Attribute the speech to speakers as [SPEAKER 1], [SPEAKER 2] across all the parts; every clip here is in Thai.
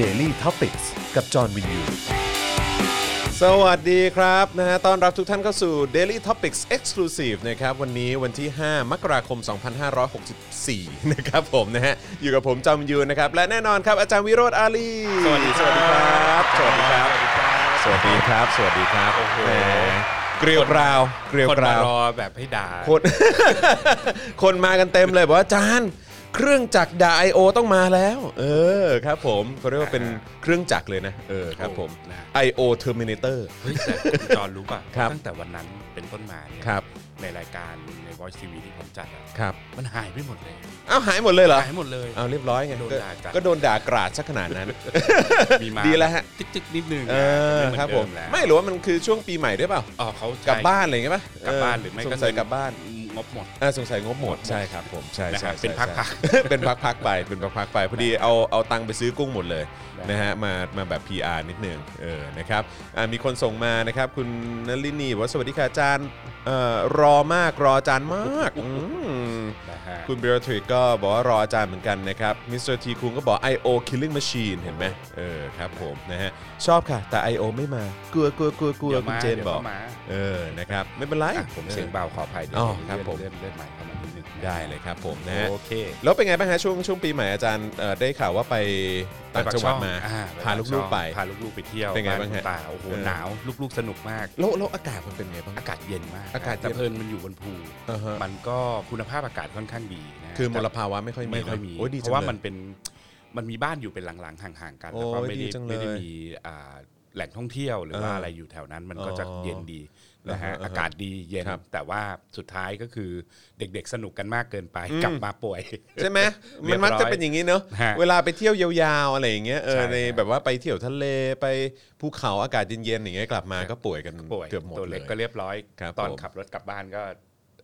[SPEAKER 1] Daily t o p i c กกับจอห์นวินยู
[SPEAKER 2] สวัสดีครับนะฮะต้อนรับทุกท่านเข้าสู่ Daily Topics Exclusive นะครับวันนี้วันที่ 5 มกราคม 2564 นะครับผมนะฮะอยู่กับผมจอมยูนะครับ และแน่นอนครับ อาจารย์วิโรธอาลี
[SPEAKER 3] สวัสดีครั
[SPEAKER 2] บ
[SPEAKER 3] บ
[SPEAKER 2] สวัสดีครับ สวัสดีครับ สวัสดีครับ
[SPEAKER 3] โอ้โห
[SPEAKER 2] แหมเกลียวกราวเกลียว
[SPEAKER 3] คนมาร
[SPEAKER 2] กาว
[SPEAKER 3] รอแบบให้ด่า
[SPEAKER 2] คน คนมากันเต็มเลยบอกว่าอาจารย์เครื่องจักรด่า I.O. ต้องมาแล้ว เออครับผมเขาเรียกว่าเป็นเครื่องจักรเลยนะเออครับผม
[SPEAKER 3] โอ้นะ
[SPEAKER 2] I.O. Terminator
[SPEAKER 3] เฮ้ยแต่คุณจอห์นรู้ป่ะ
[SPEAKER 2] ครับ
[SPEAKER 3] ตั้งแต่วันนั้นเป็นต้นมาเนี่ย
[SPEAKER 2] ครับ
[SPEAKER 3] ในรายการใน Voice TV ที่ผมจัดอะ
[SPEAKER 2] ครับ
[SPEAKER 3] มันหายไปหมดเลย
[SPEAKER 2] เอ้าหายหมดเลยเหรอ
[SPEAKER 3] หายหมดเลย
[SPEAKER 2] เอาเรียบร้อยไง
[SPEAKER 3] โดน
[SPEAKER 2] ก็
[SPEAKER 3] ด่ากลับ
[SPEAKER 2] ก็โดนด่ากราดซะขนาดนั้น
[SPEAKER 3] มีมา
[SPEAKER 2] ดีแล้วฮะ
[SPEAKER 3] ติ๊กติ๊กนิดนึง
[SPEAKER 2] เออ
[SPEAKER 3] ไเหน
[SPEAKER 2] ครับผม
[SPEAKER 3] เดิแล้ว
[SPEAKER 2] ไม่หรือว่ามันคือช่วงปีใหม่ด้วยเปล่า
[SPEAKER 3] อ๋อเขา
[SPEAKER 2] ก
[SPEAKER 3] ใช่
[SPEAKER 2] ลับบ้านอะไรอย่างเงี้ยป่ะ
[SPEAKER 3] กลับบ้านหรือไม่
[SPEAKER 2] ส
[SPEAKER 3] ก็
[SPEAKER 2] งสัยกลับบ้าน
[SPEAKER 3] งบหมด
[SPEAKER 2] อ่าสงสัยงบหมดใช่ครับผมใช่ใช่
[SPEAKER 3] นะฮะเป็น
[SPEAKER 2] ใช่
[SPEAKER 3] พัก
[SPEAKER 2] ใช่ เป็นพักๆไปเป็นพักๆไปพอดีเอาเอาตังค์ไปซื้อกุ้งหมดเลยนะฮะมามาแบบ PR นิดนึงเออนะครับอ่ามีคนส่งมานะครับ คุณนลินีบอกว่าสวัสดีค่ะอาจารย์เอ่อรอมากรออาจารย์มากอืม
[SPEAKER 3] นะฮะ
[SPEAKER 2] คุณเบลทริกก็บอกว่ารออาจารย์เหมือนกันนะครับ มิสเตอร์ทีคุงก็บอก I.O. Killing Machine เห็นไหมเออครับผมนะฮะชอบค่ะ แต่ I.O. ไม่มากลัวกลัวกลัวกลัว
[SPEAKER 3] เดี๋ยว
[SPEAKER 2] คุณ
[SPEAKER 3] มา
[SPEAKER 2] เจน
[SPEAKER 3] เดี๋ยว
[SPEAKER 2] บอก
[SPEAKER 3] เข้ามา
[SPEAKER 2] เออนะครับ ไม่เป็นไร
[SPEAKER 3] อ่ะผมเสียงเบาขออภัยเดี๋ยว
[SPEAKER 2] อ๋อ
[SPEAKER 3] เลื่น
[SPEAKER 2] ครับผม
[SPEAKER 3] เลื่อนเลื่อนใหม่เข้ามานิดนึงนะ
[SPEAKER 2] ได้เลยครับผมนะฮะ
[SPEAKER 3] โอเค
[SPEAKER 2] แล้วเป็นไงบ้างฮะช่วงช่วงปีใหม่อาจารย์เอ่อได้ข่าวว่าไปต่างจังหวัดมา
[SPEAKER 3] อ่
[SPEAKER 2] พาลูกๆไป
[SPEAKER 3] พาลูกๆไปเที่ยว
[SPEAKER 2] เป็นไงบ้างฮะ
[SPEAKER 3] ตาโอ้โห
[SPEAKER 2] เออ
[SPEAKER 3] หนาวลูกๆสนุกมาก
[SPEAKER 2] แล้วแล้วอากาศมันเป็นไงบ้าง
[SPEAKER 3] อากาศเย็นมาก
[SPEAKER 2] อากาศเย็น
[SPEAKER 3] แต่เพลินมันอยู่บนภู
[SPEAKER 2] อ่าฮะ
[SPEAKER 3] มันก็คุณภาพอากาศค่อนข้างดีนะ
[SPEAKER 2] คือมลภาวะไม่ค่อยมี
[SPEAKER 3] ไม่ค่อยมี
[SPEAKER 2] นะโอ้ยดี
[SPEAKER 3] เพ
[SPEAKER 2] จัง
[SPEAKER 3] ราะว่า
[SPEAKER 2] เล
[SPEAKER 3] มัน
[SPEAKER 2] ย
[SPEAKER 3] เป็นมันมีบ้านอยู่เป็นหลังๆห่างๆกัน
[SPEAKER 2] โอ้
[SPEAKER 3] แต่
[SPEAKER 2] ย
[SPEAKER 3] ว่าไม่
[SPEAKER 2] ดี
[SPEAKER 3] ได้
[SPEAKER 2] จังเลย
[SPEAKER 3] ไม่ได้มีอ่าแหล่งท่องเที่ยวหรือว่า
[SPEAKER 2] เอออ
[SPEAKER 3] อะไรอยู่แถวนั้นมันก็
[SPEAKER 2] อ๋อ
[SPEAKER 3] จะเย็นดีนะฮะ
[SPEAKER 2] อ่าฮะ
[SPEAKER 3] อากาศดีเย็น
[SPEAKER 2] ครับ
[SPEAKER 3] แต่ว่าสุดท้ายก็คือเด็กๆสนุกกันมากเกินไปกลับมาป่วย
[SPEAKER 2] ใช่ไหม
[SPEAKER 3] เรี
[SPEAKER 2] มั
[SPEAKER 3] ย
[SPEAKER 2] น
[SPEAKER 3] บร้อย
[SPEAKER 2] มักจะเป็นอย่างนี้เนอะ
[SPEAKER 3] ฮะ
[SPEAKER 2] เวลาไปเที่ยวยาวๆอะไรอย่างเงี้ยเออ
[SPEAKER 3] ใช่
[SPEAKER 2] ในแบบว่าไปเที่ยวทะเลไปภูเขาอากาศเย็นๆอย่างเงี้ยกลับมาก็ป่วยกัน
[SPEAKER 3] ป่วย
[SPEAKER 2] เกือบหมด
[SPEAKER 3] ตัว
[SPEAKER 2] เล
[SPEAKER 3] เล็
[SPEAKER 2] ย
[SPEAKER 3] กก็เรียบร้อย
[SPEAKER 2] ครับ
[SPEAKER 3] ตอน
[SPEAKER 2] ผม
[SPEAKER 3] ขับรถกลับบ้านก็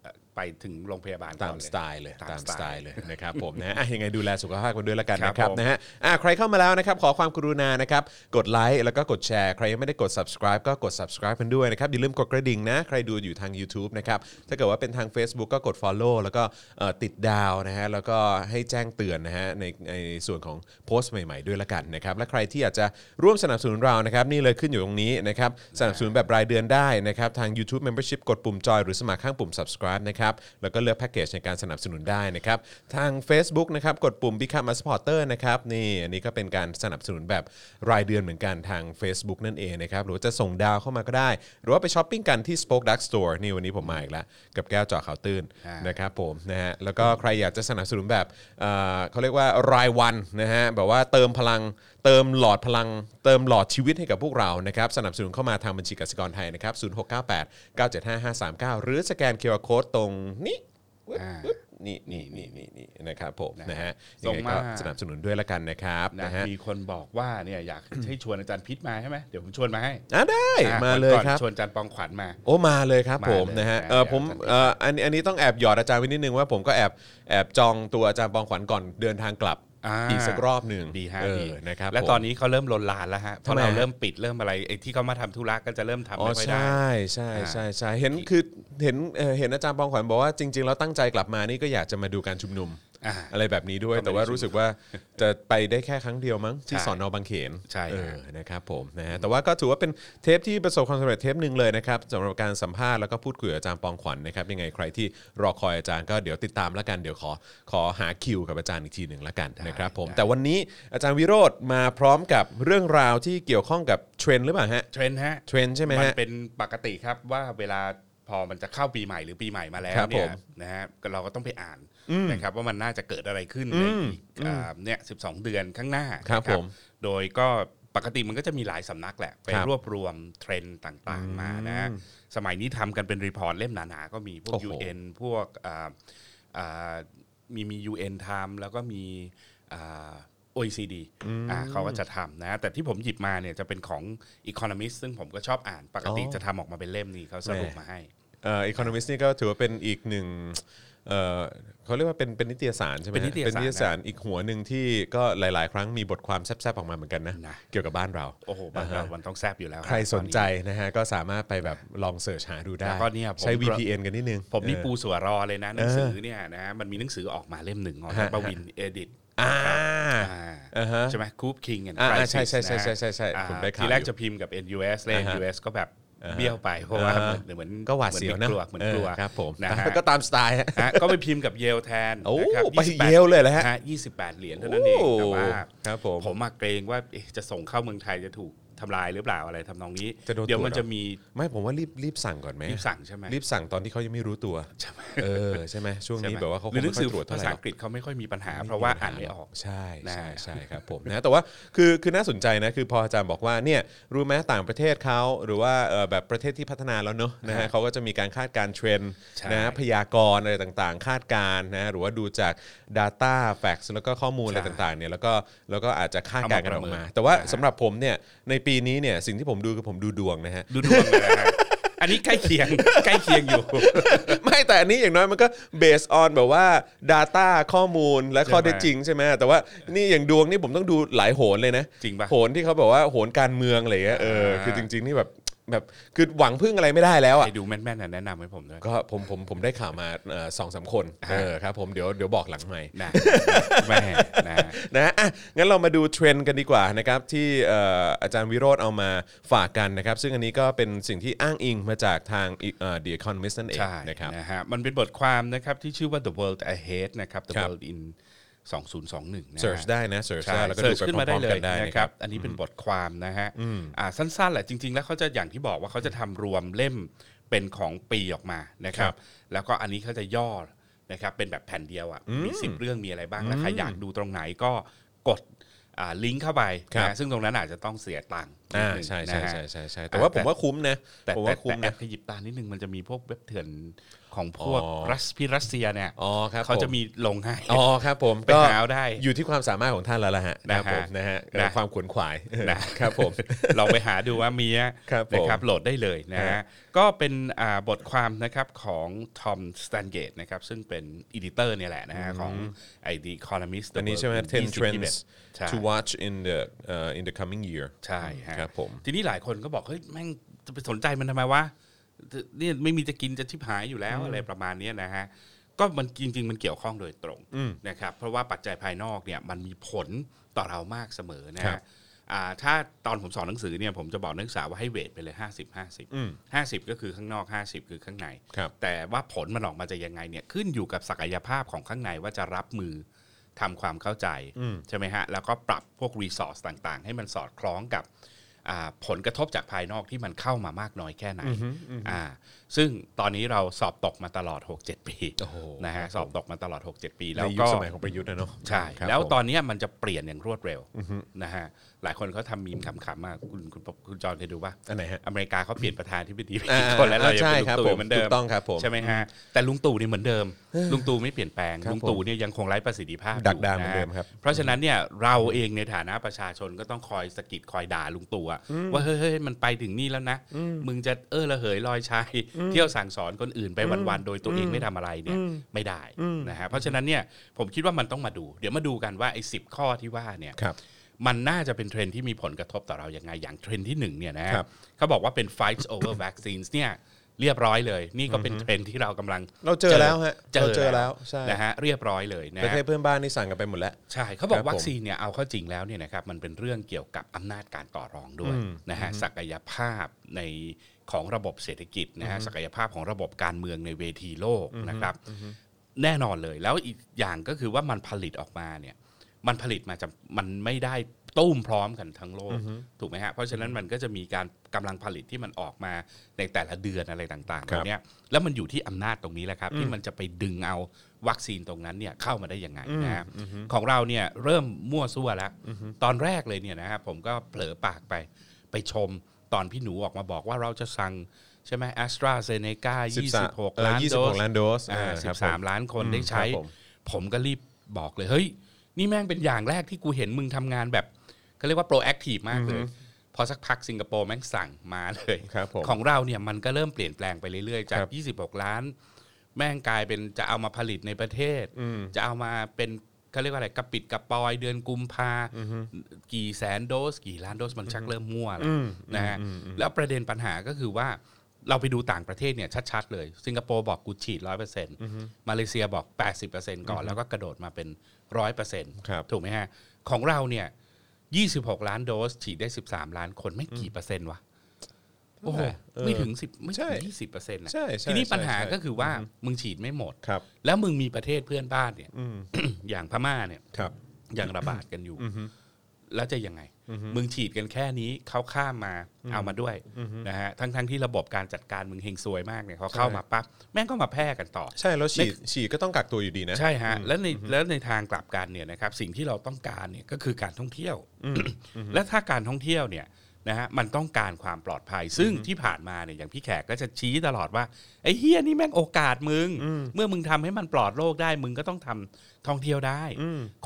[SPEAKER 3] เอ่อไปถึงโรงพยาบาลก่
[SPEAKER 2] ตา
[SPEAKER 3] อ
[SPEAKER 2] ม
[SPEAKER 3] น
[SPEAKER 2] สไตล์เลย ตา
[SPEAKER 3] ตาม ม
[SPEAKER 2] ส
[SPEAKER 3] ส
[SPEAKER 2] ไต
[SPEAKER 3] ไตล์
[SPEAKER 2] ล์เลย นะครับผมนะฮะอ่ะยังไงดูแลสุขภาพกันด้วยละกัน
[SPEAKER 3] ครับ
[SPEAKER 2] นะครับ
[SPEAKER 3] ผม
[SPEAKER 2] นะฮะอ่ะใครเข้ามาแล้วนะครับ ขอความกรุณานะครับ กดไลค์แล้วก็กดแชร์ ใครยังไม่ได้กด subscribe ก็กด subscribe กันด้วยนะครับ อย่าลืมกดกระดิ่งนะ ใครดูอยู่ทาง YouTube นะครับ ถ้าเกิดว่าเป็นทาง Facebook ก็กด follow แล้วก็เอ่อติดดาวนะฮะ แล้วก็ให้แจ้งเตือนนะฮะในในส่วนของโพสต์ใหม่ๆด้วยละกันนะครับ และใครที่อยากจะร่วมสนับสนุนเรานะครับ นี่เลยขึ้นอยู่ตรงนี้นะครับ สนับสนุนแบบรายเดือนได้นะครับ ทาง YouTube Membership กดปุ่มจอยหรือสมัครข้างปุ่ม subscribe นะครับ แล้วก็เลือกแพ็กเกจในการสนับสนุนได้นะครับ ทาง Facebook นะครับ กดปุ่ม Become a supporter นะครับ นี่อันนี้ก็เป็นการสนับสนุนแบบรายเดือนเหมือนกันทาง Facebook นั่นเองนะครับ หรือว่าจะส่งดาวเข้ามาก็ได้ หรือว่าไปช้อปปิ้งกันที่ Spoke Dark Store นี่วันนี้ผมมาอีกแล้ว กับแก้วเจอข่าวตื้น
[SPEAKER 3] อ่าน
[SPEAKER 2] นะ นะครับผมนะฮะแล้วก็ใครอยากจะสนับสนุนแบบเอ่อเขาเรียกว่ารายวันนะฮะแบบว่าเติมพลังเติมหลอดพลัง เติมหลอดชีวิตให้กับพวกเรานะครับสนับสนุนเข้ามาทางบัญชีกสิกรไทยนะครับ0 6 9 8 9 7 5 5 3 9 หรือสแกนเคอร์โคตรงนี้ปึ๊บ
[SPEAKER 3] อ่า
[SPEAKER 2] ปึ๊บนี่นี่นี่นี่นี่นะครับผมนะฮะยั
[SPEAKER 3] ส่
[SPEAKER 2] ง
[SPEAKER 3] ง
[SPEAKER 2] ไง
[SPEAKER 3] มา
[SPEAKER 2] ก็สนับสนุนด้วยละกันนะครับ
[SPEAKER 3] นะ
[SPEAKER 2] นะฮะ
[SPEAKER 3] มีคนบอกว่าเนี่ยอยากให้ชวนอาจารย์พิษมาใช่ไหมเดี๋ยวผมชวนมาให้
[SPEAKER 2] อ่ะได้
[SPEAKER 3] อ่ะ
[SPEAKER 2] มาเลย
[SPEAKER 3] ก่อน
[SPEAKER 2] ครับ
[SPEAKER 3] ชวนอาจารย์ปองขวัญมา
[SPEAKER 2] โอ้มาเลยครับ
[SPEAKER 3] มา
[SPEAKER 2] ผม
[SPEAKER 3] เลย
[SPEAKER 2] นะฮะ
[SPEAKER 3] นะ
[SPEAKER 2] เออ
[SPEAKER 3] เดี๋ยว
[SPEAKER 2] ผม
[SPEAKER 3] อาจารย์
[SPEAKER 2] เอออันอันนี้ต้องแอบหยอดอาจารย์ไว้นิดนึงว่าผมก็แอบแอบจองตัวอาจารย์ปองขวัญก่อนเดินทางกลับอีกสักรอบหนึ่ง
[SPEAKER 3] ดีฮะ
[SPEAKER 2] เออ
[SPEAKER 3] ดี
[SPEAKER 2] นะครับ
[SPEAKER 3] และ
[SPEAKER 2] ผม
[SPEAKER 3] ตอนนี้เขาเริ่มลนลานแล้วฮะเพ
[SPEAKER 2] ทำ
[SPEAKER 3] ราะ
[SPEAKER 2] ไม
[SPEAKER 3] เรา
[SPEAKER 2] ฮะ
[SPEAKER 3] เริ่มปิดเริ่มอะไรไอ้ที่เขามาทำธุระก็จะเริ่มทำ
[SPEAKER 2] อ๋อ
[SPEAKER 3] ไม่ค่อย
[SPEAKER 2] ใช
[SPEAKER 3] ได้
[SPEAKER 2] ่ใช่
[SPEAKER 3] อ่า
[SPEAKER 2] ใช่ใช่เห็นคือเห็นเอ่อเห็นอาจารย์ปองขวัญบอกว่าจริง ๆ แล้วตั้งใจกลับมานี่ก็อยากจะมาดูการชุมนุม
[SPEAKER 3] อ่า
[SPEAKER 2] อะไรแบบนี้ด้วย
[SPEAKER 3] ก็ไม่ได้
[SPEAKER 2] แต่ว่ารู้สึกว่าจะไปได้แค่ครั้งเดียวมั้งที่
[SPEAKER 3] ใช่
[SPEAKER 2] สอนอบางเขน
[SPEAKER 3] ใช่
[SPEAKER 2] เออ
[SPEAKER 3] ฮะ
[SPEAKER 2] นะครับผมนะฮะแต่ว่าก็ถือว่าเป็นเทปที่ประสบความสำเร็จเทปหนึ่งเลยนะครับสำหรับการสัมภาษณ์แล้วก็พูดคุยกับอาจารย์ปองขวัญนะครับยังไงใครที่รอคอยอาจารย์ก็เดี๋ยวติดตามแล้วกันเดี๋ยวขอขอหาคิวกับอาจารย์อีกทีหนึ่งแล้วกันนะครับผม
[SPEAKER 3] ได้
[SPEAKER 2] แต่วันนี้อาจารย์วิโรธมาพร้อมกับเรื่องราวที่เกี่ยวข้องกับเทรนด์หรือเปล่าฮะ
[SPEAKER 3] เทรนด์ฮะ
[SPEAKER 2] เทรนด์ใช่ไหม
[SPEAKER 3] มัน
[SPEAKER 2] ฮะ
[SPEAKER 3] เป็นปกติครับว่าเวลาพอมันจะเข้าปีใหม่หรือปีใหม่มาแล้
[SPEAKER 2] ครั
[SPEAKER 3] ว
[SPEAKER 2] บผ
[SPEAKER 3] เนี่ย
[SPEAKER 2] ม
[SPEAKER 3] นะฮะก็เราก็ต้องไปอ่านนะครับว่ามันน่าจะเกิดอะไรขึ้นในอีกอ่าเนี่ยสิเดือนข้างหน้า
[SPEAKER 2] ครับ
[SPEAKER 3] นะ
[SPEAKER 2] ผม
[SPEAKER 3] โดยก็ปกติมันก็จะมีหลายสำนักแหละ ไป
[SPEAKER 2] ครับ
[SPEAKER 3] รวบรวมเทรนด์ต่างๆมานะฮะสมัยนี้ทำกันเป็นรีพอร์ตเล่มหนาๆ ก็มีพวก
[SPEAKER 2] โอ้โห
[SPEAKER 3] UN พวกอ่าอ่ามีมี UN ทำแล้วก็มีอ่า OECD อ่าเขาก็จะทำนะ แต่ที่ผมหยิบมาเนี่ยจะเป็นของ Economist ซึ่งผมก็ชอบอ่านปกติ
[SPEAKER 2] อ๋อ
[SPEAKER 3] จะทำออกมาเป็นเล่มนี้เขาสรุป
[SPEAKER 2] แม่
[SPEAKER 3] มาให้
[SPEAKER 2] เอ่อ Economist นี่ก็ถือว่าเป็นอีกหนึ่งเอ่อเขาเรียกว่าเป็นเป็นนิตยสารใช่ไหมฮะ
[SPEAKER 3] เป็นนิตยสาร
[SPEAKER 2] เป็นนิตยสารอีกหัวหนึ่งที่ก็หลาย ๆ ครั้งมีบทความแซ่บๆออกมาเหมือนกันนะ
[SPEAKER 3] นะ
[SPEAKER 2] เกี่ยวกับบ้านเรา
[SPEAKER 3] โอ้โหบ้านเรามันต้องแซบอยู่แล้ว
[SPEAKER 2] ใครสนใจนะฮะ ก็สามารถไปแบบลองเสิร์ชหาดูได้
[SPEAKER 3] แล้วก็เนี่ยผม
[SPEAKER 2] ใช้ VPN กันนิดนึง
[SPEAKER 3] ผมนี่
[SPEAKER 2] เออ
[SPEAKER 3] ปูสัวรอเลยนะ หนังสือเนี่ยนะมันมีหนังสือออกมาเล่มหนึ่งของ
[SPEAKER 2] ฮะ
[SPEAKER 3] ปวินเอดิต
[SPEAKER 2] อ่า
[SPEAKER 3] อ่า
[SPEAKER 2] อ่าฮะ
[SPEAKER 3] ใช่ไหมคูปคิงแอนด์
[SPEAKER 2] อ่า
[SPEAKER 3] ไพร
[SPEAKER 2] ใช่ใช่ใช่ใช่ใช่ใช่
[SPEAKER 3] อ่า
[SPEAKER 2] ผมได้ข่าว
[SPEAKER 3] ทีแรกจะพิมพ์กับ NUS เลย
[SPEAKER 2] อ่าฮะ
[SPEAKER 3] NUS ก็แบบเบี้ยวไปเพราะว่าเหมือนเหมือน
[SPEAKER 2] ก็หวาดเสียวนะ
[SPEAKER 3] หมือนกลัวเหมือนกลัว
[SPEAKER 2] เออครับผม
[SPEAKER 3] นะฮะ
[SPEAKER 2] ก็ตามสไตล์ฮะ
[SPEAKER 3] ฮะก็ไปพิมพ์กับเยลแทน
[SPEAKER 2] โอ้
[SPEAKER 3] นะครับ
[SPEAKER 2] ไป
[SPEAKER 3] 28
[SPEAKER 2] Yale เลยเหรอฮะ
[SPEAKER 3] 28 เหรียญเท่านั้นเอง
[SPEAKER 2] โอ้
[SPEAKER 3] แต่ว่า
[SPEAKER 2] ครับผม
[SPEAKER 3] ผมอะเกรงว่าเอ๊ะจะส่งเข้าเมืองไทยจะถูกทำลายหรือเปล่าอะไรทำนองนี้
[SPEAKER 2] จะโดน
[SPEAKER 3] เดี๋ยวมัน
[SPEAKER 2] ตรวจเหรอ
[SPEAKER 3] จะมี
[SPEAKER 2] ไม่ผมว่ารีบรีบสั่งก่อนไหม
[SPEAKER 3] รีบสั่งใช่ไหม
[SPEAKER 2] รีบสั่งตอนที่เขายังไม่รู้ตัวเออใช่ไหมช่วง
[SPEAKER 3] ใช่ไห
[SPEAKER 2] นี้
[SPEAKER 3] ม
[SPEAKER 2] แบบว่าเขาค
[SPEAKER 3] หรืองหนั
[SPEAKER 2] ไม่
[SPEAKER 3] ง
[SPEAKER 2] ค่
[SPEAKER 3] สื
[SPEAKER 2] อย
[SPEAKER 3] อ
[SPEAKER 2] ตรวจเท่า
[SPEAKER 3] ภา
[SPEAKER 2] ไหร่ห
[SPEAKER 3] ษา
[SPEAKER 2] รอ
[SPEAKER 3] อั
[SPEAKER 2] ก
[SPEAKER 3] งกฤษเขาไม่ค่อยมีปัญหา เพราะว่าอ่านไม่ออก
[SPEAKER 2] ใช่ใช่
[SPEAKER 3] นะ
[SPEAKER 2] ใช่ครับผมนะแต่ว่าคือคือน่าสนใจนะคือพออาจารย์บอกว่าเนี่ยรู้ไหมต่างประเทศเขาหรือว่าเอ่อแบบประเทศที่พัฒนาแล้วเนอะนะฮะเขาก็จะมีการคาดการณ์เทรนด์
[SPEAKER 3] ใช่
[SPEAKER 2] นะฮะพยากรณ์อะไรต่างๆ คาดการณ์นะหรือว่าดูจาก Data Facts แล้วก็ข้อมูลอะไรต่างๆเนี่ยแล้วก็แล้วก็อาจจะคาดการณ์กันออกมา แต่ว่าสำหรับผมเนี่ยในปีนี้เนี่ยสิ่งที่ผมดูคือผมดูดวงนะฮะ
[SPEAKER 3] ดูดวงเลยนะฮะอันนี้ใกล้เคียงใกล้เคียง อยู่
[SPEAKER 2] ไม่แต่อันนี้อย่างน้อยมันก็เบสออนแบบว่า Data ข้อมูลและข้อเท็จจริงใช่ไหมแต่ว่านี่อย่างดวงนี่ผมต้องดูหลายโหนเลยนะ
[SPEAKER 3] จริงปะ
[SPEAKER 2] โหนที่เขาบอกว่าโหนการเมืองอะไรเงี้ยเออ
[SPEAKER 3] อ่า
[SPEAKER 2] คือจริง ๆ นี่แบบแบบคือหวังพึ่งอะไรไม่ได้แล้วอ่ะ
[SPEAKER 3] ไปดูแม่นๆน่ะแนะนำให้ผมด้วย
[SPEAKER 2] ก็ผมผมผมได้ข่าวมาเอ่อสองสามคนเออครับผมเดี๋ยวเดี๋ยวบอกหลังใหม่
[SPEAKER 3] นะแม่นะ
[SPEAKER 2] นะอ่ะงั้นเรามาดูเทรนด์กันดีกว่านะครับที่เอ่ออาจารย์วิโรธเอามาฝากกันนะครับซึ่งอันนี้ก็เป็นสิ่งที่อ้างอิงมาจากทางเอ่อ The Economist นั่นเอง
[SPEAKER 3] ใช่
[SPEAKER 2] นะครับ
[SPEAKER 3] นะฮะมันเป็นบทความนะครับที่ชื่อว่า the world ahead นะครับ the
[SPEAKER 2] ครับ
[SPEAKER 3] world in 2021นะฮะ
[SPEAKER 2] search ได้นะ search ได้แล้วก็ดู
[SPEAKER 3] search
[SPEAKER 2] ไป
[SPEAKER 3] ขึ้น
[SPEAKER 2] พ
[SPEAKER 3] มาได้
[SPEAKER 2] ร้อมๆ
[SPEAKER 3] เล
[SPEAKER 2] กั
[SPEAKER 3] ย
[SPEAKER 2] นได้
[SPEAKER 3] นะ
[SPEAKER 2] นะ
[SPEAKER 3] ค
[SPEAKER 2] ค
[SPEAKER 3] รั
[SPEAKER 2] รับ
[SPEAKER 3] บ อันนี้เป็นบทความนะฮะอ่าสั้นๆแหละจริง ๆ แล้วเขาจะอย่างที่บอกว่าเขาจะทำรวมเล่มเป็นของปีออกมานะค
[SPEAKER 2] ครั
[SPEAKER 3] รับ
[SPEAKER 2] บ
[SPEAKER 3] แล้วก็อันนี้เขาจะย่อนะครับเป็นแบบแผ่นเดียวอ่ะมีสิบเรื่องมีอะไรบ้างแล้วใครอยากดูตรงไหนก็กดอ่าลิงก์เข้าไป
[SPEAKER 2] ครับ
[SPEAKER 3] นะซึ่งตรงนั้นอาจจะต้องเสียตังค์นิด
[SPEAKER 2] อ่า
[SPEAKER 3] นึง
[SPEAKER 2] ใช่
[SPEAKER 3] นะ
[SPEAKER 2] ใช่
[SPEAKER 3] ฮะ
[SPEAKER 2] ใช่ใช่ใช่แต่ว่าผมว่าคุ้มนะ
[SPEAKER 3] แต่
[SPEAKER 2] ผม
[SPEAKER 3] แต่
[SPEAKER 2] ว่าคุ้ม
[SPEAKER 3] แต่แอ
[SPEAKER 2] นะ
[SPEAKER 3] บขยิบตานิดนึงมันจะมีพวกเว็บเถื่อนของพวก
[SPEAKER 2] อ๋อ
[SPEAKER 3] รัสพี่รัสเซียเนี่ย
[SPEAKER 2] อ๋อครับ
[SPEAKER 3] เขาจะ
[SPEAKER 2] ผ
[SPEAKER 3] มีลงให้
[SPEAKER 2] อ๋อครับผม
[SPEAKER 3] ไปหาเอาได้
[SPEAKER 2] อยู่ที่ความสามารถของท่านแล้วล่ะฮะ
[SPEAKER 3] นะ
[SPEAKER 2] ครับ
[SPEAKER 3] ฮะ
[SPEAKER 2] ผมนะฮะ
[SPEAKER 3] นะ
[SPEAKER 2] ความขวนขวาย
[SPEAKER 3] นะครับ
[SPEAKER 2] ผม
[SPEAKER 3] ลองไปหาดูว่ามีนะครับ
[SPEAKER 2] ผม
[SPEAKER 3] นะครับโหลดได้เลยนะ
[SPEAKER 2] ครั
[SPEAKER 3] ฮะ
[SPEAKER 2] บ
[SPEAKER 3] ก็เป็นอ่าบทความนะครับของทอมสแตนเกตนะครับซึ่งเป็นอีดิเตอร์เนี่ยแหละนะฮะของไอดีคอนมิส
[SPEAKER 2] อันนี้ใช่ไหม10 trends
[SPEAKER 3] ใช่
[SPEAKER 2] to watch in the uh, in the coming year
[SPEAKER 3] ใช่ฮะ
[SPEAKER 2] ครับผม
[SPEAKER 3] ทีนี้หลายคนก็บอกเฮ้ยแม่งจะไปสนใจมันทำไมวะเนี่ยไม่มีจะกินจะชิบหายอยู่แล้วอะไรประมาณเนี้ยนะฮะก็มันจริง ๆ มันเกี่ยวข้องโดยตรงนะครับเพราะว่าปัจจัยภายนอกเนี่ยมันมีผลต่อเรามากเสมอนะ
[SPEAKER 2] ครั
[SPEAKER 3] ฮะ
[SPEAKER 2] บ
[SPEAKER 3] อ่าถ้าตอนผมสอนหนังสือเนี่ยผมจะบอกนักศึกษาว่าให้เวทไปเลย 50 50 50 ก็คือข้างนอก 50 คือข้างใน
[SPEAKER 2] ครับ
[SPEAKER 3] แต่ว่าผลมันออกมาจะยังไงเนี่ยขึ้นอยู่กับศักยภาพของข้างในว่าจะรับมือทำความเข้าใจ ใช่ไหมฮะ แล้วก็ปรับพวกรีซอสต่างๆ ให้มันสอดคล้องกับอ่าผลกระทบจากภายนอกที่มันเข้ามามากน้อยแค่ไหนอ่าซึ่งตอนนี้เราสอบตกมาตลอด 6-7 ปี
[SPEAKER 2] โอ้โห
[SPEAKER 3] นะฮะสอบตกมาตลอด 6-7 ปี
[SPEAKER 2] ใน
[SPEAKER 3] แล้ว
[SPEAKER 2] ยุค
[SPEAKER 3] ก็
[SPEAKER 2] สมัยของประยุทธ์นะเนาะ
[SPEAKER 3] ใช่
[SPEAKER 2] ครับ
[SPEAKER 3] แล้ว
[SPEAKER 2] ผม
[SPEAKER 3] ตอนเนี้ยมันจะเปลี่ยนอย่างรวดเร็วนะฮะหลายคนเขาทำมีมขำๆมาคุณคุณคุณจอนเคยดูป่ะ
[SPEAKER 2] อันไหนฮะ
[SPEAKER 3] อเมริกาเขาเปลี่ยนประธานที่เป็นดี
[SPEAKER 2] อ่า
[SPEAKER 3] คนแล้วเรา
[SPEAKER 2] อ่า
[SPEAKER 3] ยัง
[SPEAKER 2] ใช่
[SPEAKER 3] เป็น
[SPEAKER 2] ค
[SPEAKER 3] ลุง
[SPEAKER 2] รับผ
[SPEAKER 3] ตู่
[SPEAKER 2] ม
[SPEAKER 3] เหมือนเดิ
[SPEAKER 2] ถู
[SPEAKER 3] ม
[SPEAKER 2] กต้องครับผม
[SPEAKER 3] ใช่ไหมฮะแต่ลุงตู่เนี่ยเหมือนเดิม ลุงตู่ไม่เปลี่ยนแปลง
[SPEAKER 2] ครับ
[SPEAKER 3] ลุงตู่เนี่ยยังคงไร้ประสิทธิภาพ
[SPEAKER 2] ดักดาน
[SPEAKER 3] ยู่ะ
[SPEAKER 2] เหมือนเดิมครับ
[SPEAKER 3] เพราะฉะนั้นเนี่ยเราเองในฐานะประชาชนก็ต้องคอยสะกิดคอยด่าลุงตู่อะว่าเฮ้ยเฮ้ยมันไปถึงนี่แล้วนะมึงจะเออระเหยลอยชายเที่ยวสั่งสอนคนอื่นไปวันๆโดยตัวเองไม่ทำอะไรเนี่ยไม่ได้นะฮะเพราะฉะนั้นเนี่ยผมคิดว่ามันต้องมาดู เดี๋ยวมาดูกันว่าไอ้สิข้อที่ว่าเนี่ย
[SPEAKER 2] ครับ
[SPEAKER 3] มันน่าจะเป็นเทรนด์ที่มีผลกระทบต่อเราอย่างไง อย่างเทรนด์ที่หนึ่งเนี่ยนะครับ เขาบอกว่าเป็น fights over vaccines เนี่ยเรียบร้อยเลย นี่ก็เป็นเทรนด์ที่เรากำลัง
[SPEAKER 2] เราเจอแล้วฮะ
[SPEAKER 3] เจ
[SPEAKER 2] เรา
[SPEAKER 3] อ
[SPEAKER 2] เจอแล้วใช่
[SPEAKER 3] นะฮะเรียบร้อยเลยนะ
[SPEAKER 2] ประเทศ
[SPEAKER 3] ฮะ
[SPEAKER 2] เพื่อนบ้านนี่สั่งกันไปหมดแล้ว
[SPEAKER 3] ใช่เขาบอ
[SPEAKER 2] ครั
[SPEAKER 3] ก
[SPEAKER 2] บผม
[SPEAKER 3] วัคซีนเนี่ยเอาเข้าจริงแล้วเนี่ยนะครับมันเป็นเรื่องเกี่ยวกับอำนาจการต่อรองด้วยนะฮะศักยภาพในของระบบเศรษฐกิจนะฮะศักยภาพของระบบการเมืองในเวทีโลกนะครับแน่นอนเลยแล้วอีกอย่างก็คือว่ามันผลิตออกมาเนี่ย มันผลิตมาจากมันไม่ได้ตุ้มพร้อมกันทั้งโลกถูกไหมฮะเพราะฉะนั้นมันก็จะมีการกำลังผลิตที่มันออกมาในแต่ละเดือนอะไรต่างๆ
[SPEAKER 2] ครับ
[SPEAKER 3] แบบเนี้ยแล้วมันอยู่ที่อำนาจตรงนี้แหละครับ ที่มันจะไปดึงเอาวัคซีนตรงนั้นเนี่ยเข้ามาได้ยังไงนะฮะของเราเนี่ยเริ่มมั่วซั่วแล้ว ตอนแรกเลยเนี่ยนะฮะผมก็เผลอปากไปไปชมตอนพี่หนูออกมาบอกว่าเราจะสั่งใช่ไหมแอสตราเซเนกา26 ล้าน
[SPEAKER 2] ยี่สิ
[SPEAKER 3] โด
[SPEAKER 2] บห
[SPEAKER 3] ส
[SPEAKER 2] กล้านโดส
[SPEAKER 3] อ่า
[SPEAKER 2] อ่า
[SPEAKER 3] สิ
[SPEAKER 2] ครับ
[SPEAKER 3] บ
[SPEAKER 2] ผ
[SPEAKER 3] สามล้านคนได้ใช้
[SPEAKER 2] ครับผม
[SPEAKER 3] ผมก็รีบบอกเลย เฮ้ย นี่แม่งเป็นอย่างแรกที่กูเห็นมึงทำงานแบบเขาเรียกว่าโปรแอคทีฟมากเลย พอสักพักสิงคโปร์แม่งสั่งมาเลย
[SPEAKER 2] ครับผม
[SPEAKER 3] ของเราเนี่ยมันก็เริ่มเปลี่ยนแปลงไปเรื่อยๆ จา
[SPEAKER 2] ค
[SPEAKER 3] ก
[SPEAKER 2] รับ
[SPEAKER 3] 26 ล้าน แม่งกลายเป็นจะเอามาผลิตในประเทศ จะเอามาเป็นเขาเรียกว่าอะไรกระปิดกระปอยเดือนกุมภากี่แสนโดส กี่ล้านโดสมันชักเริ่มมั่วแล้วนะฮะแล้วประเด็นปัญหาก็คือว่าเราไปดูต่างประเทศเนี่ยชัดๆเลย สิงคโปร์บอกกูฉีดร้อยเปอร์เซ็นต์มาเลเซียบอก 80%ก่อนแล้วก็กระโดดมาเป็น ร้อยเปอร์เซ็นต์
[SPEAKER 2] ครับ
[SPEAKER 3] ถูกไหมฮะ ของเราเนี่ยยี่สิบหกล้านโดส ฉีดได้สิบสามล้านคนไม่กี่เปอร์เซ็นต์วะโอ้โห
[SPEAKER 2] เออ
[SPEAKER 3] ไม่ถึงสิบไม่
[SPEAKER 2] ใช่
[SPEAKER 3] ถึงยี่สิบเปอร์เซ็นต์นะ
[SPEAKER 2] ใช่ใช่
[SPEAKER 3] ทีนี้ปัญหา
[SPEAKER 2] ใช่
[SPEAKER 3] ก็คือว่ามึงฉีดไม่หมด
[SPEAKER 2] ครับ
[SPEAKER 3] แล้วมึงมีประเทศเพื่อนบ้านเนี่ย
[SPEAKER 2] อืม
[SPEAKER 3] อย่างพม่าเนี่ย
[SPEAKER 2] ครับ
[SPEAKER 3] ยังระบาดกันอยู่ แล้วจะยังไง มึงฉีดกันแค่นี้เขาข้ามมาเอามาด้วยนะฮะทั้งทั้งๆที่ระบบการจัดการมึงเฮงซวยมากเนี่ยเขาเข้ามาปั๊บแม่งก็มาแพร่กันต่อ
[SPEAKER 2] ใช่แล้วฉีดฉีดก็ต้องกักตัวอยู่ดีนะ
[SPEAKER 3] ใช่ฮะแล้วในแล้วในทางกลับกันเนี่ยนะครับสิ่งที่เราต้องการเนี่ยก็คือการท่องเที่ยว และถ้าการท่องเที่ยวเนี่ยนะฮะมันต้องการความปลอดภัย ซึ่งที่ผ่านมาเนี่ยอย่างพี่แขกก็จะชี้ตลอดว่าไอ้เฮียนี่แม่งโอกาสมึง เมื่อมึงทำให้มันปลอดโรคได้ มึงก็ต้องทำท่องเที่ยวได้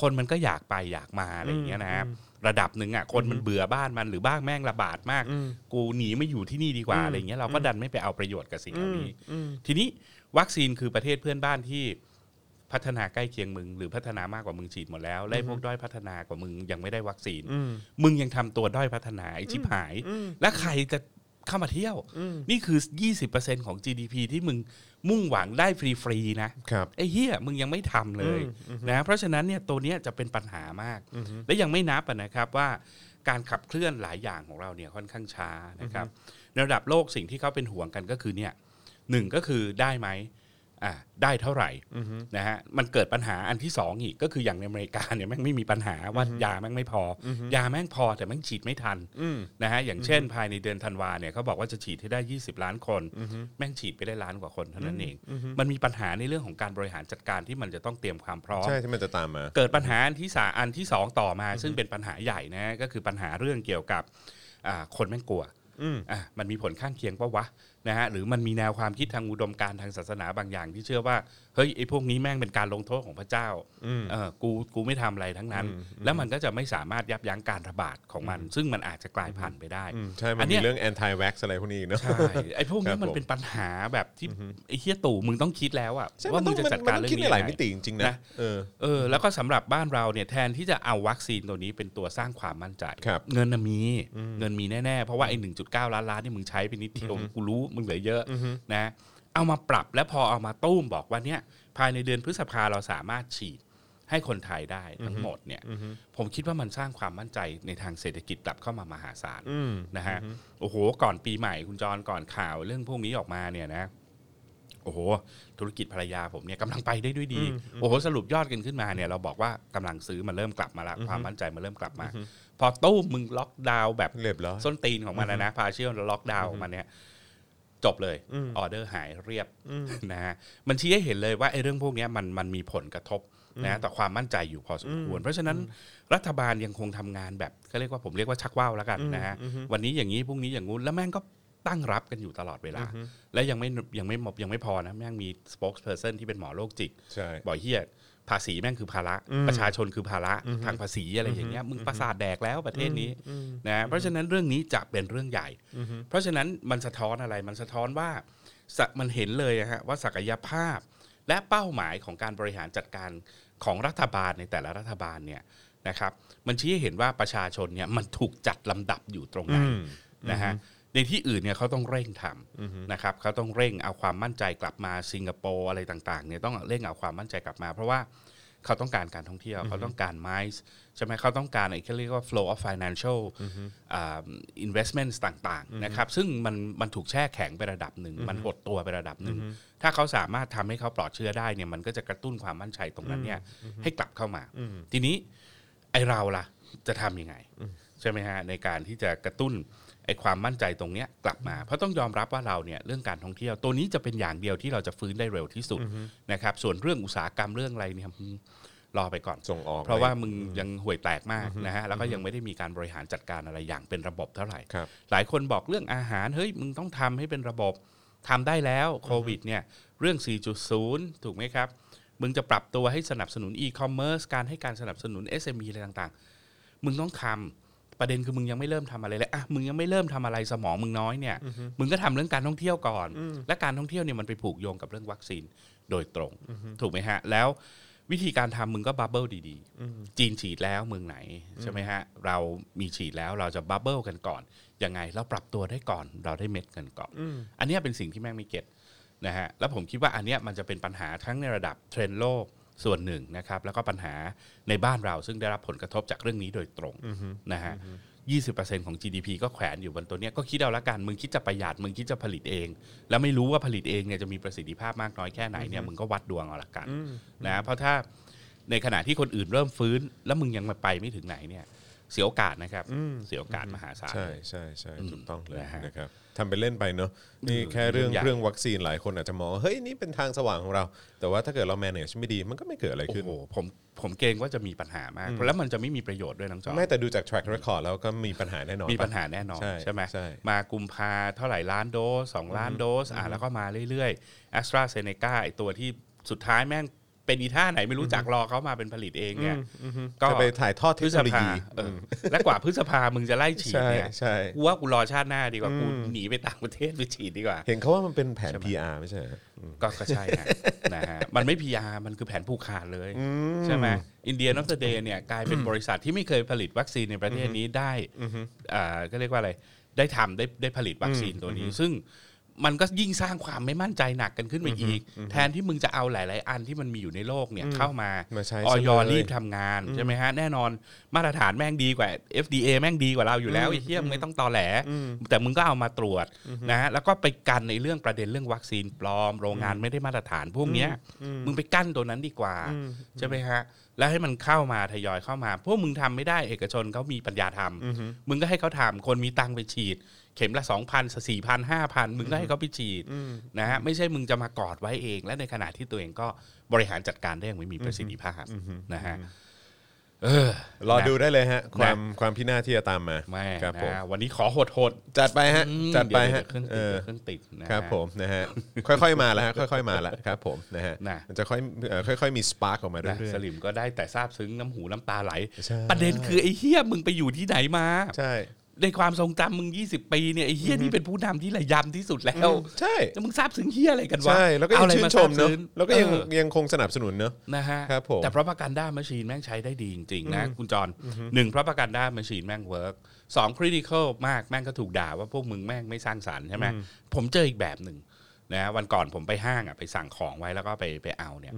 [SPEAKER 3] คนมันก็อยากไปอยากมาอะไรอย่างเงี้ยนะครับระดับหนึ่งอ่ะคนมันเบื่อบ้านมันหรือบ้างแม่งระบาดมาก กูหนีไม่อยู่ที่นี่ดีกว่าอะไรอย่างเงี้ยเราก็ดันไม่ไปเอาประโยชน์กับสิ่งเหล่านี้ทีนี้วัคซีนคือประเทศเพื่อนบ้านที่ พัฒนาใกล้เคียงมึงหรือพัฒนามากกว่ามึงฉีดหมดแล้วและไอ้พวกด้อยพัฒนากว่ามึงยังไม่ได้วัคซีน มึงยังทำตัวด้อยพัฒนาไอ้ชิบหาย และใครจะเข้ามาเที่ยว นี่คือ 20%ของ GDP ที่มึงมุ่งหวังได้ฟรีๆนะ
[SPEAKER 2] ครับ
[SPEAKER 3] ไอ้เหี้ยมึงยังไม่ทำเลยนะเพราะฉะนั้นเนี่ยตัวเนี้ยจะเป็นปัญหามาก และยังไม่นับอะนะครับว่าการขับเคลื่อนหลายอย่างของเราเนี่ยค่อนข้างช้านะครับในระดับโลกสิ่งที่เขาเป็นห่วงกันก็คือเนี่ยหนึ่งก็คือได้ไหมอ่าได้เท่าไหร่นะฮะมันเกิดปัญหาอันที่สองอีกก็คืออย่างในอเมริกาเนี่ยแม่งไม่มีปัญหาว่ายาแม่งไม่พออยาแม่งพอแต่แม่งฉีดไม่ทันนะฮะอย่างเช่น ภายในเดือนธันวาเนี่ยเขาบอกว่าจะฉีดให้ได้ 20 ล้านคน แม่งฉีดไปได้ล้านกว่าคนเท่านั้นเอง มันมีปัญหาในเรื่องของการบริหารจัดการที่มันจะต้องเตรียมความพร้อม
[SPEAKER 2] ใช่ที่มันจะตามมา
[SPEAKER 3] เกิดปัญหาอันที่สาอันที่สองต่อมา ซึ่งเป็นปัญหาใหญ่นะก็คือปัญหาเรื่องเกี่ยวกับอ่าคนแม่งกลัวอ่ะมันมีผลข้างเคียงปะวะนะฮะหรือมันมีแนวความคิดทางอุดมการณ์ทางศาสนาบางอย่าง ที่เชื่อว่าเฮ้ยไอ้พวกนี้แม่งเป็นการลงโทษของพระเจ้าเออกูกูไม่ทำอะไรทั้งนั้น แล้วมันก็จะไม่สามารถยับยั้งการระบาดของมัน ซึ่งมันอาจจะกลายพันธุ์ไปได้
[SPEAKER 2] อืมใช่ มั
[SPEAKER 3] อั
[SPEAKER 2] น
[SPEAKER 3] นเนี้
[SPEAKER 2] มี
[SPEAKER 3] ย
[SPEAKER 2] เรื่อง anti vax อะไรพวกนี้อีกเนอะ
[SPEAKER 3] ใช่ไอ้พว
[SPEAKER 2] ค
[SPEAKER 3] ก
[SPEAKER 2] รั
[SPEAKER 3] นี้
[SPEAKER 2] บ
[SPEAKER 3] มัน
[SPEAKER 2] ผม
[SPEAKER 3] เป็นปัญหาแบบที่ไอ้เฮียตู่มึงต้องคิดแล้วอะ
[SPEAKER 2] ใช่
[SPEAKER 3] ว่า
[SPEAKER 2] มัน
[SPEAKER 3] มึ
[SPEAKER 2] ต้อง งมั
[SPEAKER 3] จะ
[SPEAKER 2] น
[SPEAKER 3] จัด
[SPEAKER 2] มั
[SPEAKER 3] การ
[SPEAKER 2] น
[SPEAKER 3] เรื่อง
[SPEAKER 2] คิดใน
[SPEAKER 3] นี้
[SPEAKER 2] หลาย
[SPEAKER 3] งไง
[SPEAKER 2] มิติจริงๆนะ
[SPEAKER 3] นะ
[SPEAKER 2] เออ
[SPEAKER 3] เออแล้วก็สำหรับบ้านเราเนี่ยแทนที่จะเอาวัคซีนตัวนี้เป็นตัวสร้างความมั่นใจ
[SPEAKER 2] ครับ
[SPEAKER 3] เงินน่ะมีเงินมีแน่ๆ เพราะว่าไอ้หนึ่งจุดเก้าล้านล้านนี่มึงใช้ไปนิดเดียวกูรู้มึงเหลือเยอะนะเอามาปรับและพอเอามาตุ้มบอกว่าเนี่ยภายในเดือนพฤษภาเราสามารถฉีดให้คนไทยได้ทั้งหมดเนี่ยผมคิดว่ามันสร้างความมั่นใจในทางเศรษฐกิจกลับเข้ามามหาศาลนะฮะโอ้โหก่อนปีใหม่คุณจรก่อนข่าวเรื่องพวกนี้ออกมาเนี่ยนะ โอ้โห ธุรกิจภรรยาผมเนี่ยกำลังไปได้ด้วยดี โอ้โห สรุปยอดกันขึ้นมาเนี่ยเราบอกว่ากำลังซื้อมันเริ่มกลับมาละความมั่นใจมันเริ่มกลับมา พอตู้มมึงล็อกดาวน์แบบ
[SPEAKER 2] เรียบร้อย
[SPEAKER 3] ส้นตีนของมันนะนะพาเชียลล็อกดาวน์ของมันเนี่ยจบเลยออเดอร์หายเรียบนะฮะมันชี้ให้เห็นเลยว่าไอ้เรื่องพวกเนี้ยมันมันมีผลกระทบนะต่อความมั่นใจอยู่พอสมควร เพราะฉะนั้นรัฐบาลยังคงทำงานแบบเขาเรียกว่าผมเรียกว่าชักว่าวแล้วกันนะฮะวันนี้อย่างนี้พรุ่งนี้อย่างงู้นแล้วแม่งก็ตั้งรับกันอยู่ตลอดเวลา และยังไม่ยังไม่หมดยังไม่พอนะแม่งมีสปอคเพอร์เซนที่เป็นหมอโรคจิต
[SPEAKER 2] ใช่
[SPEAKER 3] บ่อยเฮียภาษีแม่งคือภาระ ประชาชนคือภาระทางภาษีอะไรอย่างเงี้ยมึงประสาทแดกแล้วประเทศนี้นะเพราะฉะนั้นเรื่องนี้จะเป็นเรื่องใหญ่ เพราะฉะนั้นมันสะท้อนอะไรมันสะท้อนว่าสะมันเห็นเลยอะฮะว่าศักยภาพ และเป้าหมายของการบริหารจัดการของรัฐบาลในแต่ละรัฐบาลเนี่ยนะครับ มันชี้ให้เห็นว่าประชาชนเนี่ยมันถูกจัดลำดับอยู่ตรงไหน นะฮะในที่อื่นเนี่ยเขาต้องเร่งทำนะครับเขาต้องเร่งเอาความมั่นใจกลับมาสิงคโปร์อะไรต่างๆเนี่ยต้องเร่งเอาความมั่นใจกลับมา เพราะว่าเขาต้องการการท่องเที่ยวเขาต้องการไมซ์ใช่ไหมเขาต้องการไอ้ที่เรียกว่า flow of financial อ่า investments ต่างๆนะครับซึ่งมันมันถูกแช่แข็งไประดับหนึ่ง มันหดตัวไประดับหนึ่ง ถ้าเขาสามารถทำให้เขาปลอดเชื้อได้เนี่ยมันก็จะกระตุ้นความมั่นใจตรงนั้นเนี่ยให้กลับเข้ามา ทีนี้ ไอเราล่ะจะทำยังไง ใช่ไหมฮะ ในการที่จะกระตุ้นไอความมั่นใจตรงเนี้ยกลับมา เพราะต้องยอมรับว่าเราเนี่ยเรื่องการท่องเที่ยวตัวนี้จะเป็นอย่างเดียวที่เราจะฟื้นได้เร็วที่สุดนะครับส่วนเรื่องอุตสาหกรรมเรื่องอะไรเนี่ยอืมรอไปก่อน
[SPEAKER 2] ส่งออก
[SPEAKER 3] เพราะว่ามึงยังห่วยแตกมากนะฮะแล้วก็ยังไม่ได้มีการบริหารจัดการอะไรอย่างเป็นระบบเท่าไหร่
[SPEAKER 2] ครับ
[SPEAKER 3] หลายคนบอกเรื่องอาหารเฮ้ยมึงต้องทำให้เป็นระบบทำได้แล้วโควิดเนี่ยเรื่อง 4.0 ถูกไหมครับ มึงจะปรับตัวให้สนับสนุนอีคอมเมิร์ซการให้การสนับสนุน SME อะไรต่างๆ มึงต้องทำประเด็นคือมึงยังไม่เริ่มทำอะไรเลยอ่ะมึงยังไม่เริ่มทำอะไรสมองมึงน้อยเนี่ยมึงก็ทำเรื่องการท่องเที่ยวก่อน และการท่องเที่ยวเนี่ยมันไปผูกโยงกับเรื่องวัคซีนโดยตรง ถูกไหมฮะ แล้ววิธีการทำมึงก็บับเบิลดีๆ จีนฉีดแล้วเมืองไหนใช่ไหมฮะ เรามีฉีดแล้วเราจะบับเบิลกันก่อน ยังไงเราปรับตัวได้ก่อนเราได้เม็ดเงินก่อน อันเนี้ยเป็นสิ่งที่แม่งไม่เก็ตนะฮะแล้วผมคิดว่าอันเนี้ยมันจะเป็นปัญหาทั้งในระดับเทรนด์โลก ส่วนหนึ่งนะครับแล้วก็ปัญหาในบ้านเราซึ่งได้รับผลกระทบจากเรื่องนี้โดยตรงนะฮะยี่สิบเปอร์เซ็นต์ของ GDP ก็แขวนอยู่บนตัวเนี้ยก็คิดเอาละกันมึงคิดจะประหยัดมึงคิดจะผลิตเอง แล้วไม่รู้ว่าผลิตเองเนี่ยจะมีประสิทธิภาพมากน้อยแค่ไหนเนี่ยมึงก็วัดดวงเอาละกันนะเพราะถ้าในขณะที่คนอื่นเริ่มฟื้น แล้วมึงยังไปไม่ถึงไหนเนี่ยเสียโอกาสนะครับเสียโอกาสมหาศาล
[SPEAKER 2] ใช่ใช่ใช่ถูกต้องเลย
[SPEAKER 3] นะฮะ
[SPEAKER 2] นะครับทำเป็นเล่นไปเนอะนี่แค่เรื่อง
[SPEAKER 3] เรื่องใหญ่
[SPEAKER 2] เรื่องวัคซีนหลายคนอาจจะมองว่าเฮ้ยนี่เป็นทางสว่างของเรา แต่ว่าถ้าเกิดเรา manage ไม่ดีมันก็ไม่เกิดอะไร
[SPEAKER 3] โอ้
[SPEAKER 2] ขึ้น
[SPEAKER 3] โหผมผมเกรงว่าจะมีปัญหามากแล้วมันจะไม่มีประโยชน์ด้วยน้องจอม
[SPEAKER 2] ไม่แต่ดูจาก track record แล้วก็มีปัญหาแน่นอน
[SPEAKER 3] มีปัญหาแน่นอน
[SPEAKER 2] ใช่
[SPEAKER 3] ใช่ไหม
[SPEAKER 2] ใช่
[SPEAKER 3] มากุมภาเท่าไหร่ล้านโดส2ล้านโดสอ่ะแล้วก็มาเรื่อยๆแอสตราเซเนกาไอตัวที่สุดท้ายแม่งเป็นอีท่าไหนไม่รู้จักรอเขามาเป็นผลิตเองเนี่ย
[SPEAKER 2] ก็ไปถ่ายทอดเท
[SPEAKER 3] พฤ
[SPEAKER 2] คโน
[SPEAKER 3] ษ
[SPEAKER 2] โล
[SPEAKER 3] ภา
[SPEAKER 2] ยี
[SPEAKER 3] เออและกว่าพฤษภามึงจะไล่ฉีด
[SPEAKER 2] ใช่
[SPEAKER 3] เนี่ย
[SPEAKER 2] ใช่
[SPEAKER 3] กูว่ากูรอชาติหน้าดีกว่ากูหนีไปต่างประเทศไปฉีดดีกว่า
[SPEAKER 2] เห็นเขาว่ามันเป็นแผน PR ไม่ใช่เหรออืม
[SPEAKER 3] ก็ก็ใช่ฮะ นะฮะมันไม่พีอามันคือแผนผูกขาดเลย ใช่ไหมอินเดียนอตเดย์เนี่ยกลายเป็นบริษัทที่ไม่เคยผลิตวัคซีนในประเทศนี้ได้อ่าก็เรียกว่าอะไรได้ทำได้ได้ผลิตวัคซีนตัวนี้ ซึ่งมันก็ยิ่งสร้างความไม่มั่นใจหนักกันขึ้นไปอีก แทนที่มึงจะเอาหลาย ๆ อันที่มันมีอยู่ในโลกเนี่ยเข้ามา
[SPEAKER 2] มาใช้
[SPEAKER 3] อ
[SPEAKER 2] ซะ
[SPEAKER 3] อย
[SPEAKER 2] เลย
[SPEAKER 3] รีบทำงานใช่ไหมฮะแน่นอนมาตรฐานแม่งดีกว่า FDA แม่งดีกว่าเราอยู่แล้วไอ้เหี้ยไม่ต้องตอแหล แต่มึงก็เอามาตรวจนะฮะแล้วก็ไปกันในเรื่องประเด็นเรื่องวัคซีนปลอม โรงงานไม่ได้มาตรฐานพวกเนี้ยมึงไปกั้นตัวนั้นดีกว่าใช่ไหมฮะแล้วให้มันเข้ามาทยอยเข้ามา พวกมึงทำไม่ได้เอกชนเขามีปัญญาทำมึงก็ให้เขาทำคนมีตังค์ไปฉีด เข็มละสองพันสี่พันห้าพันมึงก็ให้เขาไปฉีดนะฮะไม่ใช่มึงจะมากอดไว้เอง และในขณะที่ตัวเองก็บริหารจัดการได้อย่างไม่มีประสิทธิภาพนะฮะเออ
[SPEAKER 2] รอดูได้เลยฮะ ความความพินาศที่จะตามมา
[SPEAKER 3] แม่
[SPEAKER 2] ครับผม
[SPEAKER 3] นะวันนี้ขอโหดๆ
[SPEAKER 2] จัดไปฮะ
[SPEAKER 3] อืม
[SPEAKER 2] จัดไป
[SPEAKER 3] เยว
[SPEAKER 2] ฮะ
[SPEAKER 3] เยวเครื่อ
[SPEAKER 2] เอ
[SPEAKER 3] งติด
[SPEAKER 2] อ
[SPEAKER 3] เดี๋ยวเครื่องติดนะฮะ
[SPEAKER 2] ครับผมนะฮะ ค่อยๆมาแล้วฮะค่อยๆมาแล้วครับผมนะฮะ
[SPEAKER 3] นะ
[SPEAKER 2] มันจะค่อยเอ่อค่อย ๆ มีสปาร์กออกมา
[SPEAKER 3] นะ
[SPEAKER 2] เรื่อย
[SPEAKER 3] สลิมก็ได้แต่ซาบซึ้งน้ำหูน้ำตาไหล
[SPEAKER 2] ใช่
[SPEAKER 3] ประเด็นคือไอ้เฮียมึงไปอยู่ที่ไหนมา
[SPEAKER 2] ๆใช่
[SPEAKER 3] ในความทรงจำมึง 20 ปีเนี่ยไอ้เฮียนี่เป็นผู้นำที่ระยำที่สุดแล้ว
[SPEAKER 2] ใช่
[SPEAKER 3] แล้วมึงซาบซึ้งเฮียอะไรกันวะ
[SPEAKER 2] ใช่แล้วก็ยั
[SPEAKER 3] เอา
[SPEAKER 2] ง
[SPEAKER 3] อะไร
[SPEAKER 2] ชื่น
[SPEAKER 3] มา
[SPEAKER 2] ชมเน
[SPEAKER 3] ซาบ
[SPEAKER 2] อะ
[SPEAKER 3] ซึ้ง
[SPEAKER 2] แล้วก็ยัง
[SPEAKER 3] เออ
[SPEAKER 2] ยังคงสนับสนุนเนอะ
[SPEAKER 3] นะฮะ
[SPEAKER 2] ครับผม
[SPEAKER 3] แต่พระประกันด้ามาชีนแม่งใช้ได้ดีจริงๆนะคุณจรหนึ่งพระประกันด้ามาชีนแม่งเวิร์กสองคริติคอลมากแม่งก็ถูกด่าว่าพวกมึงแม่งไม่สร้างสรรค์ใช่ไหมผมเจออีกแบบหนึ่งนะวันก่อนผมไปห้างอ่ะไปสั่งของไว้แล้วก็ไปไปเอาเนี่ย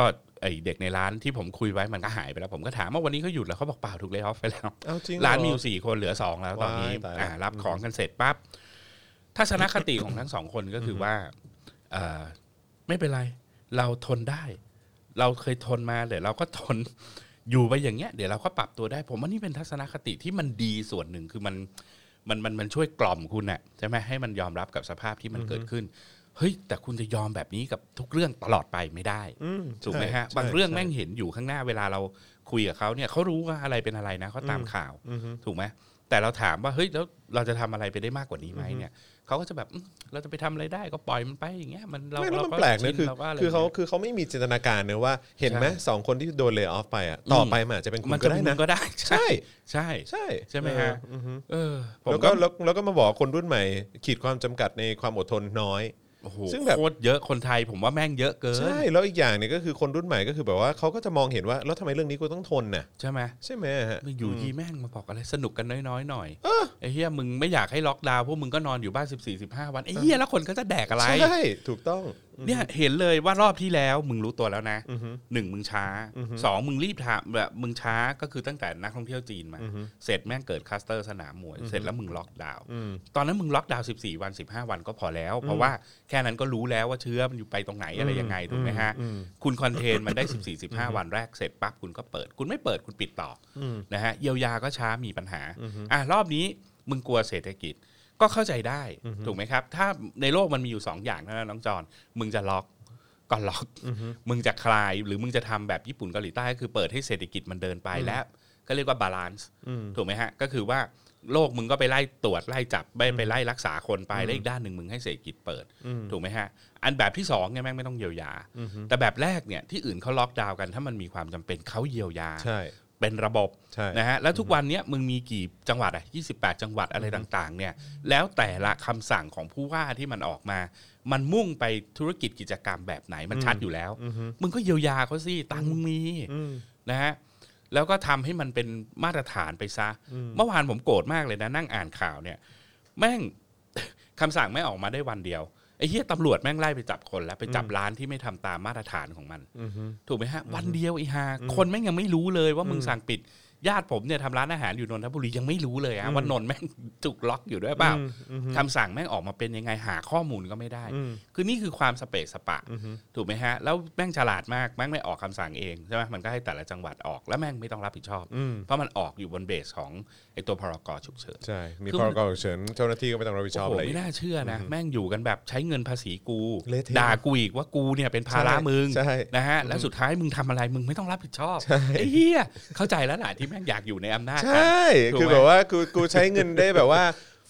[SPEAKER 3] ก็ไอเด็กในร้านที่ผมคุยไว้มันก็หายไปแล้ว ผมก็ถามว่าวันนี้เขาหยุดแล้วเขาบอกเปล่าถูกเลิกออฟไปแล้ว
[SPEAKER 2] เอ้าจริงเหรอ
[SPEAKER 3] ร้านมีอยู่สี่คนเหลือสองแล้วตอนนี้
[SPEAKER 2] ว้ายตายแล้ว
[SPEAKER 3] อ่ารับของกันเสร็จปั๊บทัศนคติของทั้งสองคนก็คือว่าเอ่อไม่เป็นไรเราทนได้ เราเคยทนมาเดี๋ยวเราก็ทน อยู่ไปอย่างเงี้ยเดี๋ยวเราก็ปรับตัวได้ ผมว่านี่เป็นทัศนคติที่มันดีส่วนหนึ่งคือมันมันมันมันช่วยกล่อมคุณน่ะใช่ไหมให้มันยอมรับกับสภาพที่มันเกิดขึ้น เฮ้ย แต่คุณจะยอมแบบนี้กับทุกเรื่องตลอดไปไม่ได้ถูกไหมฮะ
[SPEAKER 2] ใช่
[SPEAKER 3] บางเรื่อง
[SPEAKER 2] ใช่
[SPEAKER 3] แม่งเห็นอยู่ข้างหน้าเวลาเราคุยกับเขาเนี่ยเขารู้ว่าอะไรเป็นอะไรนะเขาตามข่าวถูกไหมแต่เราถามว่าเฮ้ยแล้วเราจะทำอะไรไปได้มากกว่านี้ไหมเนี่ยเขาก็จะแบบอืมเราจะไปทำอะไรได้ก็ปล่อยมันไปอย่างเงี้ยมันเรา
[SPEAKER 2] ไม่แล้ว
[SPEAKER 3] เรา
[SPEAKER 2] มัน
[SPEAKER 3] ก็
[SPEAKER 2] แปลกนะ
[SPEAKER 3] ชิ
[SPEAKER 2] คือ
[SPEAKER 3] รก็ะไร
[SPEAKER 2] คือเขา
[SPEAKER 3] ย่งงี้ย
[SPEAKER 2] คือเขาไม่มีจินตนาการเนอะว่าเห็นไหม
[SPEAKER 3] ใช่
[SPEAKER 2] สองคนที่โดนเล y o ออฟไปอ่ะต่อไปมันอาจจะเป็นคุ
[SPEAKER 3] มั
[SPEAKER 2] ณ
[SPEAKER 3] น
[SPEAKER 2] ก็
[SPEAKER 3] จะ
[SPEAKER 2] ได้
[SPEAKER 3] มึ
[SPEAKER 2] นะ
[SPEAKER 3] งก็ได้
[SPEAKER 2] ใช่
[SPEAKER 3] ใช่ใช่
[SPEAKER 2] ใช่
[SPEAKER 3] ใช่ไหมฮะเออผม
[SPEAKER 2] แล้วก็แล้วแล้วก็มาบอกคนรุ่นใหม่ ขีดความจำกัดในความอดทนน้อย
[SPEAKER 3] โอ้โห
[SPEAKER 2] ซึ่งแบบ
[SPEAKER 3] โคตรเยอะคนไทยผมว่าแม่งเยอะเกิน
[SPEAKER 2] ใช่แล้วอีกอย่างเนี่ยก็คือคนรุ่นใหม่ก็คือแบบว่าเขาก็จะมองเห็นว่าแล้วทำไมเรื่องนี้กูต้องทนน่ะ
[SPEAKER 3] ใช่ไหม
[SPEAKER 2] ใช่ไหมฮะ
[SPEAKER 3] มันอยู่ดีแม่งมาบอกอะไรสนุกกันน้อยๆหน่อยไอ้เฮียมึงไม่อยากให้ล็อกดาวน์พวกมึงก็นอนอยู่บ้าน14 15วันไอ้เฮียแล้วคนก็จะแดกอะไร
[SPEAKER 2] ใช่ถูกต้อง
[SPEAKER 3] เนี่ยเห็นเลยว่ารอบที่แล้วมึงรู้ตัวแล้วนะหนึ่งมึงช้าสองมึงรีบทำแบบมึงช้าก็คือตั้งแต่นักท่องเที่ยวจีนมา เสร็จแม่งเกิดคลัสเตอร์สนามมวย เสร็จแล้วมึงล็อกดาวน์ตอนนั้นมึงล็อกดาวน์14 วัน 15 วันก็พอแล้ว เพราะว่าแค่นั้นก็รู้แล้วว่าเชื้อมันอยู่ไปตรงไหนอะไรยังไงถูกไหมฮะ คุณคอนเทนมัน ได้ 14 15 วันแรกเสร็จปั๊บคุณก็เปิด คุณไม่เปิดคุณปิดต่ออนะฮะเยียวยาก็ช้ามีปัญหาอ่ะรอบนี้มึงกลัวเศรษฐกิจ ก็เข้าใจได้ถูกไหมครับ ถ้าในโลกมันมีอยู่ 2 อย่างเท่านั้นน้องจอนมึงจะล็อกก็ล็อก มึงจะคลาย หรือมึงจะทำแบบญี่ปุ่นเกาหลีใต้ก็คือเปิดให้เศรษฐกิจมันเดินไปและก็เรียกว่าบาลานซ์ถูกไหมฮะ ก็คือว่าโลกมึงก็ไปไล่ตรวจไล่จับไปไปไล่รักษาคนไปแล้วอีกด้านหนึ่งมึงให้เศรษฐกิจเปิด ถูกไหมฮะ อันแบบที่สองเนี่ยแม่งไม่ต้องเยียวยา แต่แบบแรกเนี่ยที่อื่นเขาล็อกดาวน์กันถ้ามันมีความจำเป็นเขาเยียวยา
[SPEAKER 2] ใช่
[SPEAKER 3] เป็นระบบ
[SPEAKER 2] ใช่
[SPEAKER 3] นะฮะแล้วทุกวันเนี้ยมึงมีกี่จังหวัดอ่ะ28 จังหวัดอะไรต่างๆเนี่ยแล้วแต่ละคำสั่งของผู้ว่าที่มันออกมา มันมุ่งไปธุรกิจกิจกรรมแบบไหนมันชัดอยู่แล้ว มึงก็เยียวยาเขาสิตังค์มึงมีนะฮะแล้วก็ทำให้มันเป็นมาตรฐานไปซะ เมื่อวาน ผมโกรธมากเลยนะนั่งอ่านข่าวเนี่ย แม่ง คำสั่งไม่ออกมาได้วันเดียว ไอ้เหี้ยตำรวจแม่งไล่ไปจับคนแล้วไปจับร้านที่ไม่ทำตามมาตรฐานของมัน ถูกไหมฮะ วันเดียวไอ้ฮาคนแม่งยังไม่รู้เลยว่ามึงสั่งปิด ญาติผมเนี่ยทำร้านอาหารอยู่นนทบุรียังไม่รู้เลยฮะว่านนท์แม่งถูกล็อกอยู่ด้วยเปล่าคำสั่งแม่งออกมาเป็นยังไงหาข้อมูลก็ไม่ได้ คือนี่คือความสเปซสปะ ถูกไหมฮะ แล้วแม่งฉลาดมากแม่งไม่ออกคำสั่งเองใช่ไหมมันก็ให้แต่ละจังหวัดออกแล้วแม่งไม่ต้องรับผิดชอบ เพราะมันออกอยู่บนเบสของไอ้ตัวพรกฉุกเฉิน
[SPEAKER 2] ใช่ มี
[SPEAKER 3] คือ
[SPEAKER 2] พร
[SPEAKER 3] มัน
[SPEAKER 2] กฉุกเฉินเจ้าหน้าที่ก็ไม่ต้องรับผิดชอบ
[SPEAKER 3] โอ้
[SPEAKER 2] อะไร
[SPEAKER 3] โหไม่น่าเชื่อนะแม่งอยู่กันแบบใช้เงินภาษีกู
[SPEAKER 2] เละเทะ
[SPEAKER 3] ด่ากูอีกว่ากูเนี่ยเป็นภาระ
[SPEAKER 2] ใช่
[SPEAKER 3] มึง
[SPEAKER 2] ใช่
[SPEAKER 3] นะฮะแล้วสุดท้ายมึงทำอะไรมึงไม่ต้องรับผิดชอบไอ้เหี้ยเข้าใจแล้วล่ะที่แม่งอยากอยู่ในอำนาจ
[SPEAKER 2] ใช
[SPEAKER 3] กัน่ ถูก
[SPEAKER 2] คือ
[SPEAKER 3] ไหม
[SPEAKER 2] แบบว่ากูกูใช้เงินได้แบบว่า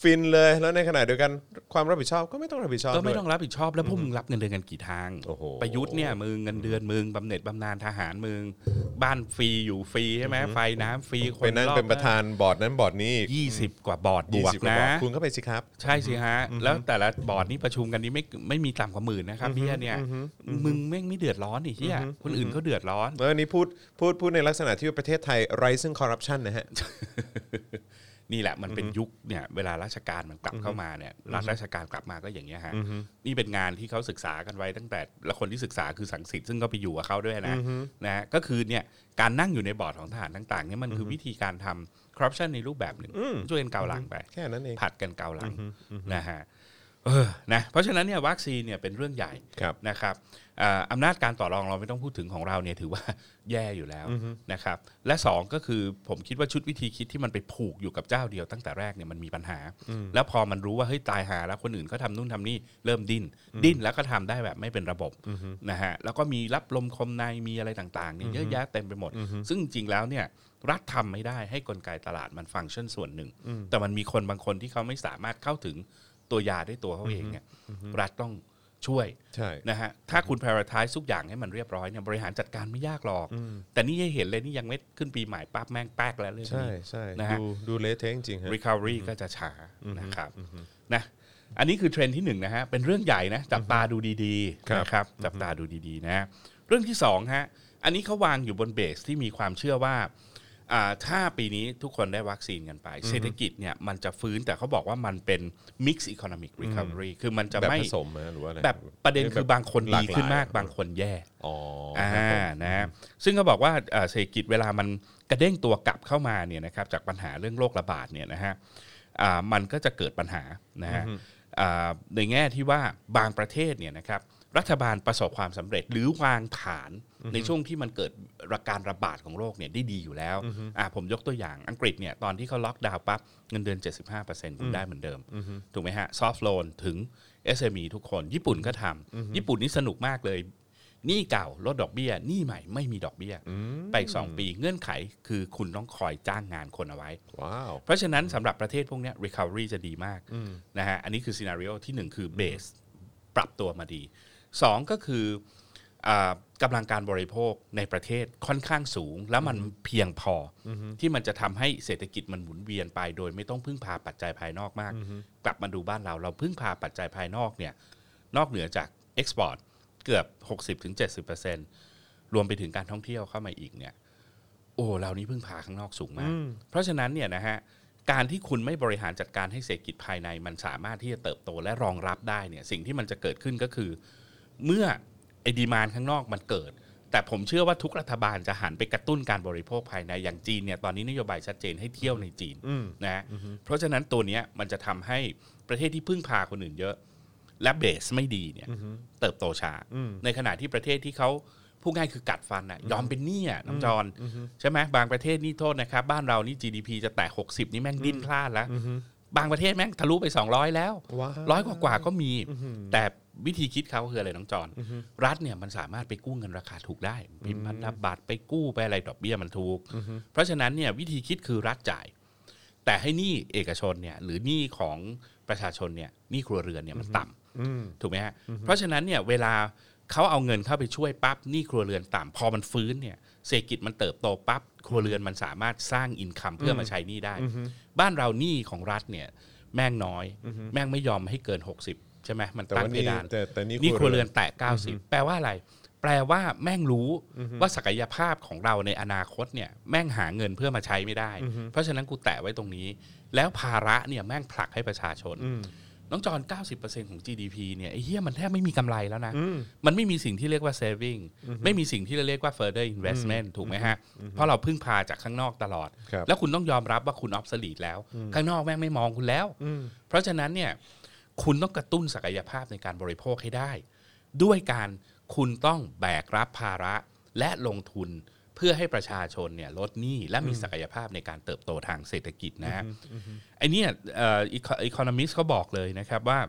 [SPEAKER 2] ฟินเลย แล้วในขณะเดียวกันความรับผิดชอบก็ไม่ต้องรับผิดชอบ
[SPEAKER 3] ก็
[SPEAKER 2] ด้
[SPEAKER 3] ไม่
[SPEAKER 2] วย
[SPEAKER 3] ต้องรับผิดชอบแล้วพวกมึงรับเงินเดือนกันกี่ทาง
[SPEAKER 2] โอ้โห
[SPEAKER 3] ประยุทธ์เนี่ยมึงเงินเดือนมึงบำเหน็จบำนาญทหารมึงบ้านฟรีอยู่ฟรีใช่ไหมไฟน้ำฟรีค
[SPEAKER 2] ไป
[SPEAKER 3] น
[SPEAKER 2] นั่ง
[SPEAKER 3] รอบ
[SPEAKER 2] เป็นประธานบอร์ดนั้นบอร์ดนี้อีก
[SPEAKER 3] ยี่สิบกว่าบอร์ดบ
[SPEAKER 2] ยี่
[SPEAKER 3] วก
[SPEAKER 2] สิบกว่า
[SPEAKER 3] นะ
[SPEAKER 2] บอร์ดคุณก็ไปสิครับ
[SPEAKER 3] ใช่สิฮะ แล้วแต่ละบอร์ดนี่ประชุมกันนี่ไม่ไม่มีต่ำกว่าหมื่นนะครับเบี้ยเนี่ยมึงแม่งไม่เดือดร้อนนี่เฮียคนอื่นเขาเดือดร้อน
[SPEAKER 2] แล้วอันนี้พูดพูดพูดในลักษณะที่ว่าประเทศไทยไร้ซึ่งคอร์รัปชันนะฮะ
[SPEAKER 3] นี่แหละมันเป็นยุคเนี่ยเวลาราชการมันกลับเข้ามาเนี่ยรัฐราชการกลับมาก็อย่างเงี้ยฮะนี่เป็นงานที่เขาศึกษากันไว้ตั้งแต่และคนที่ศึกษาคือสังสิทธิ์ซึ่งก็ไปอยู่กับเขาด้วยนะนะฮะก็คือเนี่ยการนั่งอยู่ในบอร์ดของทหารต่างๆเนี่ยมันคือวิธีการทำคอร์รัปชันในรูปแบบหนึ่งช่วยกันเกาหลังไป
[SPEAKER 2] แค่นั้นเอง
[SPEAKER 3] ผัดกันเกาหลังนะฮะเออนะเพราะฉะนั้นเนี่ยวัคซีนเนี่ยเป็นเรื่องใหญ่
[SPEAKER 2] ครับ
[SPEAKER 3] นะครับอ่าอำนาจการต่อรองเราไม่ต้องพูดถึงของเราเนี่ยถือว่า แย่อยู่แล้วนะครับและสองก็คือผมคิดว่าชุดวิธีคิดที่มันไปผูกอยู่กับเจ้าเดียวตั้งแต่แรกเนี่ยมันมีปัญหา แล้วพอมันรู้ว่าเฮ้ยตายหาแล้วคนอื่นเขาทำนู่นทำนี่เริ่มดิ้น ดิ้นแล้วก็ทำได้แบบไม่เป็นระบบนะฮะแล้วก็มีรับลมคมในมีอะไรต่างๆเนี่ยเยอะแยะเต็มไปหมด ซึ่งจริงๆแล้วเนี่ย รัฐทำไม่ได้ให้กลไกตลาดมันฟังก์ชันส่วนหนึ่ง แต่มันมีคนบางคนที่เขาไม่สามารถเข้าถึงตัวยาด้วยตัวเขาเองเนี่ยรัฐต้องช่วย
[SPEAKER 2] ใช่
[SPEAKER 3] นะฮะถ้าคุณ prioritize ทุกอย่างให้มันเรียบร้อยเนี่ยบริหารจัดการไม่ยากหรอก แต่นี่ให้เห็นเลยนี่ยังไม่ขึ้นปีใหม่ปั๊บแม่งแป๊กแล้วเรื่อง
[SPEAKER 2] ใช่
[SPEAKER 3] นี้
[SPEAKER 2] ใช่
[SPEAKER 3] นะฮะ
[SPEAKER 2] ดูดูเละเทะจริงๆฮะ
[SPEAKER 3] recovery ก็จะช้านะครับนะอันนี้คือเทรนด์ที่หนึ่งนะฮะเป็นเรื่องใหญ่นะจับตาดูดี
[SPEAKER 2] ครับ
[SPEAKER 3] ๆนะครับจับตาดูดีๆนะเรื่องที่สองฮะอันนี้เขาวางอยู่บนเบสที่มีความเชื่อว่าอ่าถ้าปีนี้ทุกคนได้วัคซีนกันไป เศรษฐกิจเนี่ยมันจะฟื้นแต่เขาบอกว่ามันเป็น mix economic recovery คือมันจะ
[SPEAKER 2] แบบ
[SPEAKER 3] ไม่
[SPEAKER 2] ผสมฮะหรือว่าอะไร
[SPEAKER 3] แบบประเด็นคือบางคน
[SPEAKER 2] หล
[SPEAKER 3] ดี
[SPEAKER 2] หลย
[SPEAKER 3] ขึ้นมากบางคนแย่
[SPEAKER 2] อ๋ออ
[SPEAKER 3] อ่า
[SPEAKER 2] ครับผม
[SPEAKER 3] นะฮะซึ่งก็บอกว่าเอ่อเศรษฐกิจเวลามันกระเด้งตัวกลับเข้ามาเนี่ยนะครับจากปัญหาเรื่องโรคระบาดเนี่ยนะฮะอ่ามันก็จะเกิดปัญหานะฮะอ่าในแง่ที่ว่าบางประเทศเนี่ยนะครับรัฐบาลประสบความสำเร็จหรือวางฐานในช่วงที่มันเกิดระการระบาดของโรคเนี่ยได้ดีอยู่แล้วอ่าผมยกตัวอย่างอังกฤษเนี่ยตอนที่เขาล็อกดาวน์ปั๊บเงินเดือน 75%คุณได้เหมือนเดิม ถูกไหมฮะซอฟท์โลนถึง SME ทุกคน ญี่ปุ่นก็ทำญี่ปุ่นนี่สนุกมากเลย หนี้เก่าลดดอกเบี้ยหนี้ใหม่ไม่มีดอกเบี้ย ไปอีกสองปีเงื่อนไขคือคุณต้องคอยจ้างงานคนเอาไว้
[SPEAKER 2] ว้าว
[SPEAKER 3] เพราะฉะนั้นสำหรับประเทศพวกเนี้ย recovery จะดีมากนะฮะอันนี้คือ scenario ที่หนึ่งคือ base ปรับตัวมาดีสองก็คืออากำลังการบริโภคในประเทศค่อนข้างสูง แล้วมันเพียงพออที่มันจะทำให้เศรษฐกิจมันหมุนเวียนไป โดยไม่ต้องพึ่งพาปัจจัยภายนอกมาก กลับมาดูบ้านเราเราพึ่งพาปัจจัยภายนอกเนี่ยนอกเหนือจากเอ็กซ์พอร์ตเกือบ 60-70%รวมไปถึงการท่องเที่ยวเข้ามาอีกเนี่ย โอ้เรานี่พึ่งพาข้างนอกสูงมาก เพราะฉะนั้นเนี่ยนะฮะการที่คุณไม่บริหารจัดการให้เศรษฐกิจภายในมันสามารถที่จะเติบโตและรองรับได้เนี่ยสิ่งที่มันจะเกิดขึ้นก็คือ เมื่อไอ้ดีมานข้างนอกมันเกิด แต่ผมเชื่อว่าทุกรัฐบาลจะหันไปกระตุ้นการบริโภคภายในอย่างจีนเนี่ยตอนนี้นโยบายชัดเจนให้เที่ยวในจีนนะฮะเพราะฉะนั้นตัวเนี้ยมันจะทำให้ประเทศที่พึ่งพาคนอื่นเยอะ และเบสไม่ดีเนี่ยเติบโตช้าในขณะที่ประเทศที่เขาพูดง่ายคือกัดฟันอะยอมเป็นหนี้อะน้ำจรใช่ไหมบางประเทศนี่โทษนะครับ บ้านเรานี่ GDP จะแตะ60 นี่แม่งดิ้นพลาดแล้ว บางประเทศแม่งทะลุไป 200 แล้ว
[SPEAKER 2] ว้าว
[SPEAKER 3] ร้อยกว่ากว่าก็มี แต่วิธีคิดเขาคืออะไรน้องจอนรัฐเนี่ยมันสามารถไปกู้เงินราคาถูกได้พิมพ์พันธบัตรไปกู้ไปอะไรดอกเบี้ยมันถูก เพราะฉะนั้นเนี่ยวิธีคิดคือรัฐจ่าย แต่ให้หนี้เอกชนเนี่ยหรือหนี้ของประชาชนเนี่ยหนี้ครัวเรือนเนี่ยมันต่ำ
[SPEAKER 2] อืม
[SPEAKER 3] ถูกไหมฮะ เพราะฉะนั้นเนี่ยเวลาเขาเอาเงินเข้าไปช่วยปั๊บหนี่ครัวเรือนต่ำพอมันฟื้นเนี่ยเศรษฐกิจมันเติบโตปั๊บครัวเรือนมันสามารถสร้างอินคัมเพื่อมาใช้หนี่ได้ บ้านเราหนี้ของรัฐเนี่ยแม่งน้อย แม่งไม่ยอมให้เกิน 60 ใช่ไหมมัน
[SPEAKER 2] แต่
[SPEAKER 3] ตั้ง
[SPEAKER 2] ว่า
[SPEAKER 3] เพ
[SPEAKER 2] นี่
[SPEAKER 3] ดาน
[SPEAKER 2] แต่แต่นี่
[SPEAKER 3] หนี่ครัวเรือนแตะ90 แปลว่าอะไร แปลว่าแม่งรู้ว่าศักยภาพของเราในอนาคตเนี่ยแม่งหาเงินเพื่อมาใช้ไม่ได้ เพราะฉะนั้นกูแตะไว้ตรงนี้ แล้วภาระเนี่ยแม่งผลักให้ประชาชน น้องจอน 90%ของ GDP เนี่ยไอ้เหี้ยมันแทบไม่มีกำไรแล้วนะ มันไม่มีสิ่งที่เรียกว่า saving ไม่มีสิ่งที่เราเรียกว่า further investment ถูกไหมฮะ เพราะเราพึ่งพาจากข้างนอกตลอด
[SPEAKER 2] ครับ
[SPEAKER 3] แล้วคุณต้องยอมรับว่าคุณ obsolete แล้ว ข้างนอกแม่งไม่มองคุณแล้ว เพราะฉะนั้นเนี่ยคุณต้องกระตุ้นศักยภาพในการบริโภคให้ได้ ด้วยการคุณต้องแบกรับภาระและลงทุนเพื่อให้ประชาชนเนี่ยลดหนี้และมีศักยภาพในการเติบโตทางเศรษฐกิจนะฮะไอเนี่ยเอ่ออีคอนมิสเขาบอกเลยนะครับว่า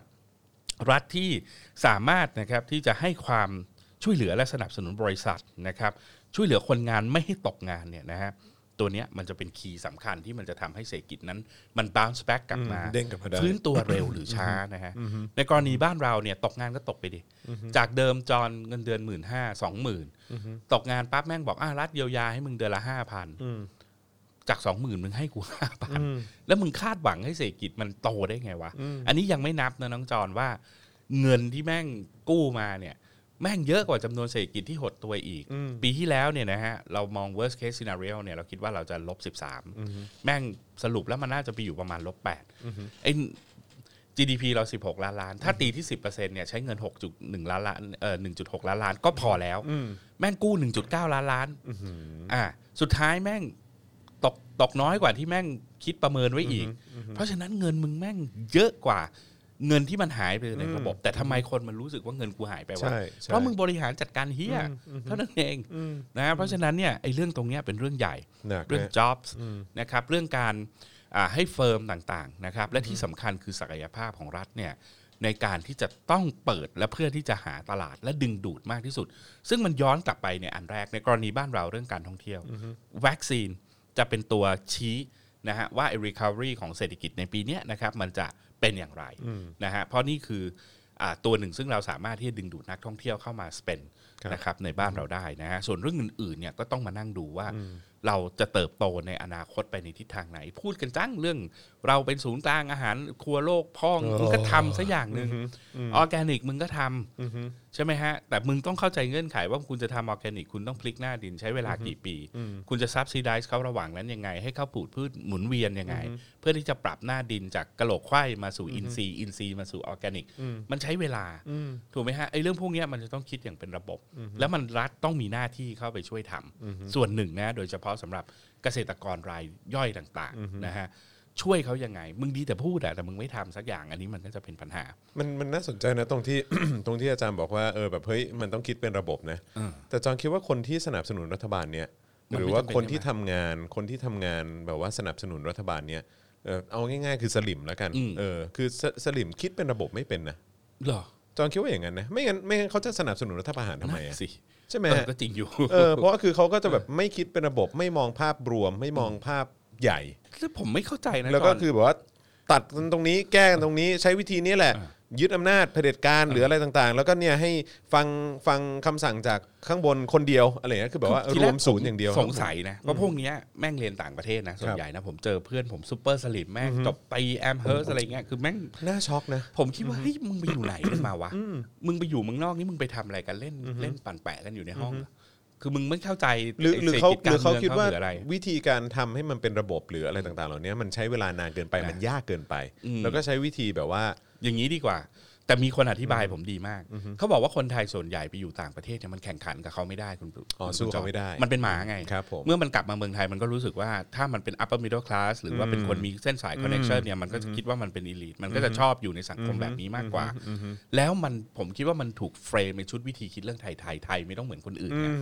[SPEAKER 3] รัฐที่สามารถนะครับที่จะให้ความช่วยเหลือและสนับสนุนบริษัทนะครับ ช่วยเหลือคนงานไม่ให้ตกงานเนี่ยนะฮะตัวเนี้ยมันจะเป็นคีย์สำคัญที่มันจะทำให้เศรษฐกิจนั้นมัน bounce back กลับมา
[SPEAKER 2] อืมเด้งกลับมาได้
[SPEAKER 3] ฟื้นตัว เร็วหรือช้านะฮะในกรณีบ้านเราเนี่ยตกงานก็ตกไปดิ จากเดิมจอนเงินเดือนหมื่นห้าสองหมื่นตกงานปั๊บแม่งบอกอ่ะรัฐเยียวยาให้มึงเดือนละห้าพันจากสองหมื่นมึงให้กูห้าพันแล้วมึงคาดหวังให้เศรษฐกิจมันโตได้ไงวะ อันนี้ยังไม่นับนะน้องจอนว่า เงินที่แม่งกู้มาเนี่ย แม่งเยอะกว่าจำนวนเศรษฐกิจที่หดตัวอีก ปีที่แล้วเนี่ยนะฮะเรามอง worst case scenario เนี่ยเราคิดว่าเราจะลบ 13 แม่งสรุปแล้วมันน่าจะไปอยู่ประมาณลบ8ไอ้ GDP เรา 16 ล้านล้าน ถ้าตีที่ 10%เนี่ยใช้เงิน 6.1 ล้านล้านเอ่อ1.6 ล้านล้านก็พอแล้ว แม่งกู้ 1.9 ล้านล้านอ่าสุดท้ายแม่งตกตกน้อยกว่าที่แม่งคิดประเมินไว้อีก เพราะฉะนั้นเงินมึงแม่งเยอะกว่าเงินที่มันหายไปในระบบ แต่ทำไมคนมันรู้สึกว่าเงินกูหายไปวะ
[SPEAKER 2] ใช่ใช่
[SPEAKER 3] เพราะมึงบริหารจัดการเฮียเท่านั้นเองนะเพราะฉะนั้นเนี่ยไอ้เรื่องตรงเนี้ยเป็นเรื่องใหญ่
[SPEAKER 2] หนัก
[SPEAKER 3] เรื่อง
[SPEAKER 2] นะ
[SPEAKER 3] jobs นะครับเรื่องการอ่าให้เฟิร์มต่างๆนะครับและที่สำคัญคือศักยภาพของรัฐเนี่ยในการที่จะต้องเปิดและเพื่อที่จะหาตลาดและดึงดูดมากที่สุด ซึ่งมันย้อนกลับไปในอันแรกในกรณีบ้านเราเรื่องการท่องเที่ยว วัคซีนจะเป็นตัวชี้นะฮะว่าไอ้ recovery ของเศรษฐกิจในปีเนี้ยนะครับมันจะเป็นอย่างไรนะฮะเพราะนี่คืออาตัวหนึ่งซึ่งเราสามารถที่จะดึงดูดนักท่องเที่ยวเข้ามา spend
[SPEAKER 2] ครับ
[SPEAKER 3] นะครับในบ้านเราได้นะฮะส่วนเรื่องอื่นๆเนี่ยก็ต้องมานั่งดูว่า เราจะเติบโตในอนาคตไปในทิศทางไหน พูดกันจังเรื่องเราเป็นศูนย์กลางอาหารครัวโลกพ่อง
[SPEAKER 2] โอ้
[SPEAKER 3] มึงก็ทำซะอย่างหนึ่งออร์แกนิกมึงก็ทำใช่ไหมฮะ แต่มึงต้องเข้าใจเงื่อนไขว่าคุณจะทำออร์แกนิกคุณต้องพลิกหน้าดินใช้เวลากี่ปี คุณจะซับซิไดซ์เขาระหว่างนั้นยังไง ให้เขาปลูกพืชหมุนเวียนยังไง เพื่อที่จะปรับหน้าดินจากกะโหลกไข่มาสู่อินทรีย์อินทรีย์มาสู่ออร์แกนิก มันใช้เวลา ถูกไหมฮะไอ้เรื่องพวกเนี้ยมันจะต้องคิดอย่างเป็นระบบ แล้วมันรัฐต้องมีหน้าที่เข้าไปช่วยทำส่วนหนึ่งนะโดยเฉพาะสำหรับเกษตรกรรายย่อยต่างๆนะฮะช่วยเขายังไง มึงดีแต่พูดอะแต่มึงไม่ทำสักอย่างอันนี้มันก็จะเป็นปัญหา
[SPEAKER 2] มันมันน่าสนใจนะตรงที่ ตรงที่อาจารย์บอกว่าเออแบบเฮ้ยมันต้องคิดเป็นระบบนะแต่จอนคิดว่าคนที่สนับสนุนรัฐบาลเนี่ย
[SPEAKER 3] มัน
[SPEAKER 2] ห
[SPEAKER 3] ไม่
[SPEAKER 2] รือว่า
[SPEAKER 3] จำเป็น
[SPEAKER 2] คนที่
[SPEAKER 3] ใช่
[SPEAKER 2] ทำงานคนที่ทำงานแบบว่าสนับสนุนรัฐบาลเนี่ยเออเอาง่ายๆ คือสลิมแล้วกัน
[SPEAKER 3] อืม
[SPEAKER 2] เออคือสสลิมคิดเป็นระบบไม่เป็นนะ
[SPEAKER 3] เหรอ
[SPEAKER 2] จอนคิดว่าอย่างนั้นนะไม่งั้นไม่งั้นเขาจะสนับสนุนรัฐประหารทำไม
[SPEAKER 3] นั่
[SPEAKER 2] อะ
[SPEAKER 3] นสิ
[SPEAKER 2] ใช่ไหม
[SPEAKER 3] เออ
[SPEAKER 2] ฮะ
[SPEAKER 3] ก็จริงอยู่
[SPEAKER 2] เออเพราะว่าคือเขาก็จะแบบไม่คิดเป็นระบบไม่มองภาพรวม ไม่มองภาพใหญ่
[SPEAKER 3] แล้วผมไม่เข้าใจนะ
[SPEAKER 2] แล้วก็
[SPEAKER 3] จน
[SPEAKER 2] คือแบบว่าตัดกันตรงนี้แก้กันตรงนี้ใช้วิธีนี้แหละ ยึดอำนาจเผด็จการหรืออะไรต่างๆ แล้วก็เนี่ยให้ฟังฟังคำสั่งจากข้างบนคนเดียวอะไรอย่างเงี้ยคือแบบว่า
[SPEAKER 3] ที
[SPEAKER 2] ร
[SPEAKER 3] แก
[SPEAKER 2] วมศูนย์อย่างเดียว
[SPEAKER 3] สงสัยนะว่าพวกเนี้ยแม่งเรียนต่างประเทศนะส่วนใหญ่นะผมเจอเพื่อนผมซูเปอร์สลิมแม่งจบตีแอมเฮิร์สอะไรเงี้ยคือแม่ง
[SPEAKER 2] น่าช็อกนะ
[SPEAKER 3] ผมคิดว่าเฮ้ยมึงไปอยู่ไหนกันมาวะ มึงไปอยู่เมืองนอกนี่มึงไปทำอะไรกันเล่นเล่นปั่นแปะกันอยู่ในห้องเหรอคือมึงไม่เข้าใจ
[SPEAKER 2] หรือหรือเขาห
[SPEAKER 3] ศษฐ
[SPEAKER 2] รื
[SPEAKER 3] กิ
[SPEAKER 2] อ
[SPEAKER 3] จ
[SPEAKER 2] เขาคิด
[SPEAKER 3] มื
[SPEAKER 2] ว่า
[SPEAKER 3] หรืออะไร
[SPEAKER 2] วิธีการทำให้มันเป็นระบบหรืออะไรต่างๆ เหล่านี้มันใช้เวลานานเกินไปมันยากเกินไป
[SPEAKER 3] อืม
[SPEAKER 2] แล้วก็ใช้วิธีแบบว่า
[SPEAKER 3] อย่างนี้ดีกว่า แต่มีคนอธิบายผมดีมาก เขาบอกว่าคนไทยส่วนใหญ่ไปอยู่ต่างประเทศเนี่ยมันแข่งขันกับเขาไม่ได้คุณปุ๊
[SPEAKER 2] อ๋อ
[SPEAKER 3] คุณ
[SPEAKER 2] สู้เขาไม่ได้
[SPEAKER 3] มันเป็นหมาไง
[SPEAKER 2] ครับผม
[SPEAKER 3] เมื่อมันกลับมาเมืองไทยมันก็รู้สึกว่าถ้ามันเป็น upper middle class หรือว่าเป็นคนมีเส้นสาย connection เนี่ยมันก็จะคิดว่ามันเป็น elite มันก็จะชอบอยู่ในสังคมแบบนี้มากกว่า แล้วมันผมคิดว่ามันถูกเฟรมในชุดวิธีคิดเรื่องไทยไทยไทยไม่ต้องเหมือนคนอื่นเนี่ย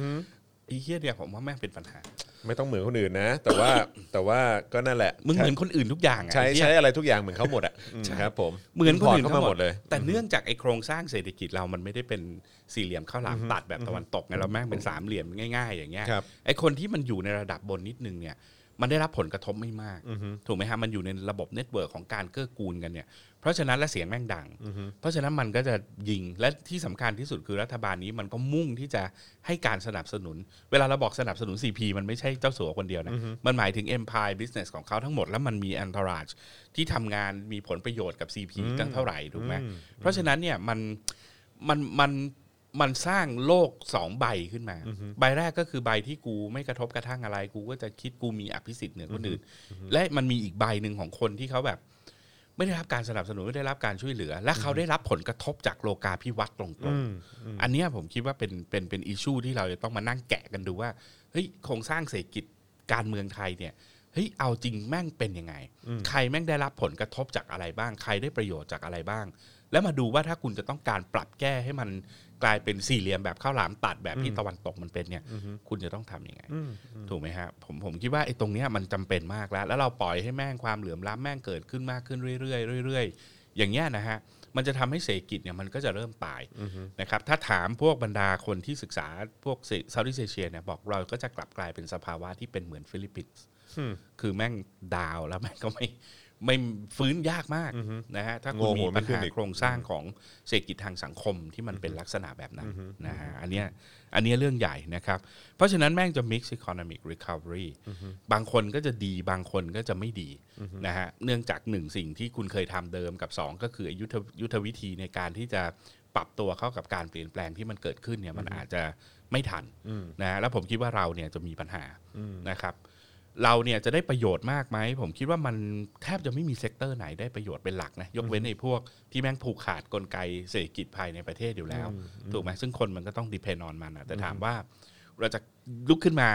[SPEAKER 3] ไอ้เหี้ยเนี่ยผมว่าแม่งเป็นปัญหา
[SPEAKER 2] ไม่ต้องเหมือนคนอื่นนะ แต่ว่าแต่ว่าก็นั่นแหละ
[SPEAKER 3] มึงเหมือนคนอื่นทุกอย่างอะ
[SPEAKER 2] ใช้
[SPEAKER 3] ไอ้เหี้ย
[SPEAKER 2] ใช้อะไรทุกอย่างเหมือนเขาหมดอ่ะอืม
[SPEAKER 3] ใช่
[SPEAKER 2] ครับผม
[SPEAKER 3] เหมือนคนอื่น
[SPEAKER 2] เข้ามา
[SPEAKER 3] ทั้
[SPEAKER 2] งห
[SPEAKER 3] ห
[SPEAKER 2] ม
[SPEAKER 3] ม
[SPEAKER 2] ด
[SPEAKER 3] ด
[SPEAKER 2] เล
[SPEAKER 3] เลย ย แต่เนื่องจากไอ้โครงสร้างเศรษฐกิจเรามันไม่ได้เป็นสี่เหลี่ยมข้าวหลามตัดแบบตะวันตกไงเราแม่งเป็นสามเหลี่ยมง่าย ๆ อย่างเงี้ย
[SPEAKER 2] ครับ
[SPEAKER 3] ไอ้คนที่มันอยู่ในระดับบนนิดนึงเนี่ยมันได้รับผลกระทบไม่มาก ถูกไหมฮะมันอยู่ในระบบเน็ตเวิร์กของการเกื้อกูลกันเนี่ยเพราะฉะนั้นและเสียงแม่งดัง เพราะฉะนั้นมันก็จะยิงและที่สำคัญที่สุดคือรัฐบาลนี้มันก็มุ่งที่จะให้การสนับสนุน เวลาเราบอกสนับสนุน CP มันไม่ใช่เจ้าสัวคนเดียวนะมันหมายถึง Empire Business ของเขาทั้งหมดแล้วมันมี entourage ที่ทำงานมีผลประโยชน์กับ CP ตั้งเท่าไหร่ถูกไหมเพราะฉะนั้นเนี่ยมันมันมันมันสร้างโลกสองใบขึ้นมา ใบแรกก็คือใบที่กูไม่กระทบกระทั่งอะไร กูก็จะคิดกูมีอภิสิทธิ์เหนือคนอื่น และมันมีอีกใบหนึ่งของคนที่เขาแบบ ไม่ได้รับการสนับสนุนไม่ได้รับการช่วยเหลือ และเขาได้รับผลกระทบจากโลกาภิวัตน์ตรง
[SPEAKER 2] อืม
[SPEAKER 3] ๆอันเนี้ยผมคิดว่าเป็นเป็นเป็นอิชูที่เราจะต้องมานั่งแกะกันดูว่าเฮ้ยโครงสร้างเศรษฐกิจการเมืองไทยเนี่ยเฮ้ยเอาจริงแม่งเป็นยังไง ใครแม่งได้รับผลกระทบจากอะไรบ้าง ใครได้ประโยชน์จากอะไรบ้าง แล้วมาดูว่าถ้าคุณจะต้องการปรับแก้ให้มันกลายเป็นสี่เหลี่ยมแบบข้าวหลามตัดแบบที่ตะวันตกมันเป็นเนี่ยคุณจะต้องทำยังไง ถูกไหมฮะผมผมคิดว่าไอ้ตรงเนี้ยมันจำเป็นมากแล้ว แล้วเราปล่อยให้แม่งความเหลื่อมล้ำแม่งเกิดขึ้นมากขึ้นเรื่อยๆเรื่อยๆ อย่างเงี้ยนะฮะมันจะทำให้เศรษฐกิจเนี่ยมันก็จะเริ่มตายนะครับถ้าถามพวกบรรดาคนที่ศึกษาพวกเซาท์อีสเอเชียเนี่ยบอกเราก็จะกลับกลายเป็นสภาวะที่เป็นเหมือนฟิลิปปินส์ คือแม่งดาวแล้วแม่งก็ไม่ไม่ฟื้นยากมากนะฮะถ้าคุณ
[SPEAKER 2] โง่หัว
[SPEAKER 3] มี
[SPEAKER 2] ไม่
[SPEAKER 3] ปัญ
[SPEAKER 2] ขึ้น
[SPEAKER 3] หา
[SPEAKER 2] อีก
[SPEAKER 3] โครงสร้างของเศรษฐกิจทางสังคมที่มันเป็นลักษณะแบบนั้นนะฮะอันเนี้ยอันเนี้ยเรื่องใหญ่นะครับ เพราะฉะนั้นแม่งจะ mix economic recovery บางคนก็จะดีบางคนก็จะไม่ดีนะฮะเนื่องจากหนึ่งสิ่งที่คุณเคยทำเดิมกับสองก็คือยุทธยุทธวิธีในการที่จะปรับตัวเข้ากับการเปลี่ยนแปลงที่มันเกิดขึ้นเนี่ยมันอาจจะไม่ทันนะฮะแล้วผมคิดว่าเราเนี่ยจะมีปัญหานะครับ เราเนี่ยจะได้ประโยชน์มากไหม ผมคิดว่ามันแทบจะไม่มีเซกเตอร์ไหนได้ประโยชน์เป็นหลักนะ ยกเว้นในพวกที่แม่งผูกขาดกลไกเศรษฐกิจภายในประเทศอยู่แล้ว ถูกไหมซึ่งคนมันก็ต้องดิพเอนออนมันนะแต่ถามว่าเราจะลุกขึ้นมา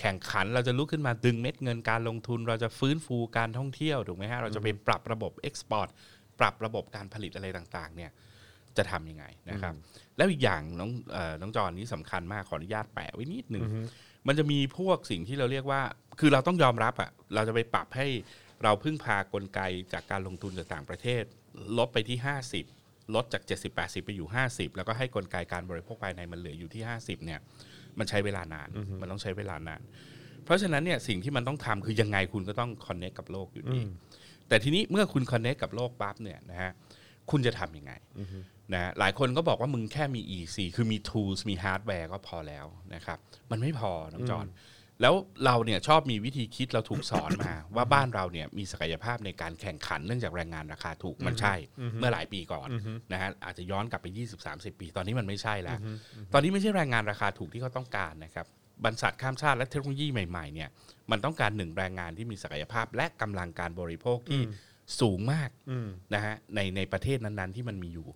[SPEAKER 3] แข่งขันเราจะลุกขึ้นมาดึงเม็ดเงินการลงทุน เราจะฟื้นฟูการท่องเที่ยวถูกไหมฮะเราจะไปปรับระบบเอ็กซ์พอร์ตปรับระบบการผลิตอะไรต่างๆเนี่ย จะทำยังไงนะครับ แล้วอีกอย่างน้องเอ่อน้องจอนนี้สำคัญมากขออนุญาตแปะไว้นิดหนึ่งมันจะมีพวกสิ่งที่เราเรียกว่า คือเราต้องยอมรับอะเราจะไปปรับให้เราพึ่งพากลไกจากการลงทุนจากต่างประเทศ ลดไปที่ 50 ลดจาก 70 80 ไปอยู่ 50 แล้วก็ให้กลไกการบริโภคภายในมันเหลืออยู่ที่ 50เนี่ยมันใช้เวลานานมันต้องใช้เวลานาน เพราะฉะนั้นเนี่ยสิ่งที่มันต้องทำคือยังไงคุณก็ต้องคอนเนคกับโลกอยู่ดีแต่ทีนี้เมื่อคุณคอนเนคกับโลกปั๊บเนี่ยนะฮะคุณจะทำยังไง นะฮะหลายคนก็บอกว่ามึงแค่มี EC คือมี tools มี hardware ก็พอแล้วนะครับ มันไม่พอ น้องจอน แล้วเราเนี่ยชอบมีวิธีคิดเราถูกสอนมา ว่าบ้านเราเนี่ยมีศักยภาพในการแข่งขันเนื่องจากแรงงานราคาถูกมันใช่ เมื่อหลายปีก่อนนะฮะอาจจะย้อนกลับไป 20-30 ปี ตอนนี้มันไม่ใช่แล้ว ตอนนี้ไม่ใช่แรงงานราคาถูกที่เขาต้องการนะครับบรรษัทข้ามชาติและเทคโนโลยีใหม่ๆเนี่ยมันต้องการหนึ่งแรงงานที่มีศักยภาพและกำลังการบริโภคที่สูงมากนะฮะในในประเทศนั้นๆที่มันมีอยู่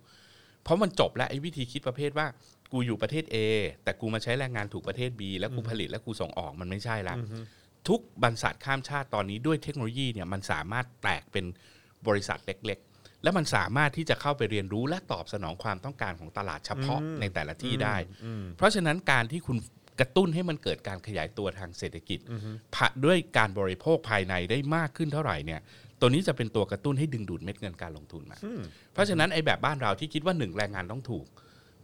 [SPEAKER 3] เพราะมันจบแล้วไอ้วิธีคิดประเภทว่า กูอยู่ประเทศ A แต่กูมาใช้แรงงานถูกประเทศ B แล้วกูผลิตแล้วกูส่งออกมันไม่ใช่ละทุกบรรษัทข้ามชาติตอนนี้ด้วยเทคโนโลยีเนี่ยมันสามารถแตกเป็นบริษัทเล็ก ๆ และมันสามารถที่จะเข้าไปเรียนรู้และตอบสนองความต้องการของตลาดเฉพาะในแต่ละที่ได้ เพราะฉะนั้นการที่คุณกระตุ้นให้มันเกิดการขยายตัวทางเศรษฐกิจผะด้วยการบริโภคภายในได้มากขึ้นเท่าไหร่เนี่ยตัวนี้จะเป็นตัวกระตุ้นให้ดึงดูดเม็ดเงินการลงทุนมา เพราะฉะนั้นไอ้แบบบ้านเราที่คิดว่าหนึ่งแรงงานต้องถูก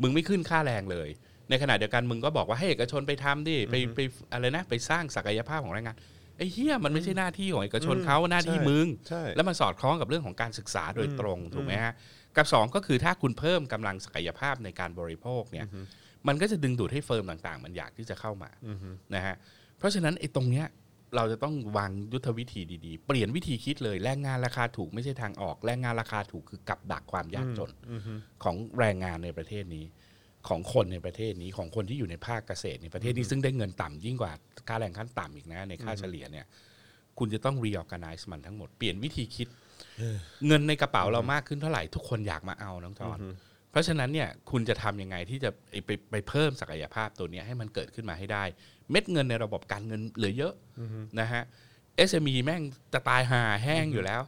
[SPEAKER 3] มึงไม่ขึ้นค่าแรงเลย ในขณะเดียวกันมึงก็บอกว่าให้เอกชนไปทำดิไปไปอะไรนะไปสร้างศักยภาพของแรงงานไอ้เฮียมันไม่ใช่หน้าที่ของเอกชนเขาหน้าที่มึง
[SPEAKER 2] ใช่
[SPEAKER 3] แล้วมันสอดคล้องกับเรื่องของการศึกษาโดยตรงถูกไหมฮะกับสองก็คือถ้าคุณเพิ่มกำลังศักยภาพในการบริโภคเนี่ยมันก็จะดึงดูดให้เฟิร์มต่างๆ มันอยากที่จะเข้ามานะฮะเพราะฉะนั้นไอ้ตรงเนี้ยเราจะต้องวางยุทธวิธีดีๆ เปลี่ยนวิธีคิดเลยแรงงานราคาถูกไม่ใช่ทางออกแรงงานราคาถูกคือกับดักความยากจนของแรงงานในประเทศนี้ ของคนในประเทศนี้ของคนที่อยู่ในภาคเกษตรในประเทศนี้ซึ่งได้เงินต่ำยิ่งกว่าค่าแรงขั้นต่ำอีกนะในค่าเฉลี่ยเนี่ย คุณจะต้อง reorganize มันทั้งหมด เปลี่ยนวิธีคิด เงินในกระเป๋าเรามากขึ้นเท่าไหร่ ทุกคนอยากมาเอาน้องจอนเพราะฉะนั้นเนี่ยคุณจะทำยังไงที่จะไปไปไปเพิ่มศักยภาพตัวเนี้ยให้มันเกิดขึ้นมาให้ได้ เม็ดเงินในระบบการเงินเหลือเยอะนะฮะ SME แม่งจะตายหาแห้งอยู่แล้ว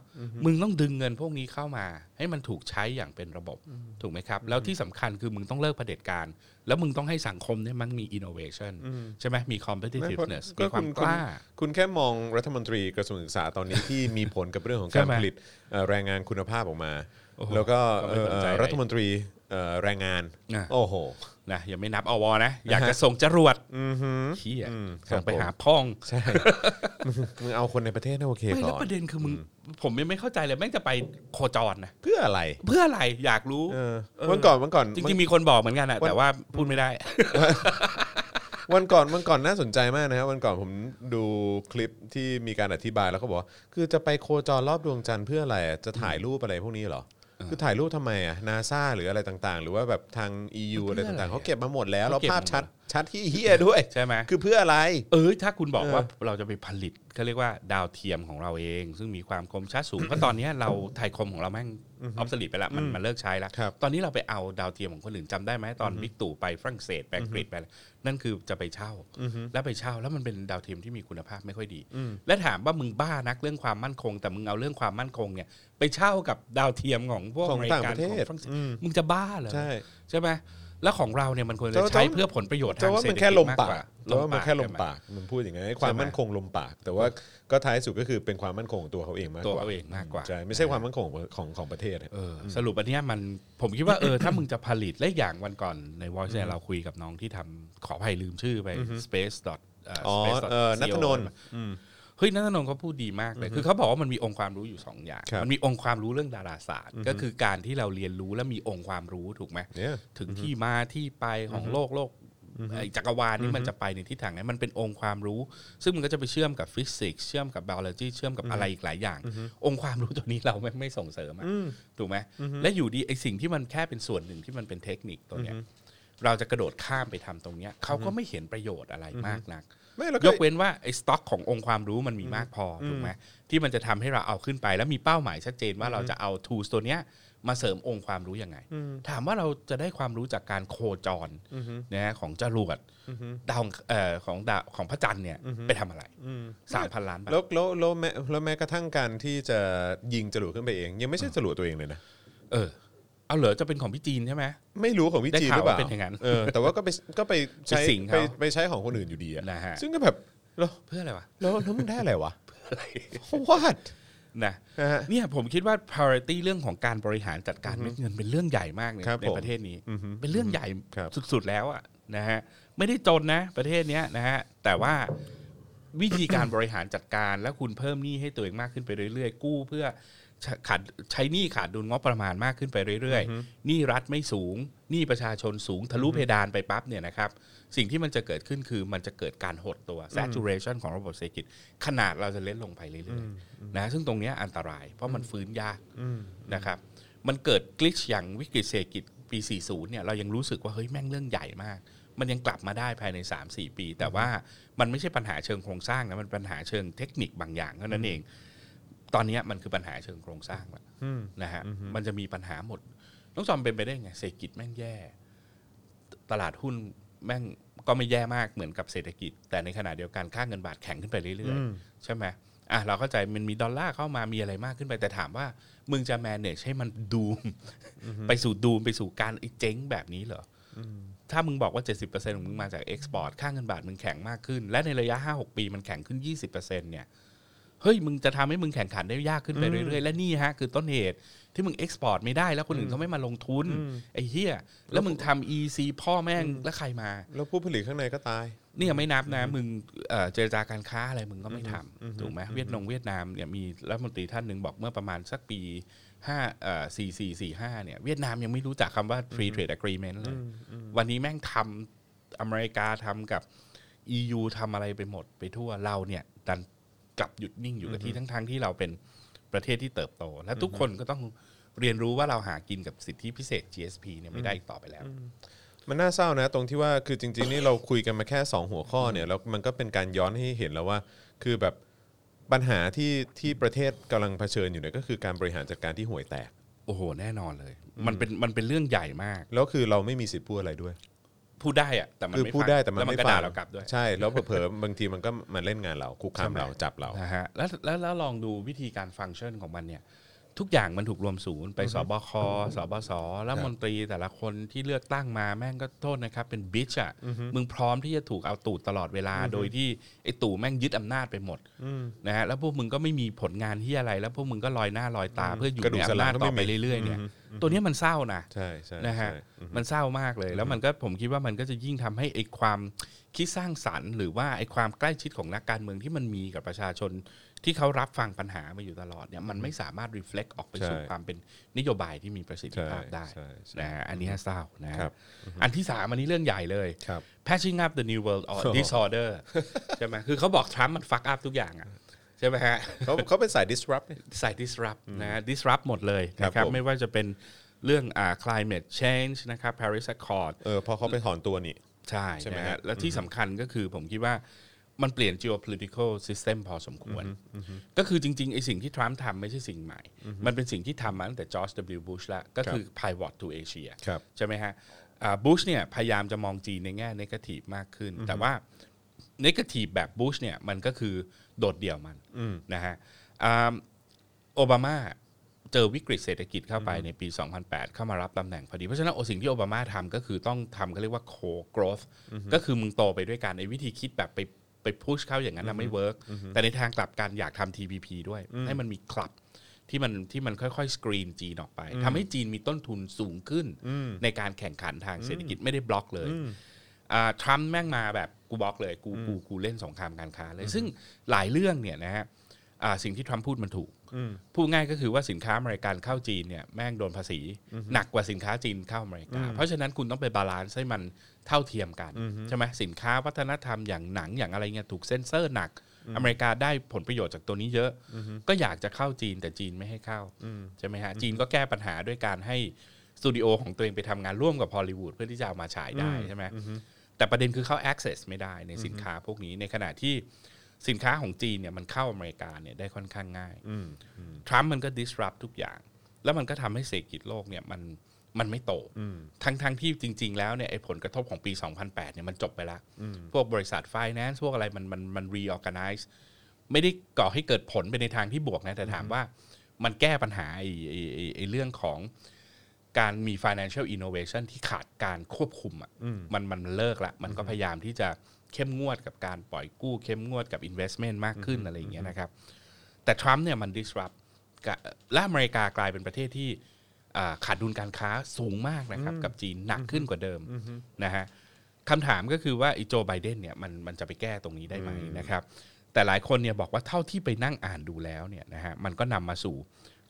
[SPEAKER 3] มึงต้องดึงเงินพวกนี้เข้ามา ให้มันถูกใช้อย่างเป็นระบบถูกไหมครับ แล้วที่สำคัญคือมึงต้องเลิกเผด็จการ แล้วมึงต้องให้สังคมเนี่ยมันมี innovation ใช่ไหมมี competitiveness
[SPEAKER 2] ก็
[SPEAKER 3] มีควา
[SPEAKER 2] คุ
[SPEAKER 3] ม
[SPEAKER 2] ณ
[SPEAKER 3] กล้า
[SPEAKER 2] คุณแค่มองรัฐมนตรีกระทรวงศึกษาตอนนี้ที่มีผลกับเรื่องของการ
[SPEAKER 3] ใช่ไหม
[SPEAKER 2] ผลิตเอ่อแรงงานคุณภาพออกมา
[SPEAKER 3] โอ้โห
[SPEAKER 2] แล้วก็
[SPEAKER 3] ก็ไม่สนใจ
[SPEAKER 2] เอ่อรัฐมนตรีเอ่อแรงงาน
[SPEAKER 3] อ่ะ
[SPEAKER 2] โอ้โห
[SPEAKER 3] นะยังไม่นับอวนะ อยากจะส่งจรวดเฮียส่งไป
[SPEAKER 2] ครับผม
[SPEAKER 3] หาพ่อง
[SPEAKER 2] ใช่มึงมึงเอาคนในประเทศให้โอเค
[SPEAKER 3] ไม่
[SPEAKER 2] ก่
[SPEAKER 3] แล้ว
[SPEAKER 2] อ
[SPEAKER 3] ป
[SPEAKER 2] น
[SPEAKER 3] ระเด็นคือมึง ผมยังไม่เข้าใจเลยแม่งจะไปโคจรนะ
[SPEAKER 2] เพื่ออะไร
[SPEAKER 3] เพื่ออะไรอยากรู้
[SPEAKER 2] เออ
[SPEAKER 3] เออ
[SPEAKER 2] วันก่อนวันก่อน
[SPEAKER 3] จริงๆมีคนบอกเหมือนกันอะ
[SPEAKER 2] วัน
[SPEAKER 3] แต่ว่าพูดไม่ได้
[SPEAKER 2] วันก่อนวันก่อนน่าสนใจมากนะครับวันก่อนผมดูคลิปที่มีการอธิบายแล้วเขาบอกว่าคือจะไปโคจรรอบดวงจันทร์เพื่ออะไรอ่ะจะถ่ายรูปอะไรพวกนี้เหรอ คือถ่ายรูปทำไมอ่ะนาซาหรืออะไรต่างๆ หรือว่าแบบทาง EU
[SPEAKER 3] มั
[SPEAKER 2] อะ
[SPEAKER 3] น
[SPEAKER 2] ไร
[SPEAKER 3] เพื่ออะไร
[SPEAKER 2] ต่างๆเขาเก็บมาหมดแล้ว
[SPEAKER 3] เขา
[SPEAKER 2] แล้ว
[SPEAKER 3] เก็บ
[SPEAKER 2] ภาพชัด
[SPEAKER 3] มาหมด
[SPEAKER 2] ชัดที่เฮีย ด้วย
[SPEAKER 3] ใช่ไหม
[SPEAKER 2] คือเพื่ออะไร
[SPEAKER 3] เอ้ยถ้าคุณบอก
[SPEAKER 2] เออ
[SPEAKER 3] ว่าเราจะไปผลิตเขาเรียกว่าดาวเทียมของเราเอง ซึ่งมีความคมชัดสูง เพราะตอนเนี้ยเราไทยคมของเราแม่งออฟสลิดไปละมันมันเลิกใช้แล้ว
[SPEAKER 2] ครับ
[SPEAKER 3] ตอนนี้เราไปเอาดาวเทียมของคนอื่นจำได้ไหมตอนบิ๊กตู่ไปฝรั่งเศสไปอังกฤษไปอะไรนั่นคือจะไปเช่า แล้วไปเช่าแล้วมันเป็นดาวเทียมที่มีคุณภาพไม่ค่อยดี และถามว่ามึงบ้านักเรื่องความมั่นคง แต่มึงเอาเรื่องความมั่นคงเนี่ยไปเช่ากับดาวเทียมของพวก
[SPEAKER 2] ของ
[SPEAKER 3] ย
[SPEAKER 2] ต่าง
[SPEAKER 3] ก
[SPEAKER 2] ประเทศ
[SPEAKER 3] ของฝรั่งเศส
[SPEAKER 2] อืม
[SPEAKER 3] มึงจะบ้าเหรอ
[SPEAKER 2] ใช่
[SPEAKER 3] ใช่ไหมแล้วของเราเนี่ยมันควรจะ
[SPEAKER 2] แต่ว่าแต่
[SPEAKER 3] ใช้
[SPEAKER 2] ว่า
[SPEAKER 3] เพื่อผลประโยชน์
[SPEAKER 2] แต่
[SPEAKER 3] ทาง
[SPEAKER 2] ว่า
[SPEAKER 3] เศรษ
[SPEAKER 2] มัน
[SPEAKER 3] ฐ
[SPEAKER 2] แค่
[SPEAKER 3] กิจ
[SPEAKER 2] ลม
[SPEAKER 3] มาก
[SPEAKER 2] ปาก
[SPEAKER 3] กว่า
[SPEAKER 2] แต่ว่ามันแค่ลม
[SPEAKER 3] ใช่ไห
[SPEAKER 2] ปากมันพูดอย่างนั้นความ
[SPEAKER 3] ใช่ไหม
[SPEAKER 2] มั่นคงลมปาก แต่ว่าก็ท้ายสุดก็คือเป็นความมั่นคงของตัวเขาเองมาก
[SPEAKER 3] ตัว
[SPEAKER 2] กว่า
[SPEAKER 3] เราเองมากกว่า
[SPEAKER 2] ใช่ไม่ใช่ความมั่นคงของของของประเทศอะ
[SPEAKER 3] เออสรุปอันเนี้ยมันผมคิดว่าเอ อ ถ้ามึงจะผลิตและอีกอย่างวันก่อนใน Voice เนี่ยเราคุยกับน้องที่ทำขออภัยลืมชื่อไป space dot เอ่อ
[SPEAKER 2] อ๋อ
[SPEAKER 3] space dot
[SPEAKER 2] เออ
[SPEAKER 3] co
[SPEAKER 2] นัทนนท์
[SPEAKER 3] เฮ้ยนัทนนท์เขาพูดดีมากเลย คือเขาบอกว่ามันมีองค์ความรู้อยู่สองอย่าง
[SPEAKER 2] ครับ
[SPEAKER 3] มันมีองค์ความรู้เรื่องดาราศาสตร์ ก็คือการที่เราเรียนรู้และมีองค์ความรู้ถูกไหม
[SPEAKER 2] เนี่ย
[SPEAKER 3] ถึงที่มาที่ไปของโลกโลกไอ้จักรวาลนี่มันจะไปในทิศทางไหนมันเป็นองค์ความรู้ ซึ่งมันก็จะไปเชื่อมกับฟิสิกส์เชื่อมกับ b บ o l o จีเชื่อมกับอะไรอีกหลายอย่าง องค์ความรู้ตัวนี้เราไม่ไม่ส่งเสริมอะถูกไหมและอยู่ดีไอ้สิ่งที่มันแค่เป็นส่วนหนึ่งที่มันเป็นเทคนิคตัวเนี้ยเราจะกระโดดข้ามไปทำตรงเนี้ยเขาก็ไม่เห็นประโยชน์อะไรมากนัก
[SPEAKER 2] ไม่เรา
[SPEAKER 3] ย
[SPEAKER 2] ก็
[SPEAKER 3] กเว้นว่าไอ้สต็อกขององค์ความรู้มันมีมากพออถูกไหมที่มันจะทำให้เราเอาขึ้นไป แล้วมีเป้าหมายชัดเจนว่าเราจะเอา tools ตัวเนี้ยมาเสริมองค์ความรู้ยังไง ถามว่าเราจะได้ความรู้จากการโคจรนะฮะของจรวดดาวเอ่อของดาวของพระจันทร์เนี่ยไปทำอะไรสามพันล้านบาท
[SPEAKER 2] แล้วแล้วแล้วแม้แล้วแม้กระทั่งการที่จะยิงจรวดขึ้นไปเอง ยังไม่ใช่จรวดตัวเองเลยนะ
[SPEAKER 3] เออเอาเหรอจะเป็นของพี่จีนใช่ไหม
[SPEAKER 2] ไม่รู้ของวิจีนหรือเปล่า
[SPEAKER 3] ได้ข่าวว่าเป็นอย่างนั้น
[SPEAKER 2] เออแต่ว่าก็ไปก็ไปใช้
[SPEAKER 3] ไปสิง
[SPEAKER 2] ไป
[SPEAKER 3] เขา
[SPEAKER 2] ไปใช้ของคนอื่นอยู่ดีอะ
[SPEAKER 3] นะฮะ
[SPEAKER 2] ซึ่งก็แบบแล้ว
[SPEAKER 3] เพื่ออะไรวะ
[SPEAKER 2] แล้วแล้วมันได้อะไรวะ
[SPEAKER 3] เพื่ออะไร
[SPEAKER 2] what
[SPEAKER 3] นะ
[SPEAKER 2] นะฮะ
[SPEAKER 3] เนี่ยผมคิดว่า priority เรื่องของการบริหารจัดการเม็ดเงินเป็นเรื่องใหญ่มากใน
[SPEAKER 2] ครับ
[SPEAKER 3] ใน
[SPEAKER 2] ผม
[SPEAKER 3] ประเทศนี้ เป็นเรื่องใหญ่
[SPEAKER 2] ครับ
[SPEAKER 3] สุดๆแล้วอ่ะนะฮะไม่ได้จนนะประเทศเนี้ยนะฮะแต่ว่าวิธี การ บริหารจัดการแล้วคุณเพิ่มหนี้ให้ตัวเองมากขึ้นไปเรื่อยๆ กู้เพื่อใช้ขาดใช้หนี้ขาดดุลงบประมาณมากขึ้นไปเรื่อยๆหนี้รัฐไม่สูงหนี้ประชาชนสูงทะลุเพดานไปปั๊บเนี่ยนะครับสิ่งที่มันจะเกิดขึ้นคือมันจะเกิดการหดตัว saturation ของระบบเศรษฐกิจ ขนาดเราจะเล็กลงไปเรื่อยๆนะซึ่งตรงเนี้ยอันตรายเพราะมันฟื้นยากนะครับ มันเกิดกลิชอย่างวิกฤตเศรษฐกิจปี 40 เนี่ย เรายังรู้สึกว่า เฮ้ย แม่งเรื่องใหญ่มาก มันยังกลับมาได้ภายใน 3-4 ปี แต่ว่ามันไม่ใช่ปัญหาเชิงโครงสร้างนะ มันเป็นปัญหาเชิงเทคนิคบางอย่างเท่านั้นเอง ตอนเนี้ยมันคือปัญหาเชิงโครงสร้างแล้วนะฮะ มันจะมีปัญหาหมด น้องจอมเป็นไปได้ไง เศรษฐกิจแม่งแย่ ตลาดหุ้นแม่งก็ไม่แย่มากเหมือนกับเศรษฐกิจ แต่ในขณะเดียวกันค่าเงินบาทแข็งขึ้นไปเรื่อยๆ ใช่ไหมอ่ะเราเข้าใจมันมีดอลลาร์เข้ามามีอะไรมากขึ้นไปแต่ถามว่า มึงจะ manage ให้มันดูมไปสู่ดูมไปสู่การไอ้เจ๊งแบบนี้เหรออถ้ามึงบอกว่า 70%ของมึงมาจากเอ็กซ์พอร์ตค่าเงินบาทมึงแข็งมากขึ้น และในระยะ 5-6 ปีมันแข็งขึ้น 20%เนี่ย เฮ้ยมึงจะทำให้มึงแข่งขันได้ยากขึ้นไปเรื่อยๆ และนี่ฮะ คือต้นเหตุที่มึงเอ็กซ์พอร์ตไม่ได้แล้วคนอื่นเขาไม่มาลงทุน ไอ้เหี้ยแล้วมึงทำ EC พ่อแม่งแล้วใครมา
[SPEAKER 2] แล้วผู้ผลิตข้างในก็ตาย
[SPEAKER 3] เนี่ยไม่นับนะมึงเอ่อเจรจาการค้าอะไรมึงก็ไม่ทำถูกไหมเวียดนงเวียดนามเนี่ยมีรัฐมนตรีท่านหนึ่งบอกเมื่อประมาณสักปีห้าสี่สี่สี่ห้าเนี่ยเวียดนามยังไม่รู้จักคำว่า free trade agreement เลย วันนี้แม่งทำอเมริกาทำกับ EU ทำอะไรไปหมดไปทั่วเราเนี่ยดันกลับหยุดนิ่งอยู่กับที่ทั้งๆที่เราเป็นประเทศที่เติบโต และทุกคนก็ต้องเรียนรู้ว่าเราหากินกับสิทธิพิเศษ GSP เนี่ยไม่ได้อีกต่อไปแล้ว
[SPEAKER 2] มันน่าเศร้านะตรงที่ว่าคือจริง ๆ นี่เราคุยกันมาแค่ 2 หัวข้อเนี่ยแล้วมันก็เป็นการย้อนให้เห็นแล้วว่า คือแบบปัญหาที่ที่ประเทศกำลังเผชิญอยู่เนี่ยก็คือการบริหารจัดการที่ห่วยแตก
[SPEAKER 3] โอ้โหแน่นอนเลย มันเป็นมันเป็นเรื่องใหญ่มาก
[SPEAKER 2] แล้วคือเราไม่มีสิทธิ์พูดอะไรด้วย
[SPEAKER 3] พูดได้อะแต่มัน
[SPEAKER 2] คือ
[SPEAKER 3] ไม่
[SPEAKER 2] พูด
[SPEAKER 3] ฟัง
[SPEAKER 2] ได้แต่มัน
[SPEAKER 3] แล้วมัน
[SPEAKER 2] ไม่
[SPEAKER 3] ก็
[SPEAKER 2] ฟั
[SPEAKER 3] ด่าง เรากลับด้วย
[SPEAKER 2] ใช่แล้วเผลอๆบางทีมันก็มาเล่นงานเราคุกคามเราจับเรา
[SPEAKER 3] นะฮะแล้วแล้วแล้วลองดูวิธีการฟังก์ชันของมันเนี่ย ทุกอย่างมันถูกรวมศูนย์ไปสบคสบสแล้วมนตรีแต่ละคนที่เลือกตั้งมาแม่งก็โทษนะครับ เป็นบิชอ่ะมึงพร้อมที่จะถูกเอาตูดตลอดเวลา โดยที่ไอ้ตู่แม่งยึดอำนาจไปหมดนะฮะแล้วพวกมึงก็ไม่มีผลงานที่อะไร แล้วพวกมึงก็ลอยหน้าลอยตา เพื่ออยู่
[SPEAKER 2] กระดู
[SPEAKER 3] ใน
[SPEAKER 2] กสัน
[SPEAKER 3] อำ
[SPEAKER 2] หลั
[SPEAKER 3] นา
[SPEAKER 2] ง
[SPEAKER 3] จ
[SPEAKER 2] ก็
[SPEAKER 3] ต่
[SPEAKER 2] ไม่
[SPEAKER 3] อ
[SPEAKER 2] มี
[SPEAKER 3] ไปเรื่อยๆเนี่ย ตัวเนี้ยมันเศร้านะ
[SPEAKER 2] ใช่ใช่
[SPEAKER 3] นะฮะ
[SPEAKER 2] ใช่
[SPEAKER 3] มันเศร้ามากเลย แล้วมันก็ผมคิดว่ามันก็จะยิ่งทำให้ไอ้ความคิดสร้างสรรค์ หรือว่าไอ้ความใกล้ชิดของนักการเมืองที่มันมีกับประชาชนที่เขารับฟังปัญหามาอยู่ตลอดเนี่ยมันไม่สามารถ reflect ออกไปสู่ความเป็นนโยบายที่มีประสิทธิ
[SPEAKER 2] ใช่
[SPEAKER 3] ภาพได้
[SPEAKER 2] ใช่ใช่
[SPEAKER 3] นะฮะอันนี้เศร้านะฮะ
[SPEAKER 2] ครับ
[SPEAKER 3] อันที่สามอันนี้เรื่องใหญ่เลย
[SPEAKER 2] ครับ
[SPEAKER 3] patching up the new world or
[SPEAKER 2] โอ้โห
[SPEAKER 3] disorder ใช่ไหมคือเขาบอกทรัมป์มัน fuck up ทุกอย่างอ่ะใช่ไหมฮะ
[SPEAKER 2] เขาเขาเป็นสาย disrupt เนี่ย
[SPEAKER 3] ใส่ disrupt นะฮะ disrupt หมดเลยนะค
[SPEAKER 2] ครั
[SPEAKER 3] รั
[SPEAKER 2] บบ ผม
[SPEAKER 3] ไม่ว่าจะเป็นเรื่องอ่า climate change นะครับ Paris Accord
[SPEAKER 2] เออพอเขาไปถอนตัวนี่
[SPEAKER 3] ใช่
[SPEAKER 2] ใช่ไหม
[SPEAKER 3] นะ
[SPEAKER 2] ฮะ
[SPEAKER 3] ฮะและที่สำคัญก็คือผมคิดว่ามันเปลี่ยน geopolitical system พอสมควร ก็คือจริงๆไอ้สิ่งที่ทรัมป์ทำไม่ใช่สิ่งใหม่ มันเป็นสิ่งที่ทำมาตั้งแต่จอร์จ W. Bush ละก็คือ pivot to Asia
[SPEAKER 2] ครับ
[SPEAKER 3] ใช่ไหมฮะบุชเนี่ยพยายามจะมองจีนในแง่นกาทีฟมากขึ้น แต่ว่าเนกาทีฟแบบบุชเนี่ยมันก็คือโดดเดี่ยวมันนะฮะอ่าโอบามาเจอวิกฤตเศรษฐกิจเข้าไปในปี 2008 เข้ามารับตำแหน่งพอดี เพราะฉะนั้นโอสิ่งที่โอบามาทำก็คือต้องทำเขาเรียกว่า co growth ก็คือมึงโตไปด้วยกันไอ้วิธีคิดแบบไปไปพุชเข้าอย่างนั้นนะไม่เวิร์กแต่ในทางกลับกันอยากทำ TPP ด้วย ให้มันมีคลับ ที่มันที่มันค่อยๆ สกรีนจีนออกไปทำให้จีนมีต้นทุนสูงขึ้น ในการแข่งขันทางเศรษฐกิจไม่ได้บล็อกเลยอ่าทรัมป์แม่งมาแบบกูบล็อกเลย กูกูกูเล่นสงครามการค้าเลย ซึ่งหลายเรื่องเนี่ยนะฮะอ่าสิ่งที่ทรัมป์พูดมันถูก พูดง่ายก็คือว่าสินค้าอเมริกันเข้าจีนเนี่ยแม่งโดนภาษี หนักกว่าสินค้าจีนเข้าอเมริกา เพราะฉะนั้นคุณต้องไปบาลานซ์ให้มันเท่าเทียมกันใช่ไหมสินค้าวัฒนธรรมอย่างหนังอย่างอะไรเงี้ยถูกเซ็นเซอร์หนัก อเมริกาได้ผลประโยชน์จากตัวนี้เยอะ ก็อยากจะเข้าจีนแต่จีนไม่ให้เข้าใช่ไหมฮะจีนก็แก้ปัญหาด้วยการให้สตูดิโอของตัวเองไปทำงานร่วมกับฮอลลีวูดเพื่อที่จะเอามาฉายได้ใช่ไหมแต่ประเด็นคือเข้า access ไม่ได้ในสินค้าพวกนี้ในขณะที่สินค้าของจีนเนี่ยมันเข้าอเมริกาเนี่ยได้ค่อนข้างง่าย ทรัมป์มันก็ disrupt ทุกอย่าง แล้วมันก็ทำให้เศรษฐกิจโลกเนี่ยมันมันไม่โต ทั้งทั้งที่จริง ๆ แล้วเนี่ยไอ้ผลกระทบของปี 2008เนี่ยมันจบไปแล้ว พวกบริษัทไฟแนนซ์พวกอะไรมันมันมัน reorganize ไม่ได้ก่อให้เกิดผลไปในทางที่บวกนะ แต่ถามว่ามันแก้ปัญหาไอ้ไอ้ไอ้ไอ้เรื่องของการมี financial innovation ที่ขาดการควบคุมอ่ะมันมันเลิกละ มันก็พยายามที่จะเข้มงวดกับการปล่อยกู้เข้มงวดกับ investment มากขึ้นอะไรอย่างเงี้ยนะครับ แต่ทรัมป์เนี่ยมัน disrupt กะและอเมริกากลายเป็นประเทศที่อ่าขาดดุลการค้าสูงมากนะครับ กับจีนหนักขึ้นกว่าเดิมนะฮะคำถามก็คือว่าไอีโจไบเดนเนี่ยมันมันจะไปแก้ตรงนี้ได้ไหมนะครับ แต่หลายคนเนี่ยบอกว่าเท่าที่ไปนั่งอ่านดูแล้วเนี่ยนะฮะมันก็นำมาสู่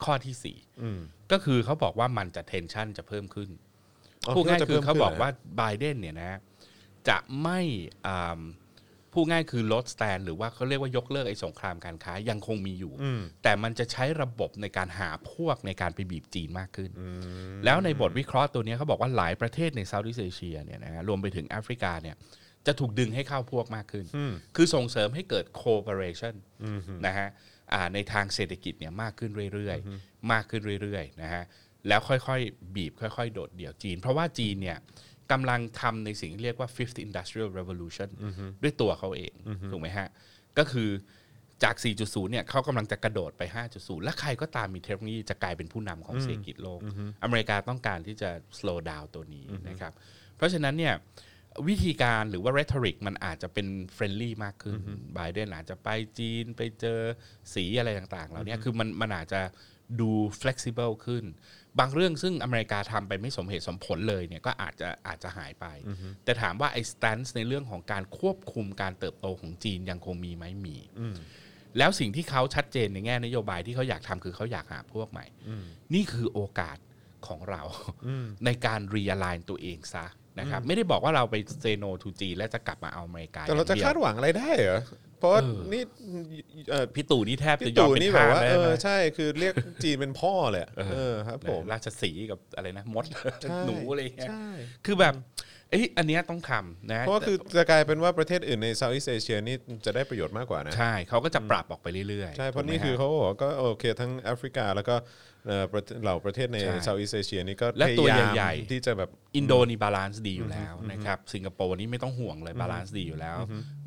[SPEAKER 3] ข้อที่ 4 ก็คือเขาบอกว่ามันจะเทนชันจะเพิ่มขึ้น พูดง่ายคือเขาบอกว่าไบเดนเนี่ยนะจะไม่อ่าพูดง่ายคือลดสแตนหรือว่าเขาเรียกว่ายกเลิกไอ้สงครามการค้ายังคงมีอยู่ แต่มันจะใช้ระบบในการหาพวกในการไปบีบจีนมากขึ้น แล้วในบทวิเคราะห์ตัวเนี้ยเขาบอกว่าหลายประเทศในเซาท์อีสเอเชียเนี่ยนะฮะรวมไปถึงแอฟริกาเนี่ยจะถูกดึงให้เข้าพวกมากขึ้น คือส่งเสริมให้เกิด cooperation นะฮะอ่าในทางเศรษฐกิจเนี่ยมากขึ้นเรื่อยๆ มากขึ้นเรื่อยๆนะฮะแล้วค่อยๆ บีบค่อยๆ โดดเดี่ยวจีน เพราะว่าจีนเนี่ยกำลังทำในสิ่งที่เรียกว่า fifth industrial revolution ด้วยตัวเขาเอง ถูกไหมฮะ ก็คือจาก 4.0 เนี่ยเขากำลังจะกระโดดไป 5.0 และใครก็ตามมีเทคโนโลยีจะกลายเป็นผู้นำของเศรษฐกิจโลก อเมริกาต้องการที่จะ slow down ตัวนี้นะครับ เพราะฉะนั้นเนี่ย วิธีการหรือว่า rhetoric มันอาจจะเป็นเฟรนลี่มากขึ้นบายเดนอาจจะไปจีนไปเจอสีอะไรต่างๆเหล่านี้คือมันมันอาจจะดู flexible ขึ้น บางเรื่องซึ่งอเมริกาทำไปไม่สมเหตุสมผลเลยเนี่ยก็อาจจะอาจจะหายไป แต่ถามว่าไอ้ stance ในเรื่องของการควบคุมการเติบโตของจีนยังคงมีไหมมี แล้วสิ่งที่เขาชัดเจนในแง่นโยบายที่เขาอยากทำคือเขาอยากหาพวกใหม่ นี่คือโอกาสของเราในการรีอ l i g n ตัวเองซะนะครับ ไม่ได้บอกว่าเราไปเซโนทูจีและจะกลับมาเอาอเมริกา
[SPEAKER 2] แต่เราจะคาดหวังอะไรได้เหรอเพราะว่านี่เอ่อ
[SPEAKER 3] พี่ตู่นี่แทบ
[SPEAKER 2] พี่
[SPEAKER 3] จะยอม
[SPEAKER 2] ตู่
[SPEAKER 3] เป็
[SPEAKER 2] นี่
[SPEAKER 3] น
[SPEAKER 2] แบ
[SPEAKER 3] ทา
[SPEAKER 2] บ
[SPEAKER 3] ส
[SPEAKER 2] ว่า
[SPEAKER 3] แล้
[SPEAKER 2] เอ
[SPEAKER 3] ว
[SPEAKER 2] อ
[SPEAKER 3] นะ
[SPEAKER 2] ใช่คือเรียกจีนเป็นพ่อเลยอะเออครับผม
[SPEAKER 3] ราชสีห์กับอะไรนะมด
[SPEAKER 2] ใช่
[SPEAKER 3] หนูอะไรอย่างเงี้ย
[SPEAKER 2] ใช่
[SPEAKER 3] คือแบบเอ้ยอันเนี้ยต้องทำนะ
[SPEAKER 2] เพราะว่าคือจะกลายเป็นว่าประเทศอื่นในเซาท์อีสเอเชียนี่จะได้ประโยชน์มากกว่านะ
[SPEAKER 3] ใช่เขาก็จะปรับออกไปเรื่อยๆ
[SPEAKER 2] ใช่เพราะ
[SPEAKER 3] ถูกไหม
[SPEAKER 2] นี่คือ
[SPEAKER 3] ฮ
[SPEAKER 2] เขาบอกว่าก็โอเคทั้งแอฟริกาแล้วก็เอ่อประเทศเหล่าประเทศใน
[SPEAKER 3] ใช่
[SPEAKER 2] เซาท์อีสเอเชียนี่ก็
[SPEAKER 3] และตัว
[SPEAKER 2] พยายาม
[SPEAKER 3] ใหญ่ๆ
[SPEAKER 2] ที่จะแบบ
[SPEAKER 3] อินโดนีบาลานซ์ดีอยู่แล้วนะครับสิงคโปร์นี่ไม่ต้องห่วงเลยบาลานซ์ดีอยู่แล้ว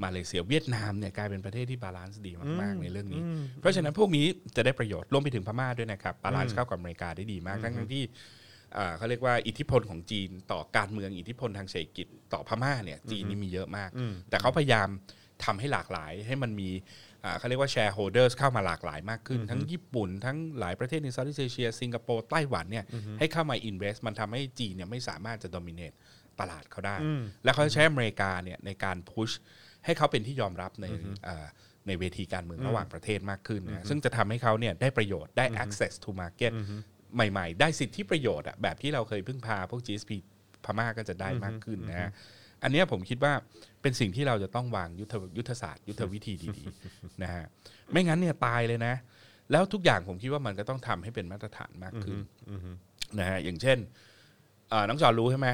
[SPEAKER 3] มาเลเซียเวียดนามเนี่ยกลายเป็นประเทศที่บาลานซ์ดีมากๆในเรื่องนี้ เพราะฉะนั้นพวกนี้จะได้ประโยชน์รวมไปถึงพม่าด้วยนะครับบาลานซ์เข้ากับอเมริกาได้ดีมากทั้งๆที่อ่าเขาเรียกว่าอิทธิพลของจีนต่อการเมืองอิทธิพลทางเศรษฐกิจต่อพม่าเนี่ยจีนนี่มีเยอะมาก แต่เขาพยายามทำให้หลากหลายให้มันมีอ่าเขาเรียกว่าแชร์โฮเดอร์เข้ามาหลากหลายมากขึ้น ทั้งญี่ปุ่นทั้งหลายประเทศในเซาท์อีสเอเชีย สิงคโปร์ไต้หวันเนี่ยให้เข้ามาอินเวสต์มันทำให้จีนเนี่ยไม่สามารถจะ dominate ตลาดเขาได้ แล้วเขาจะใช้อเมริกาเนี่ยในการพุชให้เขาเป็นที่ยอมรับในเอ่อในเวทีการเมืองระหว่างประเทศมากขึ้นนะซึ่งจะทำให้เขาเนี่ยได้ประโยชน์ได้ access to market ใหม่ ๆ ได้สิทธิประโยชน์อะแบบที่เราเคยพึ่งพาพวก GSP พม่าก็จะได้มากขึ้นนะฮะอันเนี้ยผมคิดว่าเป็นสิ่งที่เราจะต้องวางยุทธยุทธศาสตร์ ยุทธวิธีดีๆ นะฮะไม่งั้นเนี่ยตายเลยนะ แล้วทุกอย่างผมคิดว่ามันก็ต้องทำให้เป็นมาตรฐานมากขึ้นนะฮะอย่างเช่น เอ่อน้องจอรู้ใช่ไหม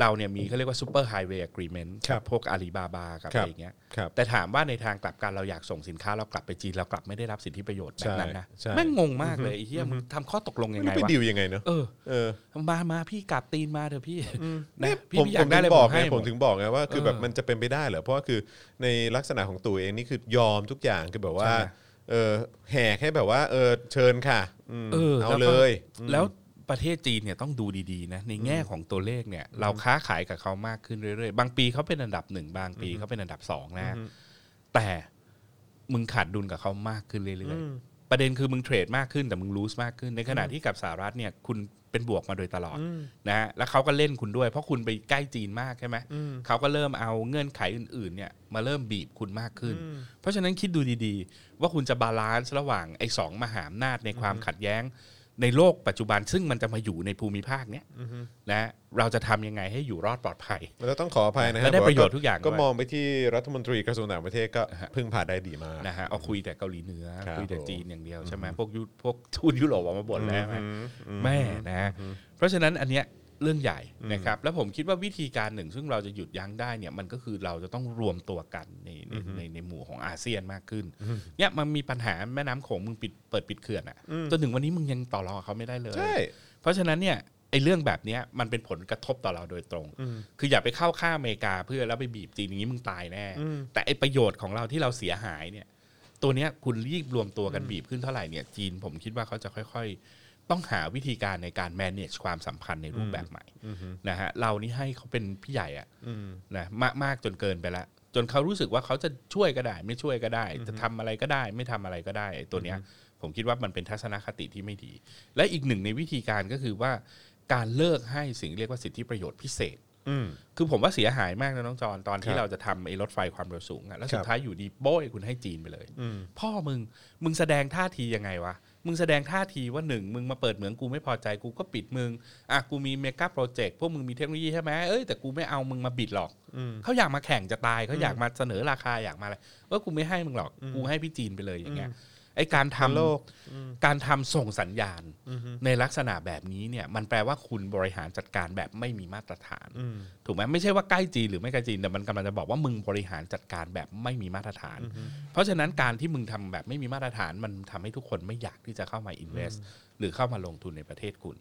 [SPEAKER 3] เราเนี่ยมีเขาเรียกว่า super highway agreement
[SPEAKER 2] ครับ
[SPEAKER 3] พวกอาลีบาบากับ
[SPEAKER 2] ครั
[SPEAKER 3] อะ
[SPEAKER 2] บ
[SPEAKER 3] ไรอย่างเงี้ย
[SPEAKER 2] ครับ
[SPEAKER 3] แต่ถามว่าในทางกลับกันเราอยากส่งสินค้าเรากลับไปจีนเรากลับไม่ได้รับสิทธิประโยชน์แบบนั้นนะ
[SPEAKER 2] ใช่ใช่
[SPEAKER 3] แม่งงงมากเลยไอ้เหี้ยมึงทำข้อตกลง
[SPEAKER 2] ไม่
[SPEAKER 3] ยัง
[SPEAKER 2] รู้
[SPEAKER 3] ไง
[SPEAKER 2] ไป
[SPEAKER 3] วะ
[SPEAKER 2] ดิวยังไงเนอะ
[SPEAKER 3] เออ
[SPEAKER 2] เออ
[SPEAKER 3] มามาพี่กลับตีนมาเถอะพี่นะ
[SPEAKER 2] เนี่ย
[SPEAKER 3] พี่
[SPEAKER 2] ผม
[SPEAKER 3] พี่
[SPEAKER 2] ผ
[SPEAKER 3] อยาม
[SPEAKER 2] ถึ
[SPEAKER 3] กได้อะไร
[SPEAKER 2] งบอก
[SPEAKER 3] ผม
[SPEAKER 2] ไง
[SPEAKER 3] ให้
[SPEAKER 2] ผมถึงบอกไงว่าคือ
[SPEAKER 3] เออ
[SPEAKER 2] แบบมันจะเป็นไปได้เหรอเพราะว่าคือในลักษณะของตู่เองนี่คือยอมทุกอย่างคือแบบว่า
[SPEAKER 3] ใช่
[SPEAKER 2] เออแหกให้แบบว่าเออเชิญค่ะม
[SPEAKER 3] เออ
[SPEAKER 2] เอา
[SPEAKER 3] แวก็
[SPEAKER 2] เลย
[SPEAKER 3] แล้วประเทศจีนเนี่ยต้องดูดีๆนะในแง่ของตัวเลขเนี่ยเราค้าขายกับเขามากขึ้นเรื่อยๆ บางปีเขาเป็นอันดับหนึ่งบางปีเขาเป็นอันดับสองนะ แต่มึงขาดดุลกับเขามากขึ้นเรื่อยๆ ประเด็นคือมึงเทรดมากขึ้นแต่มึงลูสมากขึ้น ในขณะที่กับสหรัฐเนี่ยคุณเป็นบวกมาโดยตลอดนะฮะแล้วเขาก็เล่นคุณด้วย เพราะคุณไปใกล้จีนมากใช่ไหมเขาก็เริ่มเอาเงื่อนไขอื่นๆเนี่ยมาเริ่มบีบคุณมากขึ้น เพราะฉะนั้นคิดดูดีๆ ว่าคุณจะบาลานซ์ระหว่างไอ้สองมหาอำนาจในความขัดแย้ง ในโลกปัจจุบันซึ่งมันจะมาอยู่ในภูมิภาคเนี้ยนะเราจะทำยังไงให้อยู่รอดปลอดภัย
[SPEAKER 2] แล้วต้องขออภัยนะฮะ
[SPEAKER 3] และได้ประโยช
[SPEAKER 2] บ
[SPEAKER 3] น์
[SPEAKER 2] ว่
[SPEAKER 3] ทุกอย่างด้วย
[SPEAKER 2] ก็มองไปที่รัฐมนตรีกระทรวงต่างประเทศก็พึ่งพาได้ดีมาก
[SPEAKER 3] นะฮะเอาคุยแต่เกาหลีเหนือ
[SPEAKER 2] ครับ
[SPEAKER 3] คุยแต่
[SPEAKER 2] ผม
[SPEAKER 3] จีนอย่างเดียวใช่ไหมพวกยุพวก ทูตยุโรปออกมาบ่นแล้ว
[SPEAKER 2] อืม
[SPEAKER 3] แม่นะ เพราะฉะนั้นอันเนี้ยเรื่องใหญ่นะครับ แล้วผมคิดว่าวิธีการหนึ่ง ซึ่งเราจะหยุดยั้งได้เนี่ยมันก็คือเราจะต้องรวมตัวกันในในในในหมู่ของอาเซียนมากขึ้นเนี่ยมันมีปัญหาแม่น้ำโขงมึงปิดเปิดปิดเขื่อนอ่ะจนถึงวันนี้มึงยังต่อรองกับเขาไม่ได้เลย
[SPEAKER 2] ใช่
[SPEAKER 3] เพราะฉะนั้นเนี่ยไอ้เรื่องแบบเนี้ยมันเป็นผลกระทบต่อเราโดยตรง คืออย่าไปเข้าข้างอเมริกาเพื่อแล้วไปบีบจีนอย่างนี้มึงตายแน่ แต่ไอ้ประโยชน์ของเราที่เราเสียหายเนี่ยตัวเนี้ยคุณรีบรวมตัวกันบีบขึ้นเท่าไหร่เนี่ยจีนผมคิดว่าเขาจะค่อยๆ ต้องหาวิธีการในการ manage ความสัมพันธ์ในรูปแบบใหม่นะฮะเรานี่ให้เขาเป็นพี่ใหญ่อะนะมากมากจนเกินไปละ จนเขารู้สึกว่าเขาจะช่วยก็ได้ ไม่ช่วยก็ได้ จะทำอะไรก็ได้ ไม่ทำอะไรก็ได้ไอ้ตัวเนี้ยผมคิดว่ามันเป็นทัศนคติที่ไม่ดี และอีกหนึ่งในวิธีการก็คือว่าการเลิกให้สิ่งเรียกว่าสิทธิประโยชน์พิเศษ
[SPEAKER 2] อืม
[SPEAKER 3] คือผมว่าเสียหายมากนะน้องจอนตอน
[SPEAKER 2] ครั
[SPEAKER 3] ที่
[SPEAKER 2] บ
[SPEAKER 3] เราจะทำไอ้รถไฟความเร็วสูงอะแล้ว
[SPEAKER 2] ค
[SPEAKER 3] สุ
[SPEAKER 2] รั
[SPEAKER 3] ด
[SPEAKER 2] บ
[SPEAKER 3] ท้ายอยู่ดีโบ้ยคุณให้จีนไปเลย พ่อมึงมึงแสดงท่าทียังไงวะ มึงแสดงท่าทีว่าหนึ่งมึงมาเปิดเหมืองกูไม่พอใจกูก็ปิดมึงอ่ะกูมีเมกะโปรเจกต์พวกมึงมีเทคโนโลยีใช่ไหมเอ้ยแต่กูไม่เอามึงมาบิดหรอกเขาอยากมาแข่งจะตายเขาอยากมาเสนอราคาอยากมาอะไรเออกูไม่ให้มึงหรอกกูให้พี่จีนไปเลยอย่างเงี้ยไอ้การทำ
[SPEAKER 2] โลก
[SPEAKER 3] การทำส่งสัญญาณในลักษณะแบบนี้เนี่ยมันแปลว่าคุณบริหารจัดการแบบไม่มีมาตรฐาน ถูกไหมไม่ใช่ว่าใกล้จีนหรือไม่ใกล้จีนแต่มันกำลังจะบอกว่ามึงบริหารจัดการแบบไม่มีมาตรฐาน เพราะฉะนั้นการที่มึงทำแบบไม่มีมาตรฐาน มันทำให้ทุกคนไม่อยากที่จะเข้ามา invest หรือเข้ามาลงทุนในประเทศคุณ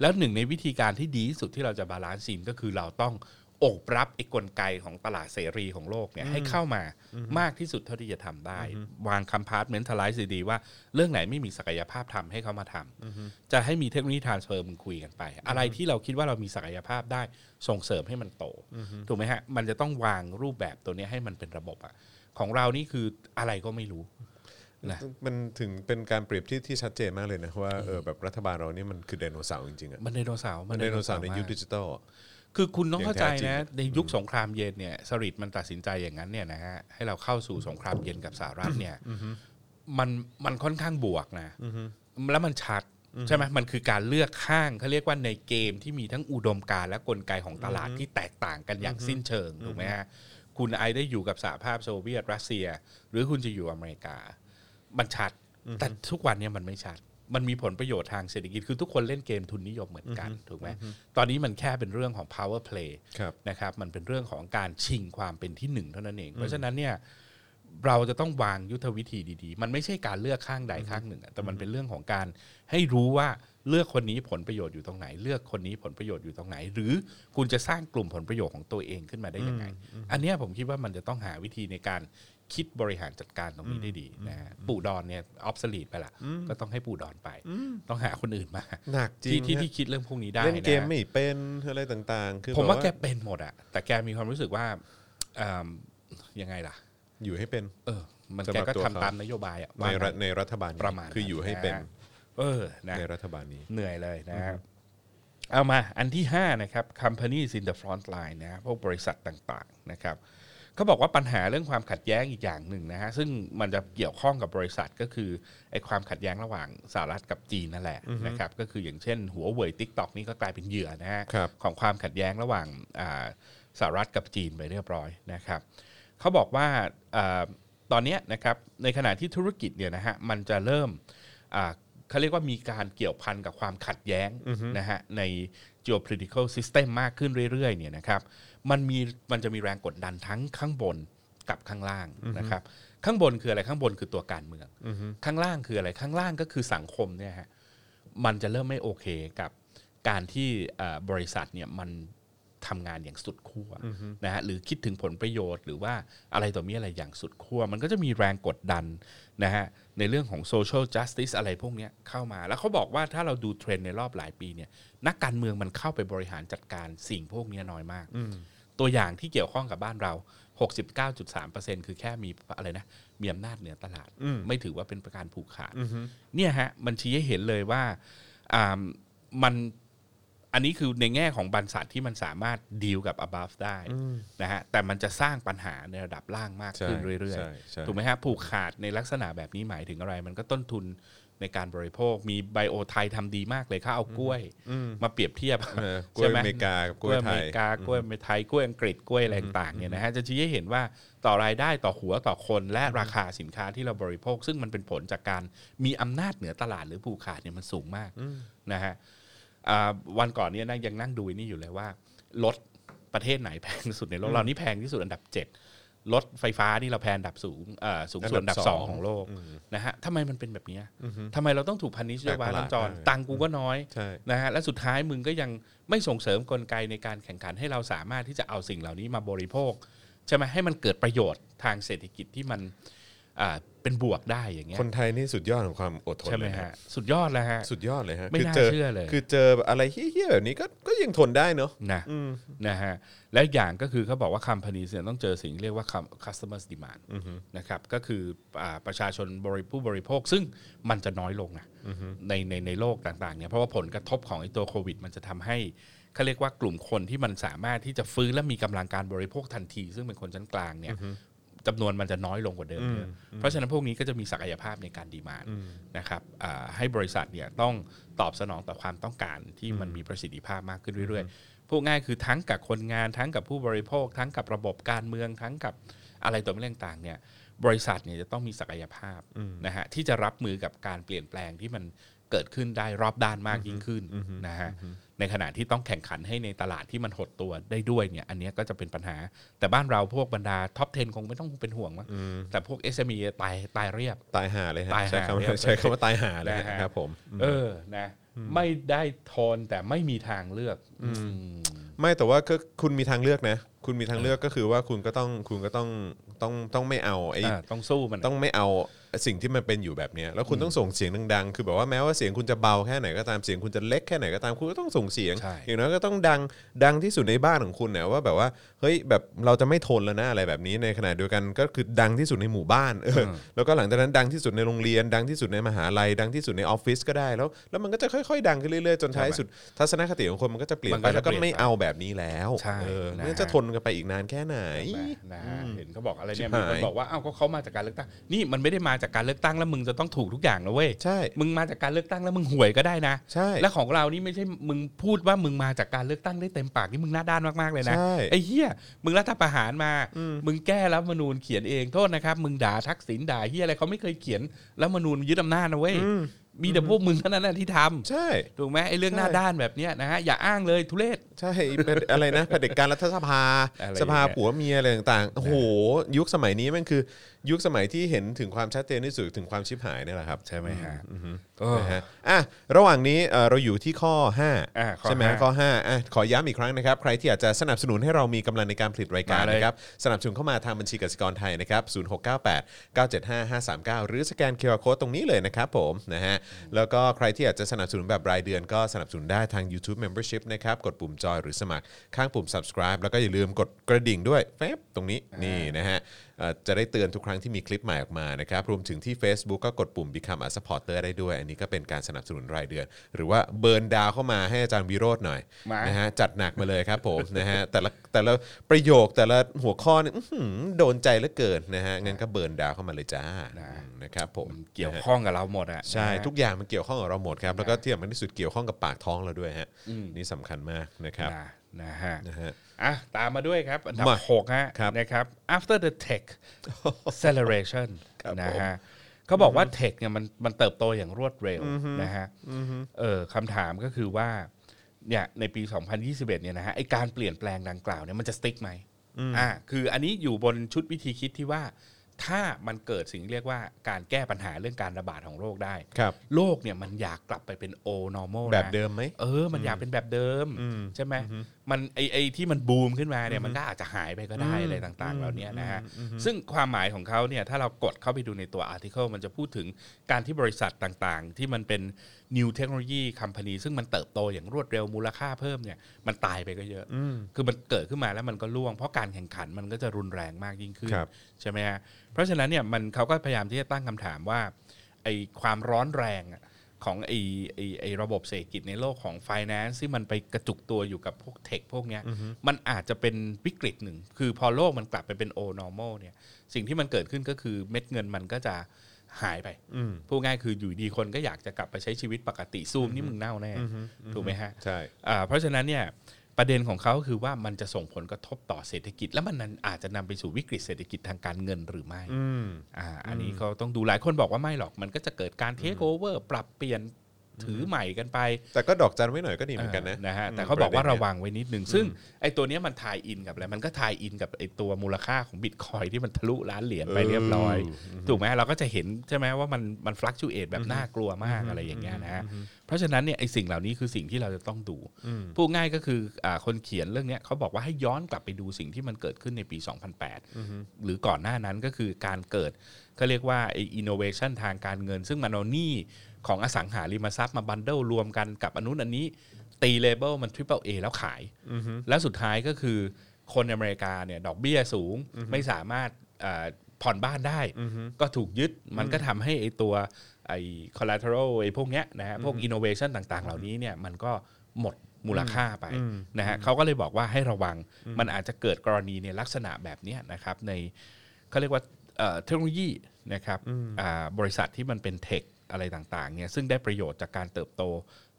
[SPEAKER 3] แล้วหนึ่งในวิธีการที่ดีที่สุดที่เราจะบาลานซ์ซีนก็คือเราต้องโอบรับไอ้กลไกของตลาดเสรีของโลกเนี่ยให้เข้ามามากที่สุดเท่าที่จะทำได้ วางคำพาร์ตเมนทไลซ์ดีๆว่าเรื่องไหนไม่มีศักยภาพทำให้เขามาทำจะให้มีเทคโนโลยีทรานสเฟอร์มึงคุยกันไป อะไรที่เราคิดว่าเรามีศักยภาพได้ส่งเสริมให้มันโต ถูกไหมฮะ มันจะต้องวางรูปแบบตัวเนี้ยให้มันเป็นระบบอะของเรานี่คืออะไรก็ไม่รู้ นะ
[SPEAKER 2] มันถึงเป็นการเปรียบเที่ที่ชัดเจนมากเลยนะว่าเออแบบรัฐบาลเรานี่มันคือไดโนเสาร์จริงๆอ่ะ
[SPEAKER 3] มันไดโนเสาร์
[SPEAKER 2] มันไดโนเสาร์ในยุค
[SPEAKER 3] มาก
[SPEAKER 2] ดิจิตอลอะ
[SPEAKER 3] คือคุณต้องเข้าใจ
[SPEAKER 2] อย่างแท้จริง
[SPEAKER 3] นะ
[SPEAKER 2] อะ
[SPEAKER 3] ในยุคสงครามเย็นเนี่ยสหริตมันตัดสินใจอย่างนั้นเนี่ยนะฮะให้เราเข้าสู่สงครามเย็นกับสหรัฐเนี่ยมันมันค่อนข้างบวกนะแล้วมันชัดใช่ไหมมันคือการเลือกข้างเขาเรียกว่าในเกมที่มีทั้งอุดมการณ์และกลไกของตลาดที่แตกต่างกันอย่างสิ้นเชิงถูกไหมฮะคุณไอได้อยู่กับสหภาพโซเวียตรัสเซีย หรือคุณจะอยู่อเมริกา มันชัด แต่ทุกวันเนี้มันไม่ชัด มันมีผลประโยชน์ทางเศรษฐกิจ คือทุกคนเล่นเกมทุนนิยมเหมือนกันถูกไหม ตอนนี้มันแค่เป็นเรื่องของ power play
[SPEAKER 2] ครับ
[SPEAKER 3] นะครับ มันเป็นเรื่องของการชิงความเป็นที่หนึ่งเท่านั้นเอง เพราะฉะนั้นเนี่ยเราจะต้องวางยุทธวิธีดีๆ มันไม่ใช่การเลือกข้างใดข้างหนึ่งอะแต่มันเป็นเรื่องของการให้รู้ว่าเลือกคนนี้ผลประโยชน์อยู่ตรงไหน เลือกคนนี้ผลประโยชน์อยู่ตรงไหน หรือคุณจะสร้างกลุ่มผลประโยชน์ของตัวเองขึ้นมาได้ยังไง อันเนี้ยผมคิดว่ามันจะต้องหาวิธีในการคิดบริหารจัดการตรงนี้ได้ดีนะฮะปู่ดอนเนี่ยออฟสลีดไปละก็ต้องให้ปู่ดอนไป ต้องหาคนอื่นมา
[SPEAKER 2] หนักจริง
[SPEAKER 3] ที่ที่
[SPEAKER 2] ฮะ
[SPEAKER 3] ที่คิดเรื่องพวกนี้ได้
[SPEAKER 2] เล่นเกม
[SPEAKER 3] ะ
[SPEAKER 2] ไม่เป็นอะไรต่างๆ คือ
[SPEAKER 3] ผมว่าแก
[SPEAKER 2] บบ
[SPEAKER 3] เป็นหมดอะแต่แกมีความรู้สึกว่าเอิ่มยังไงล่ะ
[SPEAKER 2] อยู่ให้เป็น
[SPEAKER 3] เออ มัน
[SPEAKER 2] สำห
[SPEAKER 3] แก
[SPEAKER 2] รับ
[SPEAKER 3] ก็
[SPEAKER 2] ตัว
[SPEAKER 3] ทำ
[SPEAKER 2] เขา
[SPEAKER 3] ตามนโยบายอะ
[SPEAKER 2] ใน
[SPEAKER 3] ว่า
[SPEAKER 2] รัฐในรัฐบาลนี้
[SPEAKER 3] ประมาณ
[SPEAKER 2] คืออยู่ให้เป็นะ
[SPEAKER 3] เออนะ
[SPEAKER 2] ในรัฐบาลนี้
[SPEAKER 3] เหนื่อยเลยนะครับเอามาอันที่ 5 นะครับ companies in the front line นะพวกบริษัทต่างๆนะครับเขาบอกว่าปัญหาเรื่องความขัดแย้งอีกอย่างหนึ่งนะฮะซึ่งมันจะเกี่ยวข้องกับบริษัทก็คือไอ้ความขัดแย้งระหว่างสหรัฐกับจีนนั่นแหละนะครับก็คืออย่างเช่นหัวเว่ยทิกตอกนี่ก็กลายเป็นเหยื่อนะฮะ
[SPEAKER 2] ครับ
[SPEAKER 3] ของความขัดแย้งระหว่างอ่าสหรัฐกับจีนไปเรียบร้อยนะครับเขาบอกว่าอ่าตอนเนี้ยนะครับในขณะที่ธุรกิจเนี่ยนะฮะมันจะเริ่มอ่าเขาเรียกว่ามีการเกี่ยวพันกับความขัดแย้งนะฮะใน geopolitical system มากขึ้นเรื่อยๆเนี่ยนะครับมันมีมันจะมีแรงกดดันทั้งข้างบนกับข้างล่างนะครับข้างบนคืออะไรข้างบนคือตัวการเมือง ข้างล่างคืออะไรข้างล่างก็คือสังคมเนี่ยฮะมันจะเริ่มไม่โอเคกับการที่เอ่อบริษัทเนี่ยมันทำงานอย่างสุดขั้วนะฮะหรือคิดถึงผลประโยชน์หรือว่าอะไรต่อมีอะไรอย่างสุดขั้วมันก็จะมีแรงกดดันนะฮะในเรื่องของ social justice อะไรพวกเนี้ยเข้ามาแล้วเขาบอกว่าถ้าเราดูเทรนด์ในรอบหลายปีเนี่ยนักการเมืองมันเข้าไปบริหารจัดการสิ่งพวกเนี้ยน้อยมาก ตัวอย่างที่เกี่ยวข้องกับบ้านเรา 69.3%คือแค่มีอะไรนะ มีอำนาจเหนือตลาด ไม่ถือว่าเป็นประการผูกขาด เนี่ยฮะ มันชี้ให้เห็นเลยว่าอ่ามัน อันนี้คือในแง่ของบรรษัทที่มันสามารถดีลกับ above ได้นะฮะ แต่มันจะสร้างปัญหาในระดับล่างมากขึ้น
[SPEAKER 2] ใช่
[SPEAKER 3] เรื่อย
[SPEAKER 2] ใช่ใช่
[SPEAKER 3] ๆ ถูกไหมฮะ ผูกขาดในลักษณะแบบนี้หมายถึงอะไร มันก็ต้นทุนในการบริโภค มีไบโอไทยทำดีมากเลยเขาเอากล้วย มาเปรียบเทียบ
[SPEAKER 2] เออกล้วยอเมริกากับก
[SPEAKER 3] ก
[SPEAKER 2] ล้
[SPEAKER 3] ล้ว วย ย
[SPEAKER 2] ไท
[SPEAKER 3] อเม
[SPEAKER 2] ย
[SPEAKER 3] ริกากล้วยไทยกล้วยอังกฤษกล้วยอะไรต่างๆเนี่ยนะฮะจะชี้ให้เห็นว่าต่อรายได้ต่อหัวต่อคนและราคาสินค้าที่เราบริโภค ซึ่งมันเป็นผลจากการมีอำนาจเหนือตลาดหรือผูกขาดเนี่ยมันสูงมากนะฮะอ่าวันก่อนเนี่ยนะยังนั่งดูไอ้นี่อยู่เลยว่ารถประเทศไหนแพงที่สุดในโลกเรานี่แพงที่สุดอันดับเจ็ดรถไฟฟ้านี่เราแพงอันดับสูงเอ่อสูงสุด
[SPEAKER 2] อั
[SPEAKER 3] อั
[SPEAKER 2] น
[SPEAKER 3] น
[SPEAKER 2] ดับ
[SPEAKER 3] ดั
[SPEAKER 2] บ ส
[SPEAKER 3] ส
[SPEAKER 2] อ
[SPEAKER 3] อง งของโลกนะฮะทำไมมันเป็นแบบเนี้ยทำไมเราต้องถูกพันนิชด้วยวาระจร
[SPEAKER 2] แปลกประหลาดมาก
[SPEAKER 3] ตังค์กูก็น้อย
[SPEAKER 2] ใช่
[SPEAKER 3] นะฮะและสุดท้ายมึงก็ยังไม่ส่งเสริมกลไกในการแข่งขันให้เราสามารถที่จะเอาสิ่งเหล่านี้มาบริโภคใช่ไหมให้มันเกิดประโยชน์ทางเศรษฐกิจที่มันอ่าเป็นบวกได้อย่างเงี้ย
[SPEAKER 2] คนไทยนี่สุดยอดของความอดทน
[SPEAKER 3] ใช่ไหม
[SPEAKER 2] เลยนะ
[SPEAKER 3] ฮะสุดยอดแล้วฮะ
[SPEAKER 2] สุดยอดเลยฮะ
[SPEAKER 3] ไม่
[SPEAKER 2] คื
[SPEAKER 3] น่าเชื่อเลย
[SPEAKER 2] คือเจออะไรเฮี้ยๆแบบนี้ก็ก็ยังทนได้เนอะ
[SPEAKER 3] นะนะฮะและอย่างก็คือเขาบอกว่า companies เนี่ยต้องเจอสิ่งเรียกว่า com- customer demand นะครับก็คืออ่าประชาชนบริผู้บริโภค ซึ่งมันจะน้อยลงนะในในในโลกต่างๆเนี่ยเพราะว่าผลกระทบของไอ้ตัวโควิด มันจะทำให้เขาเรียกว่ากลุ่มคนที่มันสามารถที่จะฟื้นและมีกำลังการบริโภคทันที ซึ่งเป็นคนชั้นกลางเนี่ยจำนวนมันจะน้อยลงกว่าเดิมเยอะเพราะฉะนั้นพวกนี้ก็จะมีศักยภาพในการดีมานนะครับอ่าให้บริษัทเนี่ยต้องตอบสนองต่อความต้องการที่มันมีประสิทธิภาพมากขึ้นเรื่อยๆ พูดง่ายคือทั้งกับคนงานทั้งกับผู้บริโภค ทั้งกับระบบการเมืองทั้งกับอะไรตัวไม่ต่างๆเนี่ยบริษัทเนี่ยจะต้องมีศักยภาพนะฮะที่จะรับมือกับการเปลี่ยนแปลงที่มันเกิดขึ้นได้รอบด้านมากยิ่งขึ้นนะฮะในขณะที่ต้องแข่งขันให้ในตลาดที่มันหดตัวได้ด้วยเนี่ยอันเนี้ยก็จะเป็นปัญหา แต่บ้านเราพวกบรรดาท็อป 10 คงไม่ต้องเป็นห่วงมั้งแต่พวก SME ตายตายเรียบ
[SPEAKER 2] ตายหาเลยฮะ
[SPEAKER 3] ตาย
[SPEAKER 2] ใช้
[SPEAKER 3] ห่า
[SPEAKER 2] คำ
[SPEAKER 3] เรีย
[SPEAKER 2] ว่า
[SPEAKER 3] บ
[SPEAKER 2] ใช้คำว่าตายหาเลย
[SPEAKER 3] นะฮะ
[SPEAKER 2] ครับผม
[SPEAKER 3] เออนะไม่ได้ทนแต่ไม่มีทางเลือกอืม
[SPEAKER 2] ไม่แต่ว่าก็คุณมีทางเลือกนะ คุณมีทางเลือกก็คือว่าคุณก็ต้องคุณก็ต้องต้องต้องไม่เอาไอ้
[SPEAKER 3] อ่าต้องสู้มัน
[SPEAKER 2] ต้องไม่เอาสิ่งที่มันเป็นอยู่แบบเนี้ยแล้วคุณต้องส่งเสียงดังๆ คือแบบว่าแม้ว่าเสียงคุณจะเบาแค่ไหนก็ตามเสียงคุณจะเล็กแค่ไหนก็ตามคุณก็ต้องส่งเสียง
[SPEAKER 3] ใช่
[SPEAKER 2] อย่างน้อยก็ต้องดังดังที่สุดในบ้านของคุณเนี่ยว่าแบบว่าเฮ้ยแบบเราจะไม่ทนแล้วนะอะไรแบบนี้ในขณะเดียวกันก็คือดังที่สุดในหมู่บ้านเออแล้วก็หลังจากนั้นดังที่สุดในโรงเรียน ดังที่สุดในมหาลัย ดังที่สุดในออฟฟิศก็ได้แล้ว แล้วมันก็จะค่อยๆ ดังขึ้นเรื่อยๆจนท้ายสุดทัศนคติของคนมันก็จะเปลี่ยน
[SPEAKER 3] มัน
[SPEAKER 2] ไป
[SPEAKER 3] ก็จะ
[SPEAKER 2] แล้วก็
[SPEAKER 3] เปลี่ยน
[SPEAKER 2] ไม่เอาแบบนี้แล้ว
[SPEAKER 3] ใช่
[SPEAKER 2] เออ
[SPEAKER 3] นะฮะ
[SPEAKER 2] เนี่ยจะทนกันไปอีกนานแค่ไหน
[SPEAKER 3] ใช่ไหมนะฮะเห็นเขาบอกอะไร
[SPEAKER 2] ชิ
[SPEAKER 3] เนี่ย
[SPEAKER 2] บ
[SPEAKER 3] มี
[SPEAKER 2] หาย
[SPEAKER 3] คนบอกว่าอ้าวก็เขามาจากการเลือกตั้ง นี่มันไม่ได้มาจากการเลือกตั้งแล้วมึงจะต้องถูกทุกอย่างนะเว้ย
[SPEAKER 2] ใช่
[SPEAKER 3] มึงมาจากการเลือกตั้งแล้วมึงห่วยก็ได้นะ
[SPEAKER 2] ใช่
[SPEAKER 3] และของเรานี่ไม่ใช่มึงพูดว่ามึงมาจากการเลือกตั้งได้เต็มปากนี่มึงหน้าด้านมากๆเลยนะ
[SPEAKER 2] ใช่
[SPEAKER 3] ไอ้เหี้ยมึงรัฐประหารมา มึงแก้รัฐธรรมนูญเขียนเองโทษนะครับมึงด่าทักษิณด่าเหี้ยอะไรเขาไม่เคยเขียนรัฐธรรมนูญยึดอำนาจนะเว้ยมีแต่พวกมึงเท่านั้นนะที่ทำ
[SPEAKER 2] ใช่
[SPEAKER 3] ถูกไหมไอ้เรื่องหน้าด้านแบบเนี้ยนะฮะอย่าอ้างเลยทุเรศ
[SPEAKER 2] ใช่เป็นอะไรนะเผด็จการรัฐสภา
[SPEAKER 3] อะไร
[SPEAKER 2] สภา
[SPEAKER 3] อย่างเงี้ย
[SPEAKER 2] ผัวเมียอะไรต่างๆโอ้โหยุคสมัยนี้มันคือยุคสมัยที่เห็นถึงความชัดเจนที่สุดถึงความชิบหายเนี่ยแหละครับ
[SPEAKER 3] ใช่ไหมฮะ
[SPEAKER 2] นะฮะอ่ะระหว่างนี้เอ่อเราอยู่ที่ข้อ
[SPEAKER 3] อ่ะ
[SPEAKER 2] 5
[SPEAKER 3] ข้อ
[SPEAKER 2] ใช่ไหม
[SPEAKER 3] ห้า
[SPEAKER 2] ข้อ5อ่ะขอย้ำอีกครั้งนะครับ ใครที่อยากจะสนับสนุนให้เรามีกำลังในการผลิตรายการ
[SPEAKER 3] มาเลย
[SPEAKER 2] นะครับ สนับสนุนเข้ามาทางบัญชีกสิกรไทยนะครับ 0698 975 539 หรือสแกนเคอร์โคตรงนี้เลยนะครับผมนะฮะแล้วก็ใครที่อยากจะสนับสนุนแบบรายเดือนก็สนับสนุนได้ทาง YouTube Membership นะครับ กดปุ่มจอยหรือสมัครข้างปุ่ม subscribe แล้วก็อย่าลืมกดกระดิ่งด้วยแฟบตรงนี้นี่นะฮะเอ่อจะได้เตือนทุกครั้งที่มีคลิปใหม่ออกมานะครับรวมถึงที่ Facebook ก็กดปุ่ม Become a supporter ได้ด้วย อันนี้ก็เป็นการสนับสนุนรายเดือน หรือว่าเบิร์นดาวเข้ามาให้อาจารย์วิโรจน์หน่อย
[SPEAKER 3] มา
[SPEAKER 2] นะฮะ นะฮะจัดหนักมาเลยครับผม นะฮะแต่ละแต่ละประโยคแต่ละหัวข้อเนี่ยอื้อหือโดนใจเหลือเกินนะฮะงั้นก็เบิร์นดาวเข้ามาเลยจ้านะครับผม
[SPEAKER 3] เกี่ยว
[SPEAKER 2] นะฮะ
[SPEAKER 3] ข้องกับเราหมดอะ
[SPEAKER 2] ใช่
[SPEAKER 3] นะฮะ
[SPEAKER 2] ทุกอย่างมันเกี่ยวข้องกับเราหมดครับ แล้วก็ที่สำคัญที่สุดเกี่ยวข้องกับปากท้องเราด้วยฮะนี่สำคัญมากนะครับ
[SPEAKER 3] นะนะฮะ
[SPEAKER 2] นะฮะ
[SPEAKER 3] อ่ะตามมาด้วยครับ อันดับ
[SPEAKER 2] มา
[SPEAKER 3] 6ฮะ
[SPEAKER 2] ครับ
[SPEAKER 3] นะครับ after the tech acceleration
[SPEAKER 2] ครับ
[SPEAKER 3] นะ
[SPEAKER 2] ผม
[SPEAKER 3] ฮะเขาบอกว่า tech เนี่ยมันมันเติบโตอย่างรวดเร็วนะฮะเออคำถามก็คือว่า เนี่ยในปี 2021เนี่ยนะฮะไอการเปลี่ยนแปลงดังกล่าวเนี่ยมันจะสติ๊กไหมอ่าคืออันนี้อยู่บนชุดวิธีคิดที่ว่า ถ้ามันเกิดสิ่งที่เรียกว่าการแก้ปัญหาเรื่องการระบาดของโรคได้
[SPEAKER 2] ครับ
[SPEAKER 3] โลกเนี่ยมันอยากกลับไปเป็น o normal นะ
[SPEAKER 2] แบบเดิมไหม
[SPEAKER 3] เออ มันอยากเป็นแบบเดิม
[SPEAKER 2] อืม
[SPEAKER 3] ใช่ไหม มันไอไอที่มันบูมขึ้นมาเนี่ย มันก็อาจจะหายไปก็ได้
[SPEAKER 2] อืม
[SPEAKER 3] อะไรต่างๆ เหล่านี้นะฮะ
[SPEAKER 2] อืมอืม
[SPEAKER 3] ซึ่งความหมายของเขาเนี่ย ถ้าเรากดเข้าไปดูในตัว Article มันจะพูดถึงการที่บริษัทต่างๆ ที่มันเป็น New Technology Company ซึ่งมันเติบโตอย่างรวดเร็วมูลค่าเพิ่มเนี่ย มันตายไปก็เยอะ
[SPEAKER 2] อืม
[SPEAKER 3] คือมันเกิดขึ้นมาแล้วมันก็ล่วง เพราะการแข่งขันมันก็จะรุนแรงมากยิ่งขึ้น
[SPEAKER 2] ครับ
[SPEAKER 3] ใช่ไหมฮะเพราะฉะนั้นเนี่ยมันเขาก็พยายามที่จะตั้งคำถามว่าไอ้ความร้อนแรงอะของไอ้ไอ้ไอ้ระบบเศรษฐกิจในโลกของ finance ที่มันไปกระจุกตัวอยู่กับพวกเทคพวกเนี้ยมันอาจจะเป็นวิกฤตหนึ่ง คือพอโลกมันกลับไปเป็น o normal เนี่ยสิ่งที่มันเกิดขึ้นก็คือเม็ดเงินมันก็จะหายไป
[SPEAKER 2] อืม
[SPEAKER 3] พูดง่ายคืออยู่ดีคนก็อยากจะกลับไปใช้ชีวิตปกติซูมนี่มึงเน่าแน่ถูกไหมฮะ
[SPEAKER 2] ใช่
[SPEAKER 3] อ่าเพราะฉะนั้นเนี่ยประเด็นของเขาคือว่ามันจะส่งผลกระทบต่อเศรษฐกิจ และมันนั้นอาจจะนำไปสู่วิกฤตเศรษฐกิจทางการเงินหรือไม่
[SPEAKER 2] อืม
[SPEAKER 3] อ่าอันนี้เขาต้องดูหลายคนบอกว่าไม่หรอก มันก็จะเกิดการเทคโอเวอร์ปรับเปลี่ยนถือใหม่กันไป
[SPEAKER 2] แต่ก็ดอกจันไว้หน่อยก็ดีเหมือนกันนะ
[SPEAKER 3] อ่านะฮะ
[SPEAKER 2] ม
[SPEAKER 3] แต่เขาบอก
[SPEAKER 2] ป
[SPEAKER 3] ว่า
[SPEAKER 2] ด็น
[SPEAKER 3] ระ
[SPEAKER 2] นี่ย
[SPEAKER 3] วังไว้นิดหนึ่งซึ่งไอ้ตัวเนี้ยมันทายอินกับอะไรมันก็ทายอินกับไอ้ตัวมูลค่าของบิตคอยที่มันทะลุล้านเหรียญไปเรียบร้อย ถูกไหมเราก็จะเห็นใช่ไหมว่ามันมันฟลักชูเอตแบบน่ากลัวมากอะไรอย่างเงี้ยนะฮะเพราะฉะนั้นเนี่ยไอ้สิ่งเหล่านี้คือสิ่งที่เราจะต้องดู พูดง่ายก็คืออาคนเขียนเรื่องเนี้ยเขาบอกว่าให้ย้อนกลับไปดูสิ่งที่มันเกิดขึ้นในปี 2008 หรือก่อนหน้านั้นก็คือการเกิดเขาเรียกว่าไอ้ innovation ทางการเงิน ซึ่งมันเอาหนี้ของอสังหาริมทรัพย์มาบันเดิลรวมกันกับอนนุนอันนี้ ตีเลเบลมัน Triple A แล้วขาย แล้วสุดท้ายก็คือคนอเมริกาเนี่ยดอกเบี้ยสูงไม่สามารถเอ่อผ่อนบ้านได้ ก็ถูกยึดมันก็ทำให้ไอตัวไอ collateral ไอพวกเนี้ยนะฮะพวก innovation ต่างๆ เหล่านี้เนี่ยมันก็หมดมูลค่าไปนะฮะเขาก็เลยบอกว่าให้ระวังมันอาจจะเกิดกรณีในลักษณะแบบเนี้ยนะครับในเขาเรียกว่าเอ่อเทคโนโลยีนะครับอ่าบริษัทที่มันเป็นเทคอะไรต่างๆเนี่ยซึ่งได้ประโยชน์จากการเติบโต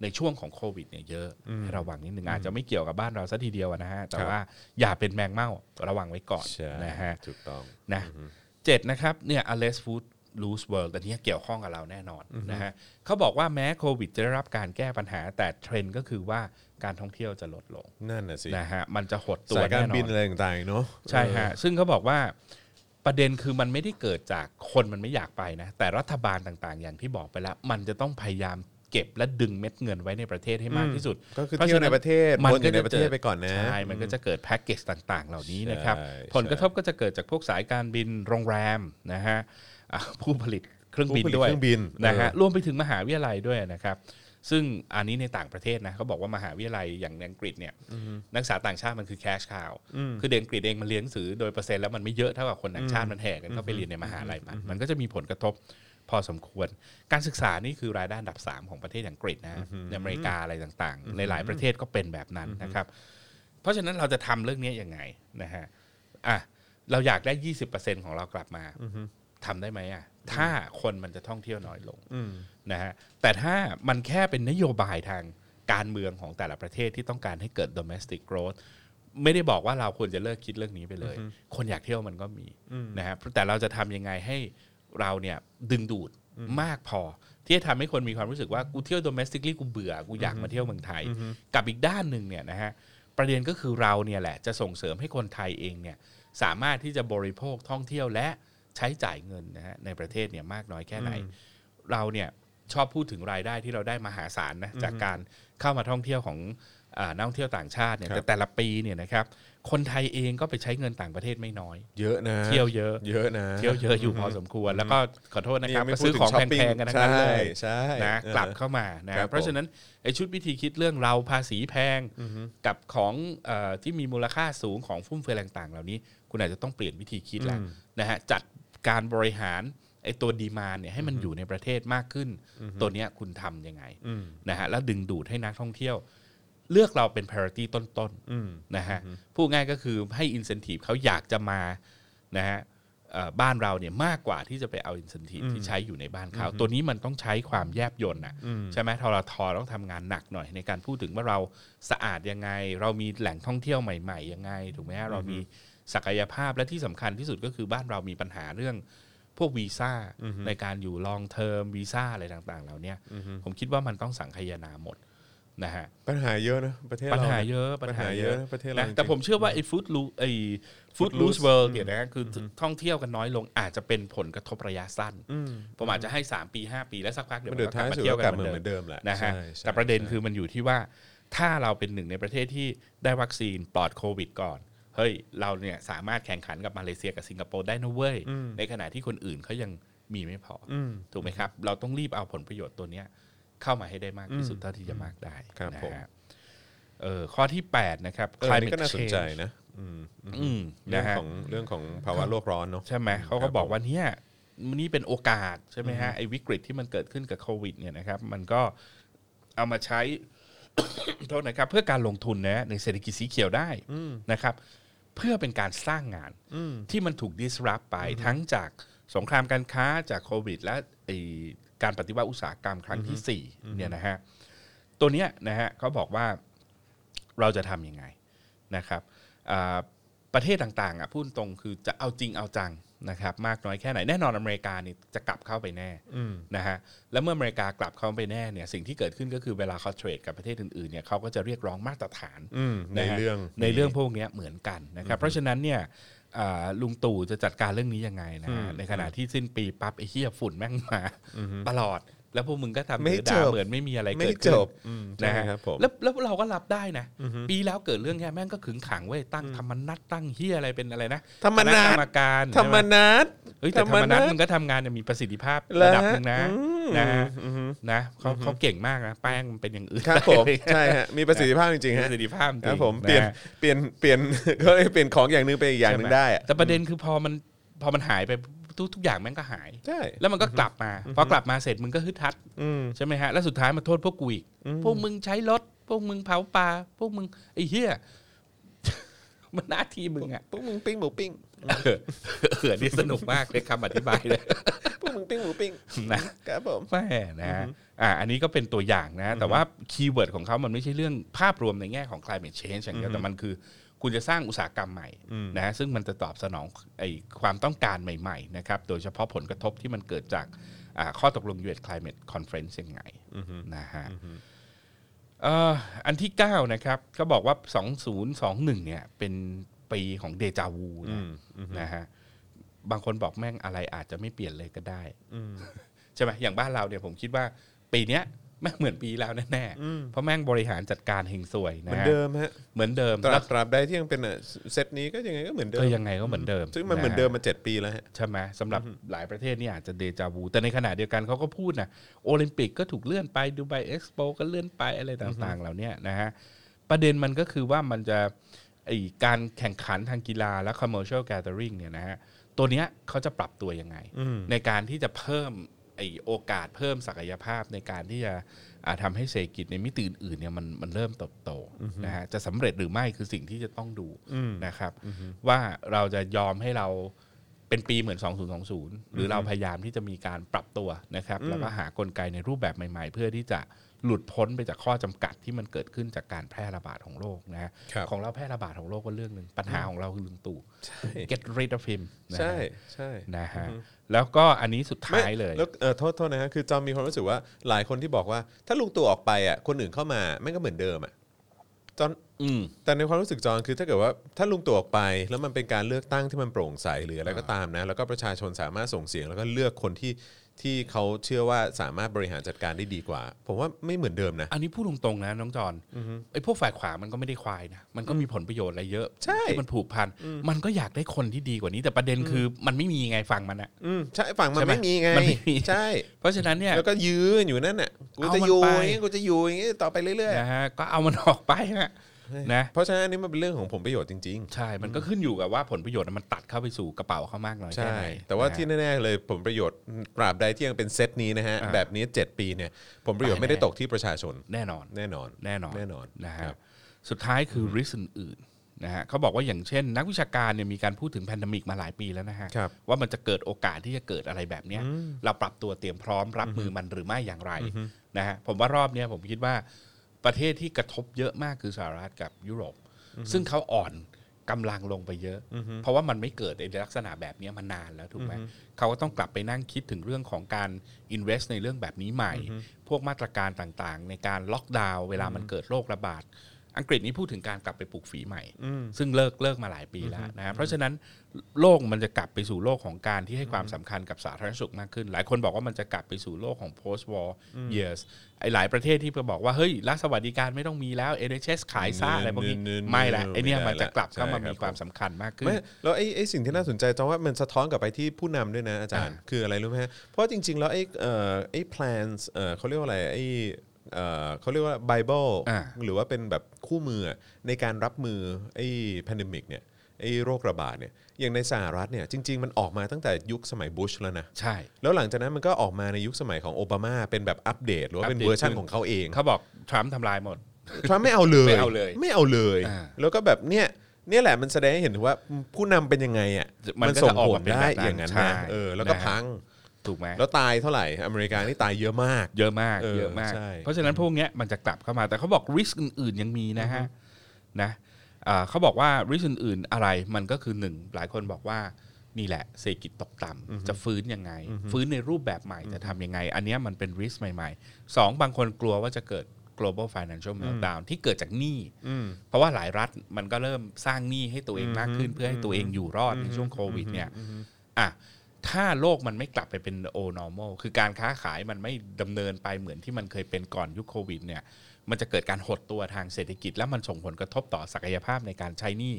[SPEAKER 3] ในช่วงของโควิดเนี่ยเยอะให้ระวังนิดนึงอาจจะไม่เกี่ยวกับบ้านเราซะทีเดียวอะนะฮะแต่
[SPEAKER 2] ครับ
[SPEAKER 3] ว่าอย่าเป็นแมงเม่าระวังไว้ก่อน
[SPEAKER 2] ใช่
[SPEAKER 3] นะฮะ
[SPEAKER 2] ถูกต้อง
[SPEAKER 3] นะเจ็ดนะครับเนี่ย a l e s Food Loose World แต่เนี้ยเกี่ยวข้องกับเราแน่นอนนะฮะเขาบอกว่าแม้โควิดจะได้รับการแก้ปัญหา แต่เทรนด์ก็คือว่าการท่องเที่ยวจะลดลง
[SPEAKER 2] นั่นน่ะสิ
[SPEAKER 3] นะฮะมันจะหดตัว
[SPEAKER 2] สายการ
[SPEAKER 3] แน่นอน
[SPEAKER 2] บินอะไรต่างๆเนอะ
[SPEAKER 3] ใช่ฮะ ซึ่งเขาบอกว่าประเด็นคือมันไม่ได้เกิดจากคนมันไม่อยากไปนะ แต่รัฐบาลต่างๆ อย่างที่บอกไปแล้ว มันจะต้องพยายามเก็บและดึงเม็ดเงินไว้ในประเทศให้มากที่สุด
[SPEAKER 2] ก็คือ
[SPEAKER 3] พา
[SPEAKER 2] เที่ยวในประเทศ
[SPEAKER 3] มั
[SPEAKER 2] วนอยู่ในประเทศไปก่อนนะ
[SPEAKER 3] ใช่ มันก็จะเกิดแพ็กเกจต่างๆ เหล่านี้นะครับ
[SPEAKER 2] ใช่
[SPEAKER 3] ผลกระทบก็จะเกิดจากพวกสายการบินโรงแรมนะฮะอ่ะผู้ผลิตเครื่องบิน
[SPEAKER 2] ผู้ผลิต
[SPEAKER 3] ด้วย
[SPEAKER 2] เครื่องบิน
[SPEAKER 3] นะฮะ
[SPEAKER 2] เออ
[SPEAKER 3] รวมไปถึงมหาวิทยาลัยด้วยนะครับ ซึ่งอันนี้ในต่างประเทศนะเขาบอกว่ามหาวิทยาลัยอย่างในอังกฤษเนี่ยนักศึกษาต่างชาติมันคือแคชคาวคือเด็กอังกฤษเองมันเรียนหนังสือโดยเปอร์เซ็นต์แล้วมันไม่เยอะเท่ากับคนต่างชาติมันแห่กันเข้าไปเรียนในมหาลัยมันมันก็จะมีผลกระทบพอสมควร การศึกษานี่คือรายได้อันดับ 3 ของประเทศอังกฤษนะในอเมริกาอะไรต่างๆ ในหลายประเทศก็เป็นแบบนั้นนะครับ เพราะฉะนั้นเราจะทำเรื่องนี้ยังไงนะฮะอ่ะเราอยากได้ 20%ของเรากลับมาทำได้ไหมอ่ะถ้าคนมันจะท่องเที่ยวน้อยลง นะฮะแต่ถ้ามันแค่เป็นนโยบายทางการเมืองของแต่ละประเทศที่ต้องการให้เกิด domestic growth ไม่ได้บอกว่าเราควรจะเลิกคิดเรื่องนี้ไปเลย คนอยากเที่ยวมันก็มีนะฮะแต่เราจะทำยังไงให้เราเนี่ยดึงดูดมากพอ ที่จะทำให้คนมีความรู้สึกว่ากูเที่ยว domestically กูเบื่อ กูอยากมาเที่ยวเมืองไทย กับอีกด้านหนึ่งเนี่ยนะฮะประเด็นก็คือเราเนี่ยแหละจะส่งเสริมให้คนไทยเองเนี่ยสามารถที่จะบริโภคท่องเที่ยวและใช้จ่ายเงินนะฮะในประเทศเนี่ยมากน้อยแค่ไหน เราเนี่ยชอบพูดถึงรายได้ที่เราได้มหาศาลนะจากการเข้ามาท่องเที่ยวของอ่านักท่องเที่ยวต่างชาติเนี่ย
[SPEAKER 2] ครับ
[SPEAKER 3] แต่แต่ละปีเนี่ยนะครับคนไทยเองก็ไปใช้เงินต่างประเทศไม่น้อย
[SPEAKER 2] เยอะนะ
[SPEAKER 3] เที่ยวเยอะ
[SPEAKER 2] เยอะนะ
[SPEAKER 3] เที่ยวเยอะอยู่พอสมควร แล้วก็ขอโทษนะ
[SPEAKER 2] นี่
[SPEAKER 3] ครับ
[SPEAKER 2] ไม่
[SPEAKER 3] ก็
[SPEAKER 2] พูด
[SPEAKER 3] ซื้อ
[SPEAKER 2] ถึ
[SPEAKER 3] ของ
[SPEAKER 2] ช้อป
[SPEAKER 3] แพ
[SPEAKER 2] ปิ้
[SPEAKER 3] งๆกันทั้งนั้นเลย
[SPEAKER 2] ใช่ใช่
[SPEAKER 3] นะกลับเข้ามานะครับเพราะฉะนั้นไอชุดวิธีคิดเรื่องเราภาษีแพงกับของเออที่มีมูลค่าสูงของฟุ่มเฟือยต่างๆ เหล่านี้ คุณอาจจะต้องเปลี่ยนวิธีคิดแล้วนะฮะจัดการบริหารไอตัวดีมานเนี่ยให้มันอยู่ในประเทศมากขึ้น ตัวเนี้ยคุณทำยังไงนะฮะแล้วดึงดูดให้นักท่องเที่ยว เลือกเราเป็น parity ต้นๆนะฮะพูดง่ายก็คือให้ incentive เขาอยากจะมานะฮะเอ่อบ้านเราเนี่ยมากกว่าที่จะไปเอา incentive ที่ใช้อยู่ในบ้านเขา ตัวนี้มันต้องใช้ความแยบยลนะใช่ไหมทรทต้องทำงานหนักหน่อย ในการพูดถึงว่าเราสะอาดยังไง เรามีแหล่งท่องเที่ยวใหม่ๆยังไงถูกไหมฮะเรามีศักยภาพและที่สำคัญที่สุดก็คือบ้านเรามีปัญหาเรื่อง พวกวีซ่าในการอยู่ลองเทอมวีซ่าอะไรต่างๆ เหล่าเนี้ยผมคิดว่ามันต้องสังคายนาหมด นะฮะ
[SPEAKER 2] ปัญหาเยอะนะประเทศ
[SPEAKER 3] ปัญหา
[SPEAKER 2] เยอะ
[SPEAKER 3] เยอะ
[SPEAKER 2] ปัญหาเยอะนะประเทศเรา
[SPEAKER 3] นะ
[SPEAKER 2] จริงๆ
[SPEAKER 3] แต่ผมเชื่อว่าไอ้ฟู้ดลูไอ้ฟู้ดลู
[SPEAKER 2] Foodloose
[SPEAKER 3] สเวิลด์เนี่ยนะคืออท่องเที่ยวกันน้อยลงอาจจะเป็นผลกระทบระยะสั้นผมอาจจะให้ 3 ปี 5 ปีแล้วสักพักเดี๋ยว
[SPEAKER 2] มันเดือด
[SPEAKER 3] กลั
[SPEAKER 2] ท้าย
[SPEAKER 3] มา
[SPEAKER 2] สุด
[SPEAKER 3] เที่ยว
[SPEAKER 2] ก็
[SPEAKER 3] กั
[SPEAKER 2] กลับ
[SPEAKER 3] นเห
[SPEAKER 2] มา
[SPEAKER 3] มื
[SPEAKER 2] เหมื
[SPEAKER 3] อ
[SPEAKER 2] อน น
[SPEAKER 3] เดิม
[SPEAKER 2] เดิมแหละ
[SPEAKER 3] นะฮะ
[SPEAKER 2] ใช่ใช่
[SPEAKER 3] แต่ประเด็น
[SPEAKER 2] ใช่
[SPEAKER 3] คือมันอยู่ที่ว่าถ้าเราเป็นหนึ่งในประเทศที่ได้วัคซีนปลอดโควิดก่อน เฮ้ย เราเนี่ยสามารถแข่งขันกับมาเลเซียกับสิงคโปร์ได้นะเว้ย ในขณะที่คนอื่นเขายังมีไม่พออถูกไหมครับ เราต้องรีบเอาผลประโยชน์ตัวเนี้ยเข้ามาให้ได้มากที่สุดเท่าที่จะมากได้
[SPEAKER 2] ครับ
[SPEAKER 3] นะ
[SPEAKER 2] ผม
[SPEAKER 3] ฮะ เออข้อที่ 8 นะครับ
[SPEAKER 2] เอออันนี้ก็น่าสนใจ
[SPEAKER 3] change
[SPEAKER 2] นะอืม
[SPEAKER 3] อืม
[SPEAKER 2] เรื่อ
[SPEAKER 3] นะ
[SPEAKER 2] ง
[SPEAKER 3] ฮะ
[SPEAKER 2] ของเรื่องของภาวะโลกร้อนเนาะ
[SPEAKER 3] ใช่ไหมเขา
[SPEAKER 2] ครั
[SPEAKER 3] ก็
[SPEAKER 2] บ
[SPEAKER 3] บอกว่าเนี่ยนี่เป็นโอกาสใช่ไหมฮะไอ้วิกฤตที่มันเกิดขึ้นกับโควิดเนี่ยนะครับ มันก็เอามาใช้ โทษนะครับ เพื่อการลงทุนนะในเศรษฐกิจสีเขียวได้นะครับ เพื่อเป็นการสร้างงานที่มันถูก disrupt ไปทั้งจากสงครามการค้าจากโควิด และไอ้การปฏิวัติอุตสาหกรรมครั้งที่สี่เนี่ยนะฮะตัวเนี้ยนะฮะเขาบอกว่าเราจะทำยังไงนะครับอ่าประเทศต่างๆอ่ะพูดตรงคือจะเอาจริงเอาจังนะครับ มากน้อยแค่ไหนแน่นอนอเมริกานี่จะกลับเข้าไปแน่นะฮะแล้วเมื่ออเมริกากลับเข้าไปแน่เนี่ยสิ่งที่เกิดขึ้นก็คือเวลาเขาเทรดกับประเทศอื่นๆเนี่ยเขาก็จะเรียกร้องมาตรฐาน
[SPEAKER 2] อืมใน
[SPEAKER 3] นะฮะ
[SPEAKER 2] เรื่อง
[SPEAKER 3] ในเรื่องพวกเนี้ยเหมือนกันนะครับ เพราะฉะนั้นเนี่ยอ่าลุงตู่จะจัดการเรื่องนี้ยังไงนะฮะในขณะที่สิ้นปีปั๊บไอ้เหี้ยฝุ่นแม่งมาตลอด แล้วพวกมึงก็ทำ
[SPEAKER 2] ไม่
[SPEAKER 3] เดือ
[SPEAKER 2] จ
[SPEAKER 3] ดา
[SPEAKER 2] บ
[SPEAKER 3] เหมือนไม่มีอะไร
[SPEAKER 2] ไม่จ
[SPEAKER 3] เกิดขึ้น
[SPEAKER 2] บอืม
[SPEAKER 3] นะ
[SPEAKER 2] ใช่
[SPEAKER 3] ฮะ
[SPEAKER 2] ครับผม
[SPEAKER 3] แล้วแล้วเราก็รับได้นะ ปีแล้วเกิดเรื่องแค่แม่งก็ขึงขังเว้ยตั้งธรรมนัตตั้งเฮียอะไรเป็นอะไรนะ
[SPEAKER 2] ธรรมนั
[SPEAKER 3] คณะก
[SPEAKER 2] ต
[SPEAKER 3] รรมการ
[SPEAKER 2] ธรรม
[SPEAKER 3] ใช่ไห
[SPEAKER 2] นัต
[SPEAKER 3] เฮ้ยแต่ธรรมนัตมันก็ทำงานอย่างมีประสิทธิภาพระดับหนึ่งนะ
[SPEAKER 2] เหรอฮะอืม
[SPEAKER 3] นะฮะนะเขาเขาเก่งมากนะแป้งมันเป็นอย่างอื่น
[SPEAKER 2] ครับผม
[SPEAKER 3] ได้
[SPEAKER 2] ใช่ ฮะมีประสิทธิภาพจริงๆ
[SPEAKER 3] มีป
[SPEAKER 2] ฮะ
[SPEAKER 3] ระสิทธิภาพจง
[SPEAKER 2] ครับผม
[SPEAKER 3] นะ
[SPEAKER 2] เปลี่ยน
[SPEAKER 3] ฮะ
[SPEAKER 2] เปลี่ยนเปลี่ยน ก็เลยเปลี่ยนของอย่างหนึงไปอีกอย่างหนึงได้อะ
[SPEAKER 3] ใช่หมแต่ประเด็นคือพอมันพอมันหายไปทุกทุกอย่างแม่งก็หาย
[SPEAKER 2] ใช่
[SPEAKER 3] แล้วมันก็กลับมา พอกลับมาเสร็จมึงก็ฮึดฮัด
[SPEAKER 2] อืม
[SPEAKER 3] ใช่ไหมฮะแล้วสุดท้ายมาโทษพวกกูอีกพวกมึงใช้รถพวกมึงเผาป่าพวกมึงไอ้เหี้ย มันหน้าที่มึงอะ
[SPEAKER 2] พวกมึงปิ้งหมูปิ้ง
[SPEAKER 3] เออเออนี่สนุกมากเลยคำอธิบาย เลย
[SPEAKER 2] พวกมึงปิ้งหมูปิ้ง
[SPEAKER 3] นะ
[SPEAKER 2] ครับผม
[SPEAKER 3] แม่นะฮะอ่า อันนี้ก็เป็นตัวอย่างนะ แต่ว่าคีย์เวิร์ดของเขามันไม่ใช่เรื่องภาพรวมในแง่ของ climate change อย่างเดียว แต่มันคือคุณจะสร้างอุตสาหกรรมใหม่นะฮะซึ่งมันจะตอบสนองไอความต้องการใหม่ๆนะครับ โดยเฉพาะผลกระทบที่มันเกิดจากอ่าข้อตกลง UN Climate Conference ยังไงนะฮะเอ่ออันที่ 9 นะครับ ก็บอกว่า 2021 เนี่ย เป็นปีของเดจาวูนะนะฮะ บางคนบอกแม่งอะไรอาจจะไม่เปลี่ยนเลยก็ได้ ใช่ไหมอย่างบ้านเราเนี่ยผมคิดว่าปีเนี้ยแม่งเหมือนปีแล้วแน่ๆ เพราะแม่งบริหารจัดการเฮงซวย
[SPEAKER 2] เห
[SPEAKER 3] นะ
[SPEAKER 2] มือน
[SPEAKER 3] ฮะ
[SPEAKER 2] เดิมฮะ
[SPEAKER 3] เหมือนเดิม
[SPEAKER 2] ตรา
[SPEAKER 3] แล้
[SPEAKER 2] บ
[SPEAKER 3] ว
[SPEAKER 2] ตราบใดที่ยังเป็นอ่ะเซตนี้ก็ยังไงก็เหมือนเดิม
[SPEAKER 3] ก็ยังไงก็เหมือนเดิม
[SPEAKER 2] ซึ่งมันเหมือนเดิม
[SPEAKER 3] ะฮะ
[SPEAKER 2] มาเจ็ดปีแล้วฮะ
[SPEAKER 3] ใช่ไหมสำหรับหลายประเทศเนี่ยอาจจะเดจาวูแต่ในขณะเดียวกันเขาก็พูดนะโอลิมปิกก็ถูกเลื่อนไปดูไบเอ็กซ์โปก็เลื่อนไปอะไรต่างๆ เหล่าเนี้ยนะฮะประเด็นมันก็คือว่ามันจะไอการแข่งขันทางกีฬาและ commercial gathering เนี่ยนะฮะตัวเนี้ยเขาจะปรับตัวยังไง ในการที่จะเพิ่มไอโอกาสเพิ่มศักยภาพในการที่จะอ่าทำาให้เศรษฐกิจในมิติอื่นๆเนี่ยมันมันเริ่มเติบโตนะฮะจะสำเร็จหรือไม่คือสิ่งที่จะต้องดูนะครับ ว่าเราจะยอมให้เราเป็นปีเหมือน 2020 หรือเราพยายามที่จะมีการปรับตัวนะครับ แล้วก็หากลไกในรูปแบบใหม่ๆ เพื่อที่จะหลุดพ้นไปจากข้อจำกัดที่มันเกิดขึ้นจากการแพร่ระบาดของโรคนะฮะของเราแพร่ระบาดของโรคก็เรื่องหนึ่งปัญหาของเราคือลุงตู่ get rid of him นะฮะ
[SPEAKER 2] ใช่ใช่
[SPEAKER 3] นะฮะแล้วก็อันนี้สุด
[SPEAKER 2] ไม่
[SPEAKER 3] ท้ายเลย
[SPEAKER 2] แล้วเออโทษโทษนะฮะคือจอมมีความรู้สึกว่าหลายคนที่บอกว่า ถ้าลุงตู่ออกไปอ่ะคนอื่นเข้ามาแม่งก็เหมือนเดิมอ่ะจอน
[SPEAKER 3] อืม
[SPEAKER 2] แต่ในความรู้สึกจอนคือถ้าเกิดว่าถ้าลุงตู่ออกไป แล้วมันเป็นการเลือกตั้งที่มันโปร่งใสหรืออะไรก็ตามนะ แล้วก็ประชาชนสามารถส่งเสียง แล้วก็เลือกคนที่ที่เขาเชื่อว่าสามารถบริหารจัดการได้ดีกว่า ผมว่าไม่เหมือนเดิมนะ
[SPEAKER 3] อันนี้พูดตรงๆนะน้องจอนไอ้พวกฝ่ายขวามันก็ไม่ได้ควายนะ มันก็มีผลประโยชน์อะไรเยอะ
[SPEAKER 2] ใช่
[SPEAKER 3] ที่มันผูกพัน มันก็อยากได้คนที่ดีกว่านี้แต่ประเด็นคือมันไม่มีไงฟังมันอะ
[SPEAKER 2] อืมใช่ฝั่งมัน
[SPEAKER 3] ใช่ไหม
[SPEAKER 2] ไม่มีไง
[SPEAKER 3] มันไม่มี
[SPEAKER 2] ใช่
[SPEAKER 3] เพราะฉะนั้นเนี่ย
[SPEAKER 2] แล้วก็ยื้ออยู่นั่นน่ะกู
[SPEAKER 3] เอา
[SPEAKER 2] จะ
[SPEAKER 3] มัน
[SPEAKER 2] อยู่
[SPEAKER 3] ไป
[SPEAKER 2] อย่างงี้กูจะอยู่อย่างงี้ต่อไปเรื่อย
[SPEAKER 3] นะฮะก็เอามันออกไปฮะนะ
[SPEAKER 2] ๆเพราะฉะนั้นอันนี้มันเป็นเรื่องของผลประโยชน์จริง ๆ
[SPEAKER 3] ใช่มันก็ขึ้นอยู่กับว่าผลประโยชน์มันตัดเข้าไปสู่กระเป๋าเขามากน้อยแค่
[SPEAKER 2] ใช่
[SPEAKER 3] ไหน
[SPEAKER 2] แต่ว่า
[SPEAKER 3] ะฮะ
[SPEAKER 2] ที่แน่ๆเลยผลประโยชน์ตราบใดที่ยังเป็นเซตนี้นะฮะ
[SPEAKER 3] อ่า
[SPEAKER 2] แบบนี้ 7 ปีเนี่ยผลประโยชน์ไม่ได้
[SPEAKER 3] ตายแน่
[SPEAKER 2] ตกที่ประชาชน
[SPEAKER 3] แน่นอน
[SPEAKER 2] แน่นอน
[SPEAKER 3] แน่นอน
[SPEAKER 2] แน่นอน
[SPEAKER 3] นะ
[SPEAKER 2] ค
[SPEAKER 3] ฮะ
[SPEAKER 2] รับ
[SPEAKER 3] สุดท้ายคือริสอื่นๆนะฮะเขาบอกว่าอย่างเช่น นักวิชาการเนี่ยมีการพูดถึงแพนดมิกมาหลายปีแล้วนะฮะ
[SPEAKER 2] ครับ
[SPEAKER 3] ว่ามันจะเกิดโอกาสที่จะเกิดอะไรแบบเนี้ยเราปรับตัวเตรียมพร้อมรับมือมันหรือไม่อย่างไรนะฮะผมว่ารอบเนี้ยผมคิดว่าประเทศที่กระทบเยอะมากคือสหรัฐกับยุโรป ซึ่งเขาอ่อน กำลังลงไปเยอะ เพราะว่ามันไม่เกิดในลักษณะแบบเนี้ยมานานแล้วถูกไหมเขาก็ต้องกลับไปนั่งคิดถึงเรื่องของการ invest ในเรื่องแบบนี้ใหม่ พวกมาตรการต่างๆ ในการล็อกดาวน์เวลามันเกิดโรคระบาด อังกฤษนี่พูดถึงการกลับไปปลูกฝีใหม่ ซึ่งเลิกเลิกมาหลายปีแล้วนะเพราะฉะนั้นโลกมันจะกลับไปสู่โลกของการที่ให้ความสำคัญกับสาธารณสุขมากขึ้น หลายคนบอกว่ามันจะกลับไปสู่โลกของ post war years ไอหลายประเทศที่บอกว่าเฮ้ยรัฐสวัสดิการไม่ต้องมีแล้ว NHS ขายซ่าอะไรพวกนี้
[SPEAKER 2] เนื้อๆ
[SPEAKER 3] ไม่ละ
[SPEAKER 2] เนื้อๆ
[SPEAKER 3] ไอเนี่ย
[SPEAKER 2] ไม่ได้
[SPEAKER 3] มันจะกลับ
[SPEAKER 2] ละ
[SPEAKER 3] เข้ามา
[SPEAKER 2] ใช่ครับ
[SPEAKER 3] มีความสำคัญมากขึ้น
[SPEAKER 2] ไม่แล้วไอ้ไอ้สิ่งที่น่าสนใจจังว่ามันสะท้อนกลับไปที่ผู้นำด้วยนะอาจารย์ คืออะไรรู้ไหมฮะเพราะจริง ๆ แล้วไอ้เอ่อไอ้ plans เอ่อเขาเรียกว่าอะไรไอ้เอ่อเขาเรียกว่า bible
[SPEAKER 3] อ่า
[SPEAKER 2] หรือว่าเป็นแบบคู่มือในการรับมือไอ้ pandemic เนี่ยไอ้โรคระบาดเนี่ยอย่างในสหรัฐเนี่ยจริง ๆ มันออกมาตั้งแต่ยุคสมัยบุชแล้วนะ
[SPEAKER 3] ใช่
[SPEAKER 2] แล้วหลังจากนั้นมันก็ออกมาในยุคสมัยของโอบามาเป็นแบบอัปเดต หรือว่าเป็น
[SPEAKER 3] อัปเดต
[SPEAKER 2] เวอร์ชัน
[SPEAKER 3] ขึ้น
[SPEAKER 2] ของเขาเอง
[SPEAKER 3] เขาบอกทรัมป์ทำลายหมด
[SPEAKER 2] ทรัมป์ไม่เอาเลย
[SPEAKER 3] ไม่เอาเลย
[SPEAKER 2] ไม่เอาเลย
[SPEAKER 3] อ่า
[SPEAKER 2] แล้วก็แบบเนี่ยเนี่ยแหละมันแสดงให้เห็นถึงว่าผู้นำเป็นยังไงอ่ะ
[SPEAKER 3] มันก็
[SPEAKER 2] ส่ง
[SPEAKER 3] จะออก
[SPEAKER 2] ผ
[SPEAKER 3] มา
[SPEAKER 2] ล
[SPEAKER 3] เป็น
[SPEAKER 2] ได้อ
[SPEAKER 3] แบบนั้น
[SPEAKER 2] ย่างนั้น
[SPEAKER 3] ใช่
[SPEAKER 2] นะเออแล้วก็
[SPEAKER 3] นะฮะ
[SPEAKER 2] พัง
[SPEAKER 3] ถูกไหม
[SPEAKER 2] แล้วตายเท่าไหร่อเมริกานี่ตายเยอะมาก
[SPEAKER 3] เยอะมาก
[SPEAKER 2] เออ
[SPEAKER 3] เยอะมาก
[SPEAKER 2] ใช่
[SPEAKER 3] เพราะฉะนั้นพวกเนี้ยมันจะกลับเข้ามาแต่เขาบอก risk อื่นๆยังมีนะฮะนะอ่าเขาบอกว่า risk อื่นๆอะไรมันก็คือหนึ่งหลายคนบอกว่านี่แหละเศรษฐกิจตกต่ำจะฟื้นยังไง ฟื้นในรูปแบบใหม่จะทำยังไง อันเนี้ยมันเป็น risk ใหม่ๆสองบางคนกลัวว่าจะเกิด global financial meltdown ที่เกิดจากหนี้ เพราะว่าหลายรัฐมันก็เริ่มสร้างหนี้ให้ตัวเองมากขึ้น เพื่อให้ตัวเองอยู่รอดในช่วงโควิดเนี่ยอ่ะ ถ้าโลกมันไม่กลับไปเป็น o normal คือการค้าขายมันไม่ดำเนินไปเหมือนที่มันเคยเป็นก่อนยุคโควิดเนี่ย มันจะเกิดการหดตัวทางเศรษฐกิจ แล้วมันส่งผลกระทบต่อศักยภาพในการใช้หนี้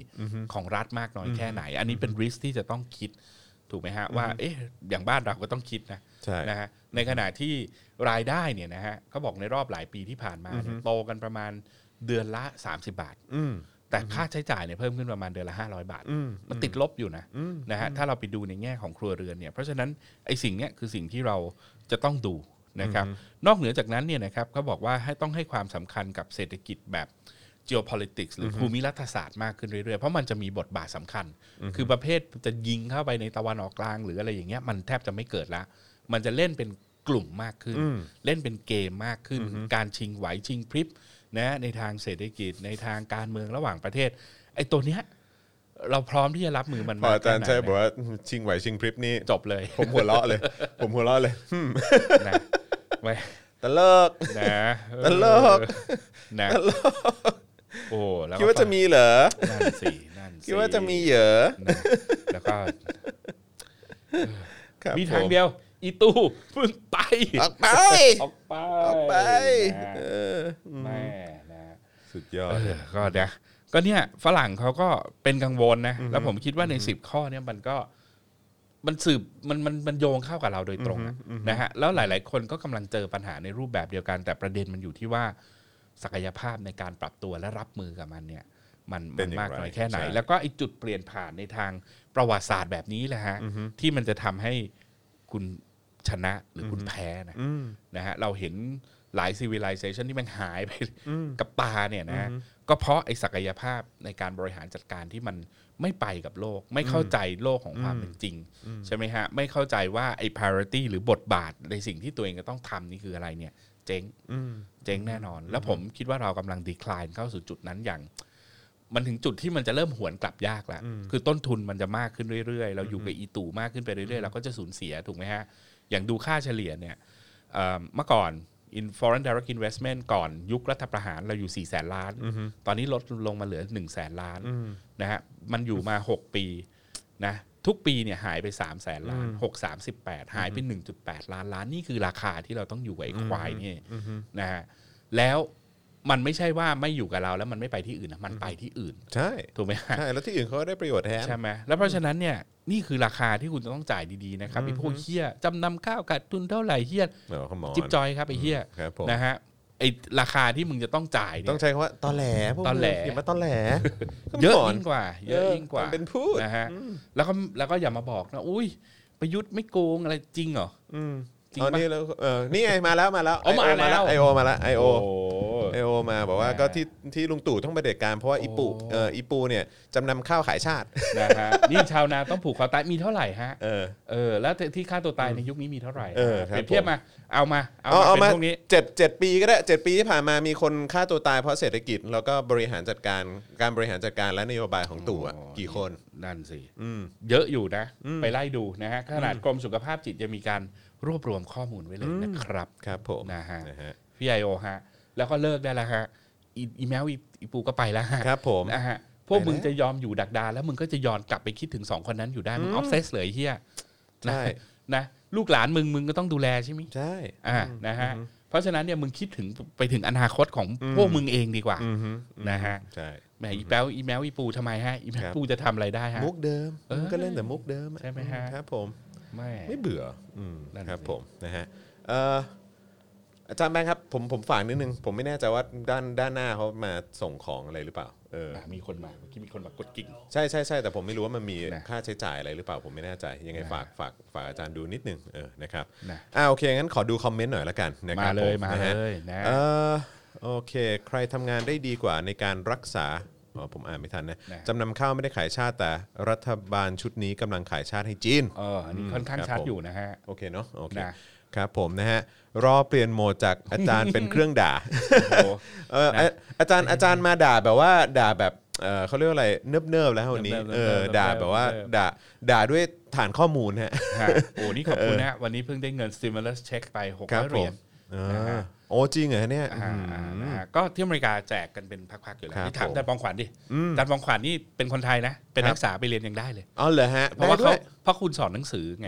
[SPEAKER 3] ของรัฐมากน้อยแค่ไหน อันนี้เป็นริสที่จะต้องคิดถูกไหมฮะ ว่า เอ๊ะ อย่างบ้านเราก็ต้องคิดนะ
[SPEAKER 2] ใช่
[SPEAKER 3] นะฮะในขณะที่รายได้เนี่ยนะฮะเขาบอกในรอบหลายปีที่ผ่านมาเนี่ยโตกันประมาณเดือนละ 30 บาท
[SPEAKER 2] อืม
[SPEAKER 3] แต่ค่าใช้จ่ายเนี่ยเพิ่มขึ้นประมาณเดือนละ 500 บาท
[SPEAKER 2] อืม
[SPEAKER 3] มันติดลบอยู่นะนะฮะถ้าเราไปดูในแง่ของครัวเรือนเนี่ยเพราะฉะนั้นไอ้สิ่งเนี้ยคือสิ่งที่เราจะต้องดูนะครับนอกเหนือจากนั้นเนี่ยนะครับเขาบอกว่าให้ต้องให้ความสำคัญกับเศรษฐกิจแบบ geopolitics หรืออภูมิรัฐศาสตร์มากขึ้นเรื่อยๆ เพราะมันจะมีบทบาทสำคัญ คือประเภทจะยิงเข้าไปในตะวันออกกลาง หรืออะไรอย่างเงี้ยมันแทบจะไม่เกิดละ มันจะเล่นเป็นกลุ่มมากขึ้น เล่นเป็นเกมมากขึ้น การชิงไหวชิงพริบนะในทางเศรษฐกิจในทางการเมืองระหว่างประเทศไอ้ตัวเนี้ยเราพร้อมที่จะรับมือมัน
[SPEAKER 2] พอ
[SPEAKER 3] มาก
[SPEAKER 2] อาจารย์
[SPEAKER 3] แค่
[SPEAKER 2] ใช่
[SPEAKER 3] ไหน
[SPEAKER 2] บอกว่าชิงไหวชิงพริบนี่
[SPEAKER 3] จบเลย
[SPEAKER 2] ผมหัวเราะ เลย ผมหัวเราะเลย
[SPEAKER 3] นะไว้
[SPEAKER 2] แต่เลิก
[SPEAKER 3] นะ
[SPEAKER 2] ตลก
[SPEAKER 3] นะโอ้แล้วก็
[SPEAKER 2] คิดว่าจะมีเหรอ
[SPEAKER 3] นั่นสินั่นสิ
[SPEAKER 2] คิดว่าจะมีเหรอ
[SPEAKER 3] นะแล้วก็
[SPEAKER 2] ครับ
[SPEAKER 3] มีทาง
[SPEAKER 2] ผม
[SPEAKER 3] เดียว อีตู้มึงไป
[SPEAKER 2] ออกไป
[SPEAKER 3] ออกไป
[SPEAKER 2] ออกไป
[SPEAKER 3] นะ
[SPEAKER 2] เออ
[SPEAKER 3] แม่นะ
[SPEAKER 2] สุดยอ
[SPEAKER 3] เอ
[SPEAKER 2] ด
[SPEAKER 3] อก็นะก็เนี่ยฝรั่งเขาก็เป็นกังวลนะ แล้วผมคิดว่าในสิบข้อเนี่ยมันก็มันสืบมันมันมันโยงเข้ากับเราโดยตรงอะนะฮะแล้วหลาย ๆ คนก็กำลังเจอปัญหาในรูปแบบเดียวกัน แต่ประเด็นมันอยู่ที่ว่าศักยภาพในการปรับตัวและรับมือกับมันเนี่ย มัน
[SPEAKER 2] เป็
[SPEAKER 3] มัน
[SPEAKER 2] อ
[SPEAKER 3] น
[SPEAKER 2] ย่าง
[SPEAKER 3] มาก
[SPEAKER 2] ไร
[SPEAKER 3] น้อยแค่ไหน
[SPEAKER 2] ใช่
[SPEAKER 3] แล้วก็ไอ้จุดเปลี่ยนผ่านในทางประวัติศาสตร์แบบนี้แหละฮะที่มันจะทำให้คุณชนะหรืออคุณแพ้นะนะฮะเราเห็นหลายซีวิลิเซชันที่มันหายไปกับตาเนี่ยนะฮะก็เพราะไอ้ศักยภาพในการบริหารจัดการที่มันไม่ไปกับโลก ไม่เข้าใจโลกของความเป็นจริง ใช่ไหมฮะ ไม่เข้าใจว่าไอ้ parity หรือบทบาทในสิ่งที่ตัวเองจะต้องทำนี่คืออะไรเนี่ย เจ๊งเจ๊งแน่นอน แล้วผมคิดว่าเรากำลังดีคลายเข้าสู่จุดนั้นอย่าง มันถึงจุดที่มันจะเริ่มหวนกลับยากแล้ว คือต้นทุนมันจะมากขึ้นเรื่อยๆ เราอยู่กับอีตู่มากขึ้นไปเรื่อยๆ เราก็จะสูญเสียถูกไหมฮะ อย่างดูค่าเฉลี่ยเนี่ยเอ่อเมื่อก่อน in foreign direct investment ก่อนยุครัฐประหารเราอยู่4ี่แสนล้าน ตอนนี้ลดลงมาเหลือ1นึ่งแสนล้านนะฮะ มันอยู่มา 6 ปีนะทุกปีเนี่ยหายไป3ามแสนล้าน6 3 8 หายไป 1.8 ล้านล้าน นี่คือราคาที่เราต้องอยู่กับไอ้ควายนี่นะฮะแล้วมันไม่ใช่ว่าไม่อยู่กับเราแล้วมันไม่ไปที่อื่นนะมันไปที่อื่น
[SPEAKER 2] ใช่
[SPEAKER 3] ถูกไหมฮะ
[SPEAKER 2] ใช่แล้วที่อื่นเขาก็ได้ประโยชน์แทน
[SPEAKER 3] ใช่ไหมแล้วเพราะฉะนั้นเนี่ยนี่คือราคาที่คุณจะต้องจ่ายดีๆนะครับไอ้พวกเฮียจำนำข้าวขาดทุนเท่าไหร่เฮีย
[SPEAKER 2] เออ come on
[SPEAKER 3] จิ๊บจอยครับไอ้เฮีย
[SPEAKER 2] ครับผม
[SPEAKER 3] นะฮะไอ้ราคาที่มึงจะต้องจ่ายเนี่ย
[SPEAKER 2] ต้องใช้คำว่าตอแหลพวก
[SPEAKER 3] ตอแหล
[SPEAKER 2] มึงอย่ามาตอแหล
[SPEAKER 3] เยอะ
[SPEAKER 2] Come on
[SPEAKER 3] ยิ่งกว่า เยอะ
[SPEAKER 2] เออ
[SPEAKER 3] ยิ่งกว่า
[SPEAKER 2] มันเป็นพูด
[SPEAKER 3] นะฮะแล้วก็แล้วก็อย่ามาบอกนะอุ้ยประยุทธ์ไม่โกงอะไรจริงเหรอ
[SPEAKER 2] อืม
[SPEAKER 3] จริง
[SPEAKER 2] อ๋อ
[SPEAKER 3] ปะ
[SPEAKER 2] นี่แล้วเออนี่ไงมาแล้วมาแล้ว
[SPEAKER 3] อ๋อมาแล้ว
[SPEAKER 2] ไอโอมาแล้วไอโอ
[SPEAKER 3] โอ้
[SPEAKER 2] เอโอมาบอกว่าก็ที่ที่ลุงตู่ต้องไปเผด็จการเพราะว่าอีปู
[SPEAKER 3] โอ้
[SPEAKER 2] เอ่ออีปูเนี่ยจำนำข้าวขายชาติ
[SPEAKER 3] นะฮะนี่ชาวนาต้องผูกคอตายมีเท่าไหร่ฮะ
[SPEAKER 2] เออ
[SPEAKER 3] เออแล้วที่ค่าตัวตายในยุคนี้มีเท่าไหร่
[SPEAKER 2] เออครับ
[SPEAKER 3] เปรียบเทียบมาเอามาเอา
[SPEAKER 2] เอา
[SPEAKER 3] มา
[SPEAKER 2] เอา
[SPEAKER 3] เป็
[SPEAKER 2] มาน
[SPEAKER 3] พวกนี้
[SPEAKER 2] เจ็ดเจ็ดปีก็ได้เจ็ดปีที่ผ่านมามีคนฆ่าตัวตายเพราะเศรษฐกิจ แล้วก็บริหารจัดการการบริหารจัดการและนโยบายของตู่อะ
[SPEAKER 3] อ๋อ
[SPEAKER 2] กี่คน
[SPEAKER 3] นั่นสิ
[SPEAKER 2] อืม
[SPEAKER 3] เยอะอยู่นะ ไปไล่ดูนะฮะขนาดกรมสุขภาพจิตจะมีการรวบรวมข้อมูลไว้เลยนะครับ
[SPEAKER 2] ครับผม
[SPEAKER 3] นะฮะ
[SPEAKER 2] นะฮะ
[SPEAKER 3] พี่ไอโอฮะ แล้วก็เลิกได้แล้วฮะอีอีแมวอีอีปูก็ไปแล้วฮะ
[SPEAKER 2] ครับผม
[SPEAKER 3] นะฮะพวก
[SPEAKER 2] ไปแล้ว
[SPEAKER 3] มึงจะยอมอยู่ดักดานแล้วมึงก็จะย้อนกลับไปคิดถึงสองคนนั้นอยู่ได้มึงออฟเซสเลยไอ้เฮีย
[SPEAKER 2] ใช่
[SPEAKER 3] นะนะลูกหลานมึงมึงก็ต้องดูแลใช่ไหมย
[SPEAKER 2] ใช่
[SPEAKER 3] อ่านะฮะเพราะฉะนั้นเนี่ยมึงคิดถึงไปถึงอนาคตของ
[SPEAKER 2] อืม
[SPEAKER 3] พวกมึงเองดีกว่า
[SPEAKER 2] อือฮึอือฮึ
[SPEAKER 3] นะฮะ
[SPEAKER 2] ใช่
[SPEAKER 3] แหมอีแป๊วอีแมวอีปูทำไมฮะอีแมว
[SPEAKER 2] ครับ
[SPEAKER 3] ปูจะทำอะไรได้ฮะ
[SPEAKER 2] มุกเดิม
[SPEAKER 3] เออ
[SPEAKER 2] มันก็เล่นแต่มุกเดิมอ
[SPEAKER 3] ใช่ไหมฮะ
[SPEAKER 2] ครับผม
[SPEAKER 3] แม่
[SPEAKER 2] ไม่เบื่ออืม
[SPEAKER 3] นั่น
[SPEAKER 2] ครับ
[SPEAKER 3] สิ
[SPEAKER 2] ผมนะฮะเอ่ออาจารย์แบงค์ครับผมผมฝากนิดนึง ผมไม่แน่ใจว่าด้านด้านหน้าเขามาส่งของอะไรหรือเปล่าเออ
[SPEAKER 3] อ่ะมีคนมาเมื่อกี้มีคนมากดกิ่ง
[SPEAKER 2] ใช่ใช่ใช่แต่ผมไม่รู้ว่ามันมี
[SPEAKER 3] นะ
[SPEAKER 2] ค่าใช้จ่ายอะไรหรือเปล่าผมไม่แน่ใจยังไง
[SPEAKER 3] นะ
[SPEAKER 2] ฝากฝากฝากอาจารย์ดูนิดนึงเออนะครับ
[SPEAKER 3] นะ
[SPEAKER 2] อ่าโอเคงั้นขอดูคอมเมนต์หน่อยละกันนะค
[SPEAKER 3] มา
[SPEAKER 2] รับ
[SPEAKER 3] เลย
[SPEAKER 2] ผ
[SPEAKER 3] มา
[SPEAKER 2] นะ
[SPEAKER 3] เล
[SPEAKER 2] ฮะ
[SPEAKER 3] ยนะ
[SPEAKER 2] เออโอเคใครทำงานได้ดีกว่าในการรักษาอ๋อผมอ่านไม่ทันนะ
[SPEAKER 3] นะ
[SPEAKER 2] จำนำข้าวไม่ได้ขายชาติแต่รัฐบาลชุดนี้กำลังขายชาติให้จีน
[SPEAKER 3] เอออันนี้ค่อนข้าง
[SPEAKER 2] ครับผ
[SPEAKER 3] ชัด
[SPEAKER 2] ม
[SPEAKER 3] อยู่นะฮะ
[SPEAKER 2] โอเคเนาะโอเค
[SPEAKER 3] นะ
[SPEAKER 2] ครับผมนะฮะรอเปลี่ยนโหมดจากอาจารย์ เป็นเครื่องด่า
[SPEAKER 3] โอ้โห
[SPEAKER 2] เอออาอาจารย์อาจารย์มาด่าแบบว่าด่าแบบเออเขาเรียกว่าอะไรเนิบเนิบๆแล้วฮะวันนี้
[SPEAKER 3] เนิบๆ
[SPEAKER 2] เออ
[SPEAKER 3] เนิบๆ
[SPEAKER 2] ด่าแบบว่า
[SPEAKER 3] เนิบๆ
[SPEAKER 2] ด่าด่าด้วยฐานข้อมูลฮะ
[SPEAKER 3] ฮะโอ้นี่ขอบคุณนะ วันนี้เพิ่งได้เงิน stimulus check ไป6ก
[SPEAKER 2] ครั
[SPEAKER 3] ร้
[SPEAKER 2] บ
[SPEAKER 3] อยเห
[SPEAKER 2] ผ
[SPEAKER 3] รีย
[SPEAKER 2] ม
[SPEAKER 3] ญ
[SPEAKER 2] อ่า
[SPEAKER 3] นะฮะ
[SPEAKER 2] โอ้จริงเหรอเนี่ย
[SPEAKER 3] อ่านะฮะก็ที่อเมริกาแจกกันเป็นพักๆอยู่แล้
[SPEAKER 2] ครั
[SPEAKER 3] ว
[SPEAKER 2] บ
[SPEAKER 3] ที่ถา
[SPEAKER 2] ผ
[SPEAKER 3] ม
[SPEAKER 2] ม
[SPEAKER 3] อาจารย์ปองขวัญดิอาจารย์ปองขวัญนี่เป็นคนไทยนะ เป็น
[SPEAKER 2] ครับ
[SPEAKER 3] นักศึกษาไปเรียนยังได้เลย
[SPEAKER 2] อ๋อเหรอฮะ
[SPEAKER 3] เพราะว่า
[SPEAKER 2] ได้ด้
[SPEAKER 3] เขา
[SPEAKER 2] ย
[SPEAKER 3] เพราะคุณสอนหนังสือไง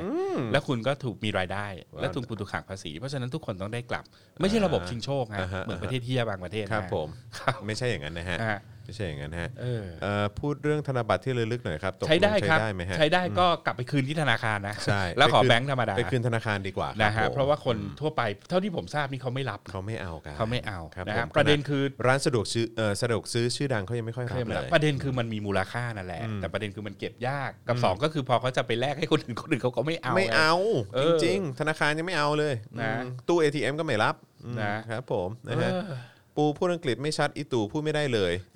[SPEAKER 3] แล้วคุณก็ถูกมีรายได้
[SPEAKER 2] ว้าว
[SPEAKER 3] และถูกคุณถูกหักภาษี เพราะฉะนั้นทุกคนต้องได้กลับ ไม่ใช่ระบบชิงโชคฮะ
[SPEAKER 2] อ่าฮะ
[SPEAKER 3] เหมือนประเทศเฮียบางประเทศ
[SPEAKER 2] ครับ
[SPEAKER 3] นะ
[SPEAKER 2] ผม
[SPEAKER 3] ครับ
[SPEAKER 2] ไม่ใช่อย่างนั้นนะฮะ
[SPEAKER 3] อ่า
[SPEAKER 2] ไม่ใช่อย่างนั้นฮะ
[SPEAKER 3] เออ
[SPEAKER 2] เอ่อพูดเรื่องธนบัตรที่ระลึกหน่อยครับตกลง
[SPEAKER 3] ใช้ได้ครับ
[SPEAKER 2] ใช้ได้ไหมฮะ
[SPEAKER 3] ใช้ได้ก็กลับไปคืนที่ธนาคารนะ
[SPEAKER 2] ใช่
[SPEAKER 3] แล้วขอ
[SPEAKER 2] ไปคืน
[SPEAKER 3] แบงค์ธรรมดา
[SPEAKER 2] ไปคืนธนาคารดีกว่า
[SPEAKER 3] นะ
[SPEAKER 2] ค
[SPEAKER 3] ฮะ
[SPEAKER 2] บผม
[SPEAKER 3] เพราะว่าคนทั่วไปเท่าที่ผมทราบนี่เขาไม่รับนะ
[SPEAKER 2] เขาไม่เอากัน
[SPEAKER 3] เขาไม่เอา
[SPEAKER 2] ครับ
[SPEAKER 3] นะ
[SPEAKER 2] ผ
[SPEAKER 3] ฮะ
[SPEAKER 2] ม
[SPEAKER 3] ประเด็นคือ
[SPEAKER 2] ร้านสะดวกซื้อเอ่อสะดวกซื้อชื่อดังเขายังไม่ค่อยรับเลย
[SPEAKER 3] ประเด็นคือมันมีมูลค่านั่นแหละ แต่ประเด็นคือมันเก็บยากกับสองก็คือพอเขาจะไปแลกให้คนอื่นคนอื่นเขาก็ไม่เอา
[SPEAKER 2] ไม่เอา
[SPEAKER 3] เอ
[SPEAKER 2] จ
[SPEAKER 3] อ
[SPEAKER 2] ริงๆ ธนาคารยังไม่เอาเลย
[SPEAKER 3] นะ
[SPEAKER 2] อืมตู้ ATM ก็ไม่รับอืม
[SPEAKER 3] นะ
[SPEAKER 2] ครับผม
[SPEAKER 3] เอ
[SPEAKER 2] นะ
[SPEAKER 3] อ
[SPEAKER 2] ฮะปูพูดอังกฤษไม่ชัดอีตู่พูดไม่ได้เลย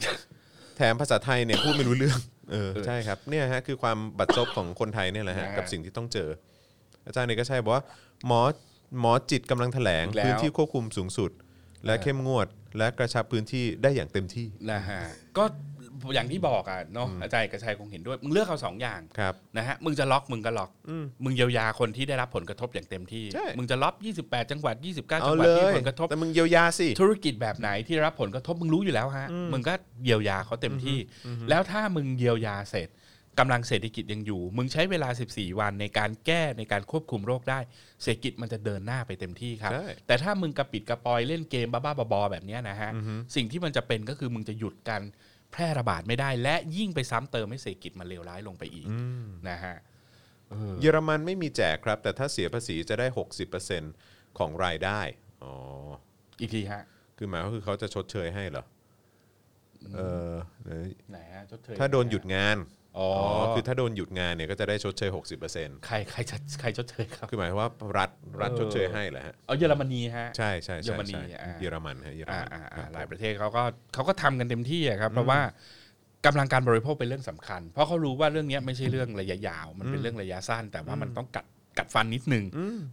[SPEAKER 2] แถมภาษาไทยเนี่ยพูดไม่รู้เรื่อง เออใช่ครับเนี่ยฮะคือความบัดซบของคนไทยเนี่ยแหละฮะ
[SPEAKER 3] นะฮะ
[SPEAKER 2] กับสิ่งที่ต้องเจอ อาจารย์เอกชัยบอกว่าหมอหมอจิตกำลังแถลง
[SPEAKER 3] อีกแล้ว
[SPEAKER 2] พื้นที่ควบคุมสูงสุด และเข้มงวด และกระชับพื้นที่ได้อย่างเต็มที่
[SPEAKER 3] นะฮะก็อย่างที่บอกอ่ะเนาะอาจารย์เอกระชัยคงเห็นด้วย มึงเลือกเอาสองอย่าง
[SPEAKER 2] ครับ
[SPEAKER 3] นะฮะมึงจะล็อกมึงก็ล็อกมึงเยียวยาคนที่ได้รับผลกระทบอย่างเต็มที่
[SPEAKER 2] ใช่
[SPEAKER 3] มึงจะล็อก 28 จังหวัด 29
[SPEAKER 2] เอา
[SPEAKER 3] จังหวัด
[SPEAKER 2] เล
[SPEAKER 3] ที่
[SPEAKER 2] ย
[SPEAKER 3] ผลกระทบ
[SPEAKER 2] แต่มึงเยียวยาสิ
[SPEAKER 3] ธุรกิจแบบไหนที่รับผลกระทบมึงรู้อยู่แล้วฮะ มึงก็เยียวยาเขาเต็มที่ แล้วถ้ามึงเยียวยาเสร็จกำลังเศรษฐกิจยังอยู่ มึงใช้เวลา 14 วันในการแก้ในการควบคุมโรคได้ เศรษฐกิจมันจะเดินหน้าไปเต็มที่ครับ
[SPEAKER 2] ใช่
[SPEAKER 3] แต่ถ้ามึงกระปิดกระปอยเล่นเกมบ้าๆบอๆแบบเนี้ยนะฮะ สิ่งที่มันจะเป็นก็คือมึงจะหยุดการแพร่ระบาดไม่ได้ และยิ่งไปซ้ำเติมให้เศรษฐกิจมันเลวร้ายลงไปอีกนะฮะ
[SPEAKER 2] เยอรมันไม่มีแจกครับ แต่ถ้าเสียภาษีจะได้ 60%ของรายได้อ๋อ
[SPEAKER 3] อีกทีฮะ
[SPEAKER 2] คือหมายก็คือเขาจะชดเชยให้เหรออเออเดี๋ยว
[SPEAKER 3] ไหนฮะชดเชย
[SPEAKER 2] ถ้าโดนหยุดงาน
[SPEAKER 3] อ๋อ
[SPEAKER 2] คือถ้าโดนหยุดงานเนี่ยก็จะได้ชดเชย 60%
[SPEAKER 3] ใครใครจะใครชดเชยครับ
[SPEAKER 2] คือหมายความว่ารัฐรัฐ
[SPEAKER 3] เออ
[SPEAKER 2] ชดเชยให้เหรอฮะ
[SPEAKER 3] เอาเยอรมนีฮะ
[SPEAKER 2] ใช่ใช่
[SPEAKER 3] เย
[SPEAKER 2] ใช่
[SPEAKER 3] อรมนี
[SPEAKER 2] ใช่
[SPEAKER 3] อ่า
[SPEAKER 2] เยอรมันฮะเยอร
[SPEAKER 3] อ่า
[SPEAKER 2] มัน
[SPEAKER 3] อ่า
[SPEAKER 2] ครั
[SPEAKER 3] อ่า
[SPEAKER 2] บ
[SPEAKER 3] หลายประเทศเขาก็เขาก็ทำกันเต็มที่อะครับเพราะว่ากำลังการบริโภคเป็นเรื่องสำคัญ เพราะเขารู้ว่าเรื่องเนี้ยไม่ใช่เรื่องระยะยาว มันเป็นเรื่องระยะสั้น แต่ว่ามันต้องกัดกัดฟันนิดนึง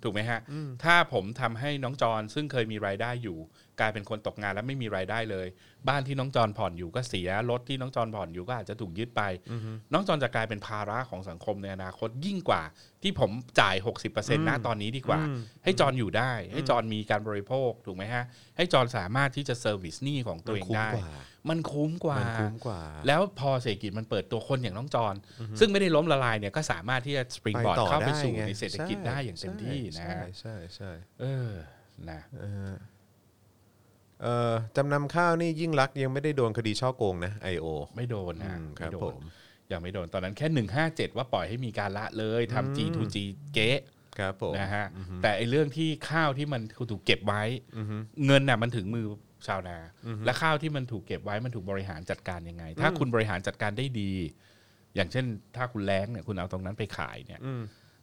[SPEAKER 3] ถูกไหมฮะ ถ้าผมทำให้น้องจอนซึ่งเคยมีรายได้อยู่ กลายเป็นคนตกงานและไม่มีรายได้เลย บ้านที่น้องจอนผ่อนอยู่ก็เสียรถที่น้องจอนผ่อนอยู่ก็อาจจะถูกยึดไป น้องจอนจะกลายเป็นภาระของสังคมในอนาคตยิ่งกว่า ที่ผมจ่าย 60%นะตอนนี้ดีกว่า ให้จอนอยู่ได้ ให้จอนมีการบริโภคถูกไหมฮะ ให้จอนสามารถที่จะเซอร์วิสหนี้ของตัวเองได้ มันคุ้มกว่า
[SPEAKER 2] มันคุ้มกว่า
[SPEAKER 3] แล้วพอเศรษฐกิจมันเปิดตัวคนอย่างน้องจอน ซึ่งไม่ได้ล้มละลายเนี่ยก็สามารถที่จะสปริงบอร์ด
[SPEAKER 2] ต่อ
[SPEAKER 3] เข้าไป
[SPEAKER 2] ด้
[SPEAKER 3] สู่
[SPEAKER 2] ง
[SPEAKER 3] ในเศรษฐกิจได้อย่างเต็มที่นะ
[SPEAKER 2] ใช่
[SPEAKER 3] ฮะ
[SPEAKER 2] ใช่ใช่
[SPEAKER 3] เออนะ
[SPEAKER 2] เออเอ่อจำนำข้าวนี่ยิ่งรักษณ์ยังไม่ได้โดนคดีช่อโกงนะ I.O.
[SPEAKER 3] ไม่โดน
[SPEAKER 2] อื
[SPEAKER 3] นะ
[SPEAKER 2] มครับ
[SPEAKER 3] ไโดน
[SPEAKER 2] ผม
[SPEAKER 3] ยังไม่โดนตอนนั้นแค่ 157 ว่าปล่อยให้มีการละเลยทำ G2G เก๊
[SPEAKER 2] ครับผม
[SPEAKER 3] นะฮะแต่ไอเรื่องที่ข้าวที่มันถูกเก็บไว้ เงินน่ะมันถึงมือชาวนา และข้าวที่มันถูกเก็บไว้มันถูกบริหารจัดการยังไง ถ้าคุณบริหารจัดการได้ดี อย่างเช่น ถ้าคุณแล้งเนี่ยคุณเอาตรงนั้นไปขายเนี่ย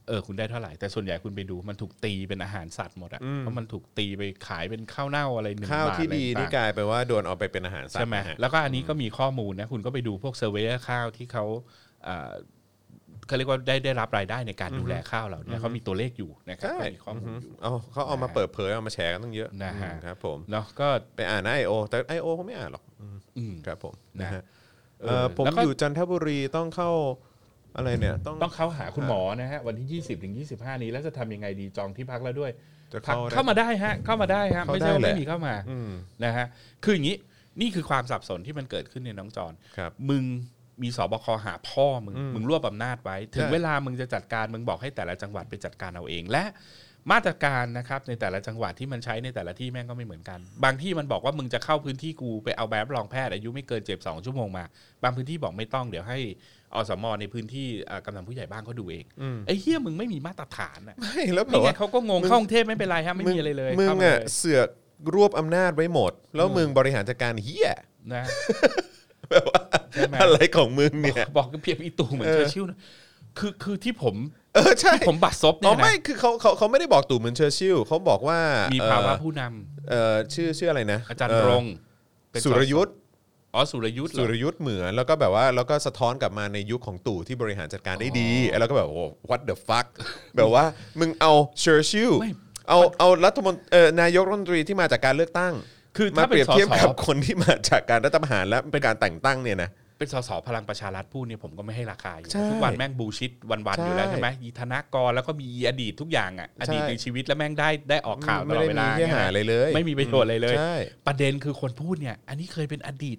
[SPEAKER 3] เอ อคุณได้เท่าไหร่ แต่ส่วนใหญ่คุณไปดูมันถูกตีเป็นอาหารสัตว์หมดอะเพราะมันถูกตีไปขายเป็นข้าวเน่าอะไรหนึ่ง
[SPEAKER 2] ข้าว
[SPEAKER 3] บาท
[SPEAKER 2] ที่ดี
[SPEAKER 3] อะไร
[SPEAKER 2] นี่
[SPEAKER 3] ต่างๆ
[SPEAKER 2] กลายไปนว่าโดนเอาไปเป็นอาหารสัตว์
[SPEAKER 3] ใช่ไหม
[SPEAKER 2] นะฮะ
[SPEAKER 3] แล้วก็อันนี้ก็มีข้อมูลนะ คุณก็ไปดูพวกเซอร์เวย์ข้าวที่เขาเอ่อเขาเรียกว่าได้ได้รับรายได้ในการดูแลข้าวเหล่านี้เขามีตัวเลขอยู่นะครับ
[SPEAKER 2] ใช่
[SPEAKER 3] ก็มีข้อมูลอยู่
[SPEAKER 2] เอาเขาเอามาเปิดเผยเอามาแชร์กันตั้งเยอะ
[SPEAKER 3] นะฮะ
[SPEAKER 2] อืมครับผม
[SPEAKER 3] เนาะก็
[SPEAKER 2] ไปอ่านไอโอแต่ไอโอเขาไม่อ่านหรอกอืม
[SPEAKER 3] อืม
[SPEAKER 2] ครับผม
[SPEAKER 3] นะ
[SPEAKER 2] นะฮะ
[SPEAKER 3] เออ
[SPEAKER 2] เอ่อผม
[SPEAKER 3] แล้วก็
[SPEAKER 2] อยู่จันทบุรีต้องเข้าอะไรเนี่ยต้อง
[SPEAKER 3] ต้องเข้าหาคุณหมอนะฮะ วันที่ 20ถึง25 นี้แล้วจะทำยังไงดีจองที่พักแล้วด้วย
[SPEAKER 2] จะ
[SPEAKER 3] พัก
[SPEAKER 2] เข้าได้
[SPEAKER 3] เข้ามาได้ฮะ เข้ามาได้ฮะ
[SPEAKER 2] เข้า
[SPEAKER 3] ไม่ใช่ว่า
[SPEAKER 2] ได้แหละ
[SPEAKER 3] ไม่มีเข้ามา
[SPEAKER 2] อืม
[SPEAKER 3] นะฮะคืออย่างนี้นี่คือความสับสนที่มันเกิดขึ้นในน้องจอน
[SPEAKER 2] ครับ
[SPEAKER 3] มึงมีสบคหาพ่อมึง
[SPEAKER 2] อืม
[SPEAKER 3] มึงรวบอำนาจไว้ ถึง
[SPEAKER 2] ใช่
[SPEAKER 3] เวลามึงจะจัดการมึงบอกให้แต่ละจังหวัดไปจัดการเอาเองและมาตรการนะครับในแต่ละจังหวัดที่มันใช้ในแต่ละที่แม่งก็ไม่เหมือนกัน บางที่มันบอกว่ามึงจะเข้าพื้นที่กูไปเอาแบบรองแพทย์อายุไม่เกินเจ็บสองชั่วโมงมา บางพื้นที่บอกไม่ต้องเดี๋ยวให้อสมในพื้นที่เอ่อกำนันผู้ใหญ่บ้านเขาดูเอง
[SPEAKER 2] อืม
[SPEAKER 3] ไอ้เฮียมึงไม่มีมาตรฐานอ่ะ
[SPEAKER 2] ไม่แล้วแบบ
[SPEAKER 3] นี่ไง
[SPEAKER 2] ว่า
[SPEAKER 3] เขาก็งงเข้ากรุงเทพไม่เป็นไรฮะไม่มีอะไรเลย
[SPEAKER 2] มึง
[SPEAKER 3] เข้ามา
[SPEAKER 2] อ่ะ
[SPEAKER 3] เลย
[SPEAKER 2] เสือกรวบอำนาจไว้หมด แล้วมึงบริหารจัดการเฮีย
[SPEAKER 3] นะ
[SPEAKER 2] แบบว่า
[SPEAKER 3] ใช่ไหม
[SPEAKER 2] อะไรของมึงเนี่ย
[SPEAKER 3] บอกกับเพียบอีตู่เหมือน
[SPEAKER 2] เออ
[SPEAKER 3] เชอร์ชิลล์นะคือคือที่ผม
[SPEAKER 2] เออใช่
[SPEAKER 3] ที่ผมบัตรซบ
[SPEAKER 2] อ๋
[SPEAKER 3] เนี่
[SPEAKER 2] อย
[SPEAKER 3] นะ
[SPEAKER 2] ไม่คือเขาเขาเขาไม่ได้บอกตู่เหมือนเชอร์ชิลล์เขาบอกว่า
[SPEAKER 3] มี
[SPEAKER 2] มี
[SPEAKER 3] ภาวะผู้นำ
[SPEAKER 2] เอ่อชื่อชื่ออะไรนะ
[SPEAKER 3] อาจารย์
[SPEAKER 2] เ
[SPEAKER 3] รงเป็น
[SPEAKER 2] สุรยุทธ
[SPEAKER 3] อ๋อสุรยุทธ์เหร
[SPEAKER 2] สุ
[SPEAKER 3] อ
[SPEAKER 2] รยุทธ์เหมือนแล้วก็แบบว่าแล้วก็สะท้อนกลับมาในยุคของตู่ที่บริหารจัดการได้ดีแล้วก็แบบโอ้ what the fuck แบบว่ามึงเอาเชอร์ชิล
[SPEAKER 3] ไม่
[SPEAKER 2] เอาเอารัฐมนตรีเอ่อนายกรัฐมนตรีที่มาจากการเลือกตั้ง
[SPEAKER 3] คือ
[SPEAKER 2] มา
[SPEAKER 3] ถ้า
[SPEAKER 2] เป
[SPEAKER 3] เป็น
[SPEAKER 2] รียบ
[SPEAKER 3] สอ
[SPEAKER 2] เทียบ
[SPEAKER 3] สอ
[SPEAKER 2] กับคนที่มาจากการรัฐประหารและเป็นการแต่งตั้งเนี่ยนะ
[SPEAKER 3] เป็นสอสอพลังประชารัฐพูดเนี่ยผมก็ไม่ให้ราคาอยู่
[SPEAKER 2] ใช่
[SPEAKER 3] ทุกวันแม่งบูชิดวันๆอยู่แล้ว
[SPEAKER 2] ใช่
[SPEAKER 3] ใช่ไหมยีธนากรแล้วก็มีอดีตทุกอย่างอ่ะอดีต
[SPEAKER 2] ใช่
[SPEAKER 3] ในชีวิตแล้วแม่งได้ได้ออกข่าวต
[SPEAKER 2] ไม่
[SPEAKER 3] ลอ
[SPEAKER 2] ได้มี
[SPEAKER 3] ดเวลา
[SPEAKER 2] ที่หาอะไรเลย
[SPEAKER 3] ไม่มีประโยชน์อะไรเลย
[SPEAKER 2] ใช่
[SPEAKER 3] ประเด็นคือคนพูดเนี่ย อันนี้เคยเป็นอดีต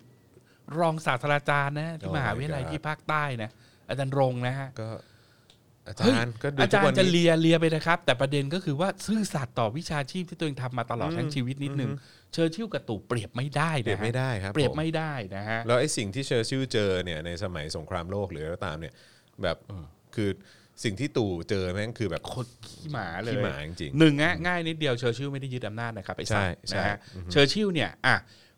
[SPEAKER 3] รองศาสตราจารย์นะที่
[SPEAKER 2] Oh my
[SPEAKER 3] มหาวิทยาลัย
[SPEAKER 2] God
[SPEAKER 3] ที่ภาคใต้นะอาจารย์รงนะฮะ
[SPEAKER 2] ก็อาจา
[SPEAKER 3] เฮ้ย
[SPEAKER 2] รย์ก็ดู
[SPEAKER 3] อา
[SPEAKER 2] ทุ
[SPEAKER 3] จาก ร
[SPEAKER 2] วัน
[SPEAKER 3] ย์จะ
[SPEAKER 2] นี้
[SPEAKER 3] เลียเลียไปนะครับ แต่ประเด็นก็คือว่าซื่อสัตย์ต่อวิชาชีพที่ตัวเองทำมาตลอดทั้งชีวิตนิดนึงเชอร์ชิลกับตู่เปรียบไม่ได้นะฮะ
[SPEAKER 2] เปรียบไม่ได้ครับ
[SPEAKER 3] เปรียบ
[SPEAKER 2] ผม
[SPEAKER 3] ไม่ได้นะฮะ
[SPEAKER 2] แล้วไอ้สิ่งที่เชอร์ชิลเจอเนี่ยในสมัยสงครามโลกหรืออะไรก็ตามเนี่ย แบบคือสิ่งที่ตู่เจอแม่งคือแบบ
[SPEAKER 3] โคตรขี้หมาเลย
[SPEAKER 2] ขี้หมาจริงๆ
[SPEAKER 3] หนึ่งอะง่ายนิดเดียวเชอร์ชิลไม่ได้ยึดอำนาจนะครับไอ้สัตว์
[SPEAKER 2] ใช่
[SPEAKER 3] นะฮะ
[SPEAKER 2] ใช่
[SPEAKER 3] เชอร์ชิลเนี่ยอ่ะ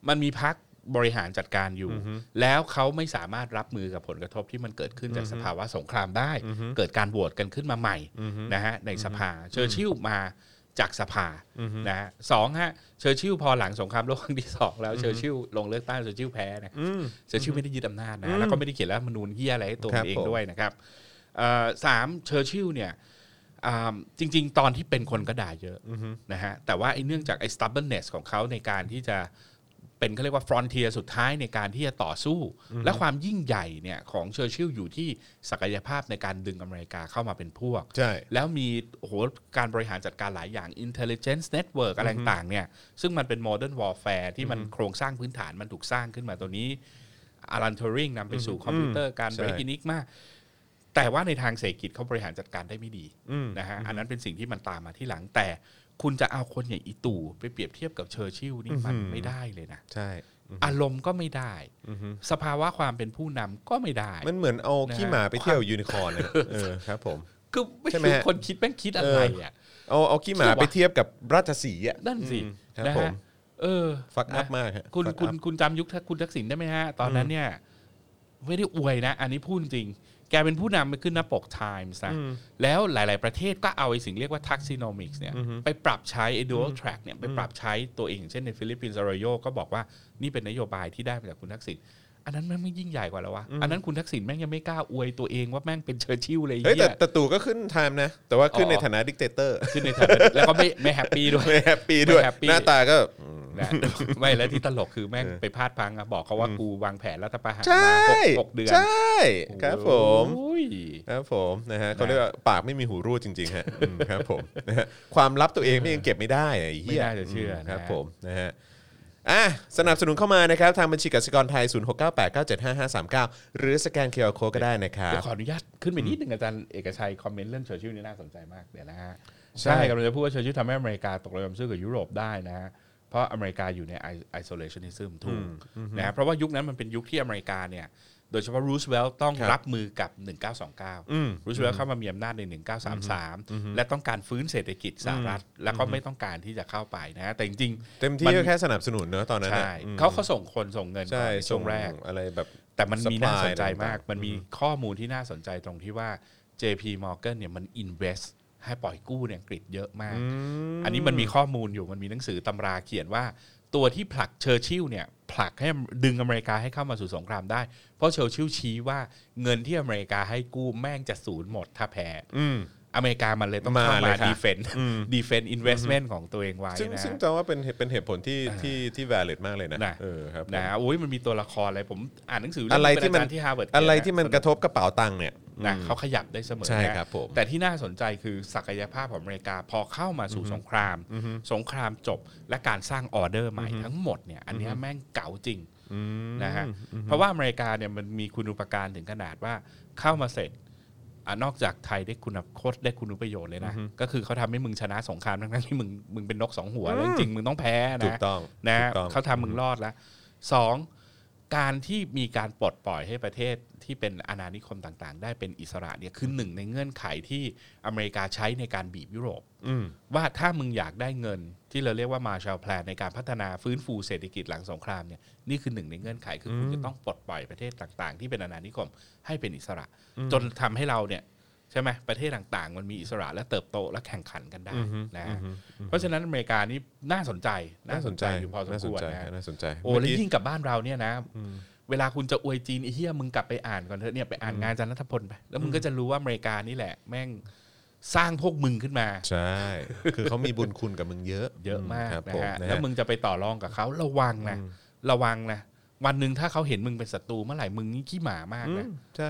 [SPEAKER 3] มันมีพักบริหารจัดการอยู่ แล้วเขาไม่สามารถรับมือกับผลกระทบที่มันเกิดขึ้นจากสภาวะสงครามได้ เกิดการโหวตกันขึ้นมาใหม่นะฮะในสภาเชอร์ชิลมาจากสภานะฮะสองฮะเชอร์ชิลพอหลังสงครามโลกครั้งที่สองแล้วเชอร์ชิลลงเลือกตั้งเชอร์ชิลแพ้นะ
[SPEAKER 2] อืม
[SPEAKER 3] เชอร์ชิลไม่ได้ยึดอำนาจนะแล้วก็ไม่ได้เขียนรัฐธรรมนูญเฮียอะไรให้ตัว
[SPEAKER 2] ครับ
[SPEAKER 3] เอง
[SPEAKER 2] ผม
[SPEAKER 3] ด้วยนะครับเอ่อสามเชอร์ชิลเนี่ยอ่าจริง ๆ ตอนที่เป็นคนก็ด่าเยอะนะฮะแต่ว่าไอ้เนื่องจากไอ้ stubbornness ของเขาในการที่จะเป็นเขาเรียกว่า frontier สุดท้ายในการที่จะต่อสู้ และความยิ่งใหญ่เนี่ยของเชอร์ชิลอยู่ที่ศักยภาพในการดึงอเมริกาเข้ามาเป็นพวก
[SPEAKER 2] ใช่
[SPEAKER 3] แล้วมีโอ้โหการบริหารจัดการหลายอย่าง intelligence network อะไรต่างๆเนี่ยซึ่งมันเป็น modern warfare ที่มันโครงสร้างพื้นฐานมันถูกสร้างขึ้นมาตัวนี้อารันทอริงนำไปสู่คอมพิวเตอร์การ
[SPEAKER 2] ใช่
[SPEAKER 3] break i n i g m a แต่ว่าในทางเศรษฐกิจเขาบริหารจัดการได้ไม่ดี
[SPEAKER 2] อืม
[SPEAKER 3] นะฮะอันนั้นเป็นสิ่งที่มันตามมาที่หลังแต่คุณจะเอาคนอย่างอีตู่ไปเปรียบเทียบกับเชอร์ชิลนี่มัน
[SPEAKER 2] อืม
[SPEAKER 3] ไม่ได้เลยนะ
[SPEAKER 2] ใช่
[SPEAKER 3] อารมณ์ก็ไม่ได้
[SPEAKER 2] อือฮึ
[SPEAKER 3] สภาวะความเป็นผู้นำก็ไม่ได้
[SPEAKER 2] มันเหมือนเอา
[SPEAKER 3] นะฮะ
[SPEAKER 2] ขี้หมาไปเที่ยวยูนิคอร์นนะเออครับผม
[SPEAKER 3] คือไม่
[SPEAKER 2] ใช่ไหม
[SPEAKER 3] รู้
[SPEAKER 2] ฮะ
[SPEAKER 3] คนคิดแม่งคิดอะไร
[SPEAKER 2] เอออ
[SPEAKER 3] อ่ะ
[SPEAKER 2] เอาเอาขี้หมาไปเทียบกับราชสีห์อ่ะ
[SPEAKER 3] นั่นสิ
[SPEAKER 2] อืมครับ
[SPEAKER 3] นะ
[SPEAKER 2] ผ
[SPEAKER 3] ฮะ
[SPEAKER 2] ม
[SPEAKER 3] เออ
[SPEAKER 2] ฟักอัพ
[SPEAKER 3] นะ
[SPEAKER 2] มากฮะ
[SPEAKER 3] คุณ
[SPEAKER 2] fuck
[SPEAKER 3] คุณ
[SPEAKER 2] up
[SPEAKER 3] คุณจำยุคทักคุณทักษิณได้ไหมฮะ ตอนนั้นเนี่ย ไม่ได้อวยนะ อันนี้พูดจริง แกเป็นผู้นำไปขึ้นหน้าปก Times นะ แล้วหลาย ๆ ประเทศก็เอาไอ้สิ่งเรียกว่า taxonomics เนี่ย ไปปรับใช้ไอ้ dual track เนี่ย ไปปรับใช้ตัวเองเช่นในฟิลิปปินส์อารโยก็บอกว่านี่เป็นนโยบายที่ได้มาจากคุณทักษิณอันนั้นแม่งไม่ยิ่งใหญ่กว่าแล้ววะอันนั้นคุณทักษิณแม่งยังไม่กล้าอวยตัวเองว่าแม่งเป็นเชอร์ชิลเลยไอ้
[SPEAKER 2] เฮ้ย
[SPEAKER 3] เหี้
[SPEAKER 2] แต่
[SPEAKER 3] ย
[SPEAKER 2] แต่ตู่ก็ขึ้นไทม์นะ แต่ว่าขึ้น
[SPEAKER 3] อ๋อ
[SPEAKER 2] ในฐานะดิกเตเตอร์
[SPEAKER 3] ขึ้นในฐานะแล้วก็ไม่ไม่แฮป ปี้ด้วย
[SPEAKER 2] ไม่แฮปปี้ด้วย
[SPEAKER 3] ไม่ happy
[SPEAKER 2] หน้าตาก็อืม
[SPEAKER 3] นะ ไม่แล้วที่ตลกคือแม่งไปพลาดพลังอะบอกเขาว่ากูวางแผนรัฐประหาร
[SPEAKER 2] ใช่
[SPEAKER 3] มาหกหกเดือน
[SPEAKER 2] ใช่ ครับผม
[SPEAKER 3] โอ้ย
[SPEAKER 2] ครับผมนะฮะ
[SPEAKER 3] นะ
[SPEAKER 2] เขาเรียกว่าปากไม่มีหูรูดจริงๆฮะ อืมครับผมนะฮะความลับตัวเองไม่ยังเก็บไม่ได้ไอ้เหี้
[SPEAKER 3] ไม่
[SPEAKER 2] ย
[SPEAKER 3] น่าจะเชื่อนะ
[SPEAKER 2] ครับผมนะฮะอ่ะสนับสนุนเข้ามานะครับ ทางบัญชีกสิกรไทย 0698975539 หรือสแกนเคอร์โคก็ได้นะครั
[SPEAKER 3] เดี๋
[SPEAKER 2] บ
[SPEAKER 3] ยวขออนุญาตขึ้นไปนิดนึงอาจารย์เอกชัยคอมเมนต์เรื่องเชอร์ชิลนี่น่าสนใจมากเดี๋ยวนะฮะ
[SPEAKER 2] ใช่
[SPEAKER 3] ใช่กำลังจะพูดว่าเชอร์ชิลทำให้อเมริกาตกระดับซื้อกับยุโรปได้นะฮะเพราะอเมริกาอยู่ในไอโซเลชันนิซึมถูกนะฮะเพราะว่ายุคนั้นมันเป็นยุคที่อเมริกาเนี่ย โดยเฉพาะรูสเวลต์ต้องรับมือกับ 1929
[SPEAKER 2] อืม
[SPEAKER 3] รูสเวลต์เข้ามามีอำนาจใน 1933 และต้องการฟื้นเศรษฐกิจสหรัฐ แล้วก็ไม่ต้องการที่จะเข้าไปนะฮะแต่จริงๆ
[SPEAKER 2] เต็มที่ก็แค่สนับสนุนเนอะตอนนั้น
[SPEAKER 3] ใช่
[SPEAKER 2] น่ะอืม
[SPEAKER 3] เขาเขาส่งคนส่งเงิน
[SPEAKER 2] ใช่
[SPEAKER 3] ก่อนในช่
[SPEAKER 2] ส่
[SPEAKER 3] ว
[SPEAKER 2] ง
[SPEAKER 3] งแรก
[SPEAKER 2] อะไรแบบ
[SPEAKER 3] แต่มันมี
[SPEAKER 2] Supply
[SPEAKER 3] น่าสนใจ
[SPEAKER 2] ต่างๆ
[SPEAKER 3] มาก มันมีข้อมูลที่น่าสนใจตรงที่ว่า JP Morgan เนี่ยมัน invest ให้ปล่อยกู้ในอังกฤษเยอะมาก อันนี้มันมีข้อมูลอยู่มันมีหนังสือตำราเขียนว่า ตัวที่ผลักเชอร์ชิลเนี่ยผลักให้ดึงอเมริกาให้เข้ามาสู่สงครามได้ เพราะเชอร์ชิลชี้ว่าเงินที่อเมริกาให้กู้แม่งจะศูนย์หมดถ้าแพ้
[SPEAKER 2] อืม
[SPEAKER 3] อเมริกามันเลยต้องเข้า
[SPEAKER 2] มาเล
[SPEAKER 3] มาย
[SPEAKER 2] ค่ะ
[SPEAKER 3] ดีเฟนต์
[SPEAKER 2] อืม
[SPEAKER 3] ดีเฟนต์อินเวสเมนต์ของตัวเองไว้
[SPEAKER 2] ซึ่ง
[SPEAKER 3] นะ
[SPEAKER 2] ซึ่งจะว่าเป็นเหตุเป็นเหตุผลที่ที่ที่ valid มากเลยนะ
[SPEAKER 3] นะ
[SPEAKER 2] เออครับผม
[SPEAKER 3] นะโอ้ยมันมีตัวละครอะไรผมอ่านหนังสือเล่
[SPEAKER 2] อะไรที่มัน
[SPEAKER 3] เป็าจาย์ที่ฮาร์วาร์ด
[SPEAKER 2] อะไรที่มันกระทบกระเป๋าตังค์เนี่ย
[SPEAKER 3] นะ
[SPEAKER 2] อืม
[SPEAKER 3] เขาขยับได้เสมอ
[SPEAKER 2] ใช่
[SPEAKER 3] นะครับ
[SPEAKER 2] ผม
[SPEAKER 3] แต่ที่น่าสนใจคือศักยภาพของอเมริกาพอเข้ามาสู่สงคราม สงครามจบและการสร้างออเดอร์ใหม่ทั้งหมดเนี่ยอันเนี้ยแม่งเก๋าจริง
[SPEAKER 2] อืม
[SPEAKER 3] นะฮะเพราะว่าอเมริกาเนี่ยมันมีคุณูปการถึงขนาดว่าเข้ามาเสร็จอ่ะนอกจากไทยได้คุณโคตรได้คุณูประโยชน์เลยนะ ก็คือเขาทำให้มึงชนะสงครามทั้งๆที่มึงมึงเป็นนกสองหัวแล้วจริงๆมึงต้องแพ้
[SPEAKER 2] ถูก
[SPEAKER 3] นะ
[SPEAKER 2] ต้อง
[SPEAKER 3] นะ
[SPEAKER 2] ถูกต้อง
[SPEAKER 3] เขาทำมึงรอดแล้วสองการที่มีการปลดปล่อยให้ประเทศที่เป็นอาณานิคมต่างๆ ได้เป็นอิสระเนี่ยคือหนึ่งในเงื่อนไขที่อเมริกาใช้ในการบีบยุโรป
[SPEAKER 2] อืม
[SPEAKER 3] ว่าถ้ามึงอยากได้เงินที่เราเรียกว่ามาชาลแพลนในการพัฒนาฟื้นฟูเศรษฐกิจหลังสงครามเนี่ยนี่คือหนึ่งในเงื่อนไขคือคุณจะต้องปลดปล่อยประเทศต่างๆ ที่เป็นอาณานิคมให้เป็นอิสระ จนทำให้เราเนี่ยใช่ไหมประเทศต่างๆ มันมีอิสระและเติบโตและแข่งขันกันได้นะฮะเพราะฉะนั้นอเมริกานี่น่าสนใจ
[SPEAKER 2] น่าสนใจ
[SPEAKER 3] อยู่พอสม
[SPEAKER 2] น่าส
[SPEAKER 3] คน วร
[SPEAKER 2] ใจ
[SPEAKER 3] นะฮะ
[SPEAKER 2] น่าสนใจ
[SPEAKER 3] โอ้
[SPEAKER 2] เมื่
[SPEAKER 3] แล้ว
[SPEAKER 2] กี้
[SPEAKER 3] ยิ่งกลับบ้านเราเนี่ยนะเวลาคุณจะอวยจีนไอ้เฮียมึงกลับไปอ่านก่อนเถอะเนี่ยไปอ่านงานอาจารย์นัทพลไปแล้วมึงก็จะรู้ว่าอเมริกานี่แหละ แม่งสร้างพวกมึงขึ้นมา
[SPEAKER 2] ใช่ คือเขามีบุญคุณกับมึงเยอะ
[SPEAKER 3] เยอะมาก
[SPEAKER 2] ครับ
[SPEAKER 3] นะ
[SPEAKER 2] ผม
[SPEAKER 3] ฮะ
[SPEAKER 2] นะ
[SPEAKER 3] แล้ว
[SPEAKER 2] ฮะ
[SPEAKER 3] มึงจะไปต่อรองกับเขาระวังนะระวังนะวันหนึ่งถ้าเขาเห็นมึงเป็นศัตรูเมื่อไหร่มึงนี่ขี้หมามากนะ
[SPEAKER 2] อืมใช่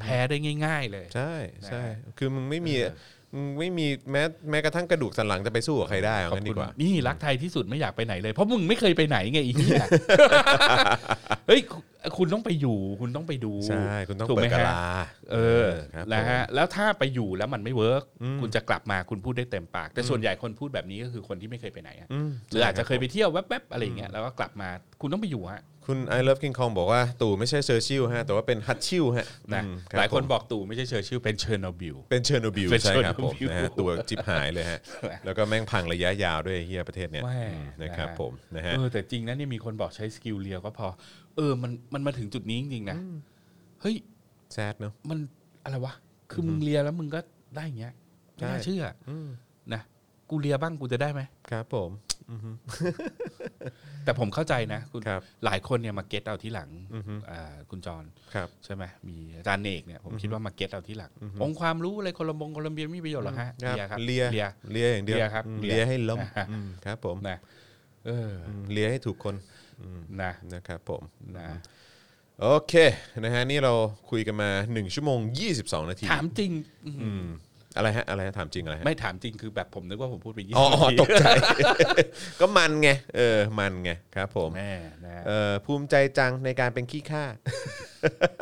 [SPEAKER 3] แพ้ได้ง่าย ๆ เลย
[SPEAKER 2] ใช่ใช่
[SPEAKER 3] นะฮะ
[SPEAKER 2] คือมึงไม่มีมึงไม่มีแม้แม้กระทั่งกระดูกสันหลังจะไปสู้กับใครได้เอา
[SPEAKER 3] ขอบ
[SPEAKER 2] งั้น
[SPEAKER 3] คุ
[SPEAKER 2] ดี
[SPEAKER 3] ณ
[SPEAKER 2] กว่า
[SPEAKER 3] นี่รักไทยที่สุดไม่อยากไปไหนเลย เพราะมึงไม่เคยไปไหนไงอีก เนี่ย เฮ้ยคุณคุณต้องไปอยู่คุณต้องไปดู
[SPEAKER 2] ใช่คุณต้อง
[SPEAKER 3] ถูก
[SPEAKER 2] เปิ
[SPEAKER 3] ไหม
[SPEAKER 2] ดกะ
[SPEAKER 3] ฮะ
[SPEAKER 2] ลา
[SPEAKER 3] เออ
[SPEAKER 2] ครับ
[SPEAKER 3] นะฮะ
[SPEAKER 2] ผม
[SPEAKER 3] แล้วถ้าไปอยู่แล้วมันไม่เวิร์กคุณจะกลับมาคุณพูดได้เต็มปาก แต่ส่วนใหญ่คนพูดแบบนี้ก็คือคนที่ไม่เคยไปไหนอะ
[SPEAKER 2] อืม
[SPEAKER 3] หรืออาจจะเคยไปเที่ยวแวบๆอะไรอย่างเงี้ยแล้วก็กลับมาคุณต้องไปอยู่ฮะ
[SPEAKER 2] คุณ I love King Kong บอกว่าตู่ไม่ใช่เชอร์ชิลฮะ แต่ว่าเป็นฮัตชิลฮะ
[SPEAKER 3] นะ
[SPEAKER 2] อืมรับ
[SPEAKER 3] หลายคน
[SPEAKER 2] ผม
[SPEAKER 3] บอกตู่ไม่ใช่เชอร์ชิลเป็นเชอร์โนบิล
[SPEAKER 2] เป็นเชอร์โนบิล
[SPEAKER 3] เป็น
[SPEAKER 2] ใช่ครับผม
[SPEAKER 3] Chernobyl
[SPEAKER 2] นะ ฮะตัวจิบหายเลยฮะ แล้วก็แม่งพังระยะยาวด้วยไอ้เฮียประเทศเนี่ย
[SPEAKER 3] แม่
[SPEAKER 2] อืมนะครับ
[SPEAKER 3] นะฮะ
[SPEAKER 2] ผมนะฮะ
[SPEAKER 3] เออแต่จริงนะเนี่ยมีคนบอกใช้สกิลเรียวก็พอ เออมันมันมาถึงจุดนี้จริงๆนะ เฮ้ย
[SPEAKER 2] แซดเนาะ
[SPEAKER 3] มันอะไรวะ คือมึงเลียแล้วมึงก็ได้อย่างเงี้ยไม่น่า
[SPEAKER 2] ใช่
[SPEAKER 3] เชื่อ
[SPEAKER 2] อืม
[SPEAKER 3] นะกูเลียบ้างกูจะได้ไหม
[SPEAKER 2] ครับผม
[SPEAKER 3] แต่ผมเข้าใจนะคุณ
[SPEAKER 2] ครับ
[SPEAKER 3] หลายคนเนี่ยมาเก็ตเอาที่หลังอ่าคุณจร
[SPEAKER 2] ครับ
[SPEAKER 3] ใช่ไหมมีอาจารย์เนกเนี่ยผมคิดว่ามาเก็ตเอาที่หลังองค์ความรู้อะไรโคลัมบงโคลัมเบียไม่มีประโยชน์หรอกฮะเลียครับ
[SPEAKER 2] เลีย
[SPEAKER 3] เลีย
[SPEAKER 2] เลียอย่างเดียว
[SPEAKER 3] เลียครับ
[SPEAKER 2] อืม
[SPEAKER 3] เลีย
[SPEAKER 2] เลียให้ล้ม
[SPEAKER 3] อ่า
[SPEAKER 2] อืมครับผม
[SPEAKER 3] นะเออ
[SPEAKER 2] อืมเลียให้ถูกคน
[SPEAKER 3] นะ
[SPEAKER 2] นะครับผม
[SPEAKER 3] นะ
[SPEAKER 2] โอเคนะฮะนี่เราคุยกันมา 1 ชั่วโมง 22 นาที
[SPEAKER 3] ถามจริง
[SPEAKER 2] อืมอะไรฮะ อะไรฮะ ถามจริงอะไรฮะ
[SPEAKER 3] ไม่ถามจริงคือแบบผมนึกว่าผมพูดไปยี่
[SPEAKER 2] อ๋อ
[SPEAKER 3] สิบ
[SPEAKER 2] อ๋อ
[SPEAKER 3] ที
[SPEAKER 2] ตกใจ ก็มันไง เออ มันไงครับผม
[SPEAKER 3] แม่นะฮะ
[SPEAKER 2] เออภูมิใจจังในการเป็นขี้ข้า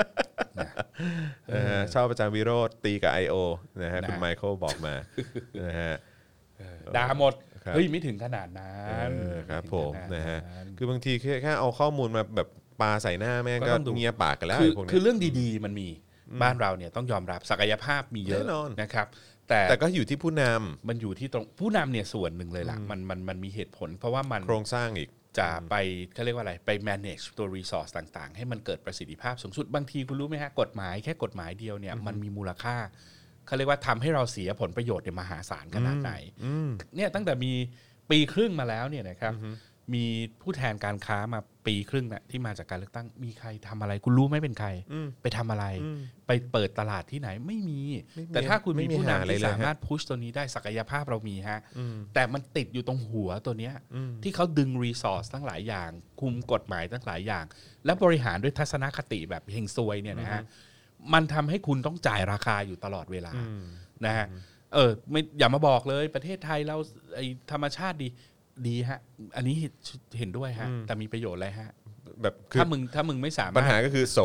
[SPEAKER 2] เออชอบอาจารย์วิโรธตีกับ I.O. นะฮะคุณไมเคิลบอก มานะฮะ
[SPEAKER 3] ด่าหมด
[SPEAKER 2] ครับ
[SPEAKER 3] เฮ้ย ไม่ถึงขนาดนั้น
[SPEAKER 2] เออครับผม
[SPEAKER 3] ไถึง
[SPEAKER 2] นะ
[SPEAKER 3] ขาด
[SPEAKER 2] ฮะคือบางทีแค่แค่เอาข้อมูลมาแบบปาใส่หน้าแม่งก็เงียบปากกันแล้ว
[SPEAKER 3] คือ
[SPEAKER 2] ไอ้พวก
[SPEAKER 3] คื
[SPEAKER 2] เนี้
[SPEAKER 3] อ
[SPEAKER 2] ย
[SPEAKER 3] เรื่องดีๆ มันมีบ้านเราเนี่ยต้องยอมรับศักยภาพมีเยอะ
[SPEAKER 2] แน่นอน
[SPEAKER 3] นะครับ แต่
[SPEAKER 2] แต่ก็อยู่ที่ผู้นำ
[SPEAKER 3] มันอยู่ที่ตรงผู้นำเนี่ยส่วนหนึ่งเลยล่ะมันมันมันมีเหตุผล เพราะว่ามัน
[SPEAKER 2] โครงสร้างอีก
[SPEAKER 3] จะไปเขาเรียกว่าอะไรไป manage ตัว resource ต่างๆ ให้มันเกิดประสิทธิภาพสูงสุดบางทีคุณรู้ไหมฮะกฎหมายแค่กฎหมายเดียวเนี่ยมันมีมูลค่าเขาเรียกว่าทำให้เราเสียผลประโยชน์เนี่ยมหาศาลขนาดไหน
[SPEAKER 2] อืม
[SPEAKER 3] เนี่ยตั้งแต่มีปีครึ่งมาแล้วเนี่ยนะครับ มีผู้แทนการค้ามาปีครึ่งนะที่มาจากการเลือกตั้งมีใครทำอะไร คุณรู้ไหมเป็นใคร
[SPEAKER 2] อืม
[SPEAKER 3] ไปทำอะไร
[SPEAKER 2] อืม
[SPEAKER 3] ไปเปิดตลาดที่ไหนไม่มี
[SPEAKER 2] ไม่มี
[SPEAKER 3] แต่ถ้าคุณ
[SPEAKER 2] ไม่
[SPEAKER 3] มี
[SPEAKER 2] มี
[SPEAKER 3] ผู้
[SPEAKER 2] หาอะ
[SPEAKER 3] นำ
[SPEAKER 2] ไร
[SPEAKER 3] ที่
[SPEAKER 2] เลยฮะ
[SPEAKER 3] สามารถพุชตัวนี้ได้ศักยภาพเรามีฮะแต่มันติดอยู่ตรงหัวตัวเนี้ยที่เขาดึงรีซอสทั้งหลายอย่าง คุมกฎหมายทั้งหลายอย่าง และบริหารด้วยทัศนคติแบบเฮงซวยเนี่ยนะฮะมันทำให้คุณต้องจ่ายราคาอยู่ตลอดเวลา นะฮะเออไม่อย่ามาบอกเลยประเทศไทยเราไอธรรมชาติดีดีฮะ อันนี้เห็นด้วยฮะ แต่มีประโยชน์อะไรฮะ
[SPEAKER 2] แบบคือ
[SPEAKER 3] ถ้ามึงถ้ามึงไม่สา
[SPEAKER 2] ปัญ
[SPEAKER 3] มารถ
[SPEAKER 2] หาก็คือโส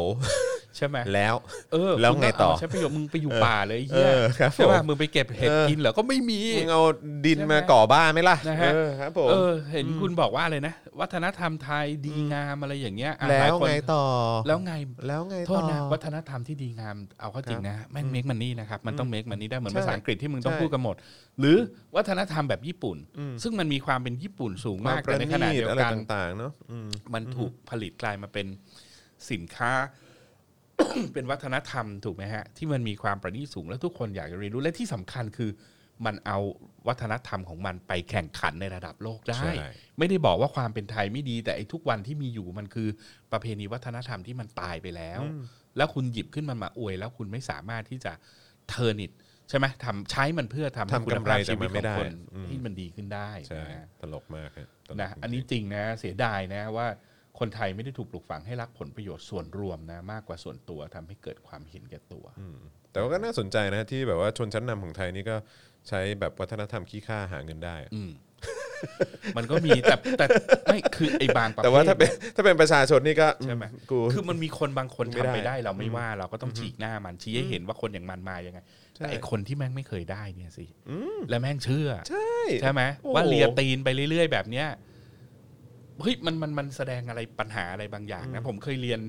[SPEAKER 3] ใช่ไหม
[SPEAKER 2] แล้ว
[SPEAKER 3] เออ
[SPEAKER 2] แล้วไงต่อ
[SPEAKER 3] มึเาใช้ประโยชน์มึงไปอยู่ป่าเลยไอ้เฮี
[SPEAKER 2] เอย อครับ
[SPEAKER 3] ใช่
[SPEAKER 2] ผ
[SPEAKER 3] ป่ะ
[SPEAKER 2] ม
[SPEAKER 3] มึงไปเก็บเห็ด
[SPEAKER 2] เออ
[SPEAKER 3] กินเหรอก็ไม่มี
[SPEAKER 2] มึงเอาดิน
[SPEAKER 3] ใช่ไหม
[SPEAKER 2] มาก่อบ้านไหมล่ะ
[SPEAKER 3] นะ
[SPEAKER 2] เอ
[SPEAKER 3] ฮะ
[SPEAKER 2] อครับผม
[SPEAKER 3] เออ เห็นคุณบอกว่าอะไรนะ วัฒนธรรมไทยดีงามอะไรอย่างเงี้ยอ่ะ
[SPEAKER 2] แล้
[SPEAKER 3] หายว คน
[SPEAKER 2] ไงต่อ
[SPEAKER 3] แล้วไง
[SPEAKER 2] แล้วไง
[SPEAKER 3] โท
[SPEAKER 2] ต่
[SPEAKER 3] ษ
[SPEAKER 2] อ
[SPEAKER 3] นะวัฒนธรรมที่ดีงามเอาเข้าจริงนะแม่งเมกมันนี่นะครับ มันต้องเมกมันนี่ได้เหมือน
[SPEAKER 2] ใช่
[SPEAKER 3] ภาษาอังกฤษที่มึงต้อง
[SPEAKER 2] ใช่
[SPEAKER 3] พูดกันหมด หรือวัฒนธรรมแบบญี่ปุ่น ซึ่งมันมีความเป็นญี่ปุ่นสู
[SPEAKER 2] าม
[SPEAKER 3] งาก
[SPEAKER 2] ประ
[SPEAKER 3] แต่ในขณะ
[SPEAKER 2] ณีต
[SPEAKER 3] เดียว
[SPEAKER 2] อะไร
[SPEAKER 3] กัน
[SPEAKER 2] ต่างๆเนาะอืม
[SPEAKER 3] มันถูกผลิตกลายมาเป็นสินค้า เป็นวัฒนธรรมถูกไหมฮะ ที่มันมีความประณีตสูงแล้วทุกคนอยากจะเรียนรู้และที่สำคัญคือ มันเอาวัฒนธรรมของมันไปแข่งขันในระดับโลกได้
[SPEAKER 2] ใช่
[SPEAKER 3] ไม่ได้บอกว่าความเป็นไทยไม่ดีแต่ไอ้ทุกวันที่มีอยู่มันคือประเพณีวัฒนธรรมที่มันตายไปแล้ว แล้วคุณหยิบขึ้นมันมาอวย แล้วคุณไม่สามารถที่จะเทอร์นิตใช่ไหมทำใช้มันเพื่อทำให้
[SPEAKER 2] ทำกำไรจากมันไม่ได้
[SPEAKER 3] คุณภาพชีวิต
[SPEAKER 2] อื
[SPEAKER 3] ข
[SPEAKER 2] ม
[SPEAKER 3] องคนที่มันดีขึ้นได้
[SPEAKER 2] ใช่
[SPEAKER 3] นะฮะ
[SPEAKER 2] ตลกมากฮะตลก
[SPEAKER 3] นะ
[SPEAKER 2] จริงๆ
[SPEAKER 3] อันนี้จริงนะเสียดายนะว่าคนไทยไม่ได้ถูกปลูกฝังให้รักผลประโยชน์ส่วนรวมนะมากกว่าส่วนตัวทำให้เกิดความเห็นแก่ตัว
[SPEAKER 2] แต่ว่าก็น่าสนใจนะที่แบบว่าชนชั้นนำของไทยนี่ก็ใช้แบบวัฒนธรรมขี้ข้าหาเงินได้อะ
[SPEAKER 3] อืม มันก็มีแต่แต่ไม่คือไอ้บางประเภท
[SPEAKER 2] แต่ว่าถ้าเป็นถ้าเป็นประชาชนนี่ก็
[SPEAKER 3] ใช่ไหม
[SPEAKER 2] กู
[SPEAKER 3] คือมันมีคนบางคน
[SPEAKER 2] ไม่
[SPEAKER 3] ทำ
[SPEAKER 2] ได้
[SPEAKER 3] ไปได้เราไม่ว่าเราก็ต้องฉีกหน้ามันชี้ให้เห็นว่าคนอย่างมันมายังไง
[SPEAKER 2] ใช่
[SPEAKER 3] แต่ไอ้คนที่แม่งไม่เคยได้เนี่ยสิและแม่งเชื่อ
[SPEAKER 2] ใช่
[SPEAKER 3] ใช่ไหม
[SPEAKER 2] โอ้โ
[SPEAKER 3] ว่าเลียตีนไปเรื่อย ๆ แบบเนี้ยเฮ้ยมันมันมันแสดงอะไรปัญหาอะไรบางอย่างนะ ผมเคยเรียน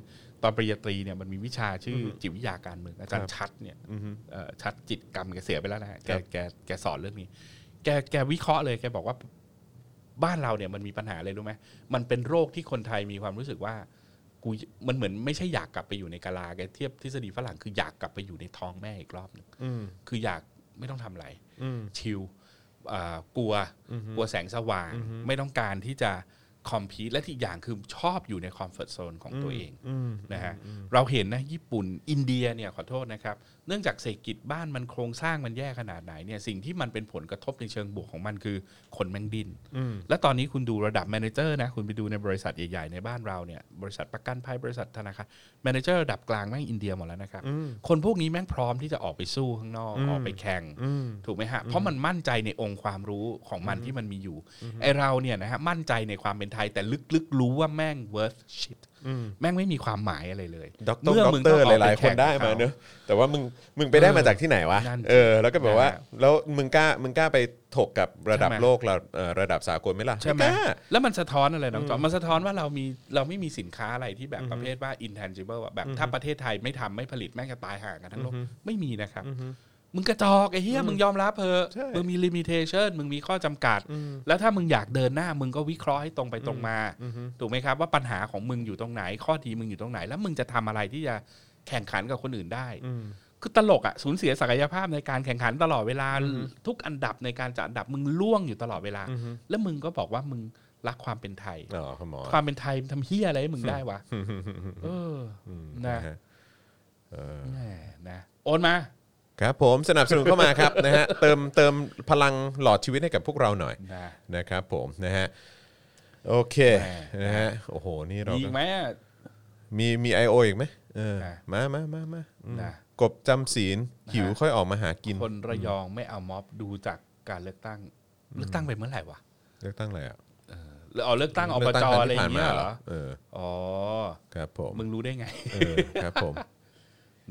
[SPEAKER 3] ตอนปริญญาตรีเนี่ยมันมีวิชาชื่ออจิตวิทยาการเมืองอาจารย์ชัดเนี่ย
[SPEAKER 2] อือฮึ
[SPEAKER 3] เอ่อชัดจิตกรรมแกเสียไปแล้วนะฮะแก
[SPEAKER 2] ครับ
[SPEAKER 3] แกแกสอนเรื่องนี้ แกแกวิเคราะห์เลยแกบอกว่าบ้านเราเนี่ยมันมีปัญหาอะไรรู้ไหมมันเป็นโรคที่คนไทยมีความรู้สึกว่ากูมันเหมือนไม่ใช่อยากกลับไปอยู่ในกะลาแกเทียบทฤษฎีฝรั่งคืออยากกลับไปอยู่ในท้องแม่อีกรอบหนึ่ง
[SPEAKER 2] อืม
[SPEAKER 3] คืออยากไม่ต้องทำอะไร
[SPEAKER 2] อืม
[SPEAKER 3] ชิลอ่ากลัวกลัวแสงสว่าง ไม่ต้องการที่จะคอมพีตและที่อย่างคือชอบอยู่ในคอมฟอร์ทโซนของตัวเอง
[SPEAKER 2] อืม
[SPEAKER 3] นะฮะเราเห็นนะญี่ปุ่นอินเดียเนี่ยขอโทษนะครับ เนื่องจากเศรษฐกิจบ้านมันโครงสร้างมันแย่ขนาดไหนเนี่ยสิ่งที่มันเป็นผลกระทบในเชิงบวกของมันคือคนแมงดิน
[SPEAKER 2] อืม
[SPEAKER 3] และตอนนี้คุณดูระดับแมเนเจอร์นะคุณไปดูในบริษัทใหญ่ๆในบ้านเราเนี่ยบริษัทประกันภัยบริษัทธนาคารแมเนเจอร์ระดับกลางแม่งอินเดียหมดแล้วนะครับ
[SPEAKER 2] อืม
[SPEAKER 3] คนพวกนี้แม่งพร้อมที่จะออกไปสู้ข้างนอกออกไปแข่ง
[SPEAKER 2] อืม
[SPEAKER 3] ถูกไหมฮะ เพราะมันมั่นใจในองค์ความรู้ของมันที่มันมีอยู่ ไอเราเนี่ยนะฮะ มั่นใจในความเป็นไทยแต่ลึกๆ รู้ว่าแม่ง worth shit
[SPEAKER 2] อืม
[SPEAKER 3] แม่งไม่มีความหมายอะไรเลย
[SPEAKER 2] ด็อกเตอร์ด็อ
[SPEAKER 3] เมื่อมึ
[SPEAKER 2] ก
[SPEAKER 3] ง
[SPEAKER 2] เตอร์
[SPEAKER 3] ต้องออก
[SPEAKER 2] หลายๆ คนได้มา
[SPEAKER 3] ไปแข่งกับเขา
[SPEAKER 2] เนอะแต่ว่ามึงมึงไปได้มาจากที่ไหนวะ
[SPEAKER 3] นั่นสิ
[SPEAKER 2] เออ แล้วก็แบบว่า
[SPEAKER 3] นะฮะ
[SPEAKER 2] แล้วมึงกล้ามึงกล้าไปถกกับระดับ
[SPEAKER 3] ใช่ไหม
[SPEAKER 2] โลกเราเอ่อระดับสากลไหมล่ะ
[SPEAKER 3] ใช่ไหม
[SPEAKER 2] กล้า
[SPEAKER 3] แล้วมันสะท้อนอะไรน้องจอมมันสะท้อนว่าเรามีเราไม่มีสินค้าอะไรที่แบบประเภทว่า intangible อะแบบถ้าประเทศไทยไม่ทำไม่ผลิตแม่งจะตายห่างกันทั้งโลกไม่มีนะครับ มึงกระจอกไอ้เหี้ยมึงยอมรับเพอะ
[SPEAKER 2] ใช่
[SPEAKER 3] มึงมี limitation มึงมีข้อจำกัด แล้วถ้ามึงอยากเดินหน้า มึงก็วิเคราะห์ให้ตรงไปตรงมา ถูกไหมครับ ว่าปัญหาของมึงอยู่ตรงไหน ข้อดีมึงอยู่ตรงไหน แล้วมึงจะทำอะไรที่จะแข่งขันกับคนอื่นได้ คือตลกอะสูญเสียศักยภาพในการแข่งขันตลอดเวลา ทุกอันดับในการจัดอันดับมึงล่วงอยู่ตลอดเวลา แล้วมึงก็บอกว่ามึงรักความเป็นไทย
[SPEAKER 2] อ๋อขมอ
[SPEAKER 3] ความเป็นไทยทำเฮียอะไรให้มึงได้วะเอออ นะ
[SPEAKER 2] ฮเออ
[SPEAKER 3] แหม่นะโอนมา
[SPEAKER 2] ครับผมสนับสนุนเข้ามาครับ นะฮ ะเติมเติมพลังหลอดชีวิตให้กับพวกเราหน่อย
[SPEAKER 3] นะ
[SPEAKER 2] นะครับผมนะฮะโอเคนะฮะโอ้โหนี่เราม
[SPEAKER 3] มีอีกไหมอะ
[SPEAKER 2] มีมี IO อีกไหมเออ
[SPEAKER 3] นะ
[SPEAKER 2] มามามามาอืม
[SPEAKER 3] นะ
[SPEAKER 2] กบจำศีลหิวค่อยออกมาหากิน
[SPEAKER 3] คนระยองไม่เอาม็อบดูจากการเลือกตั้ง เลือกตั้งไปเมื่อไหร่วะ
[SPEAKER 2] เลือกตั้งอะไรอ่ะ
[SPEAKER 3] หรือเอาเลือกตั้งอบ
[SPEAKER 2] เลืก
[SPEAKER 3] จ
[SPEAKER 2] ค
[SPEAKER 3] อะไรอ
[SPEAKER 2] ที่ผ่
[SPEAKER 3] ย่างเงี้ย
[SPEAKER 2] ม
[SPEAKER 3] เหรอ
[SPEAKER 2] เออ
[SPEAKER 3] อ๋อ
[SPEAKER 2] ครับผม
[SPEAKER 3] มึงรู้ได้ไง
[SPEAKER 2] เออครับผม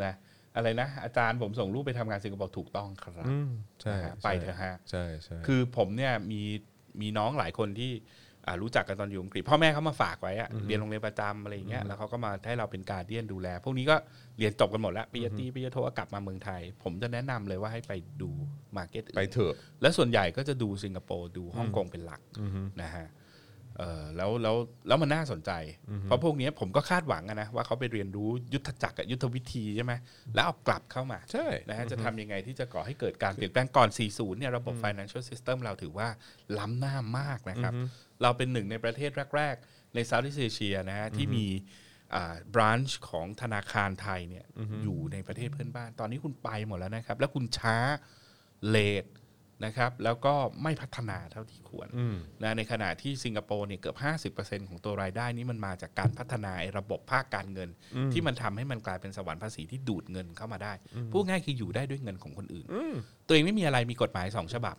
[SPEAKER 3] นะอะไรนะ อาจารย์ผมส่งรูปไปทำงานสิงคโปร์ถูกต้องครับ
[SPEAKER 2] อืมใช่
[SPEAKER 3] นะฮะไปเถอะฮะ
[SPEAKER 2] ใช่ใช่
[SPEAKER 3] คือผมเนี่ยมีมีน้องหลายคนที่อ่ารู้จักกันตอนอยู่อังกฤษพ่อแม่เขามาฝากไว้อะเรียนโรงเรียนประจำอะไรอย่างเงี้ยแล้วเขาก็มาให้เราเป็นการเดียนดูแล พวกนี้ก็เรียนจบกันหมดแล้วปริญญาตรีปริญญาโทก็กลับมาเมืองไทย ผมจะแนะนำเลยว่าให้ไปดูมาร์เก็ต
[SPEAKER 2] ไปเถอะ
[SPEAKER 3] และส่วนใหญ่ก็จะดูสิงคโปร์ดูฮ่องกงเป็นหลักนะฮะเอ่อแล้วแล้วแล้วมันน่าสนใจ เพราะพวกเนี้ยผมก็คาดหวังอะนะว่าเขาไปเรียนรู้ยุทธจักรกับยุทธวิธีใช่ไหมแล้วเอากลับเข้ามา
[SPEAKER 2] ใช่
[SPEAKER 3] นะฮะจะทำยังไงที่จะก่อให้เกิดการเปลี่ยนแปลงก่อน 40 เนี่ยระบบ financial system เราถือว่าล้ำหน้ามากนะครับ เราเป็นหนึ่งในประเทศแรก ๆ ใน Southeast Asia นะฮะที่มีอ่า branch ของธนาคารไทยเนี่ยอยู่ในประเทศเพื่อนบ้าน ตอนนี้คุณไปหมดแล้วนะครับ แล้วคุณช้าเลทนะครับ แล้วก็ไม่พัฒนาเท่าที่ควรนะในขณะที่สิงคโปร์เนี่ยเกือบ 50%ของตัวรายได้นี้มันมาจากการพัฒนาไอ้ระบบภาคการเงิน ที่มันทำให้มันกลายเป็นสวรรค์ภาษีที่ดูดเงินเข้ามาได้พูดง่ายคืออยู่ได้ด้วยเงินของคนอื่น ตัวเองไม่มีอะไรมีกฎหมาย 2 ฉบับ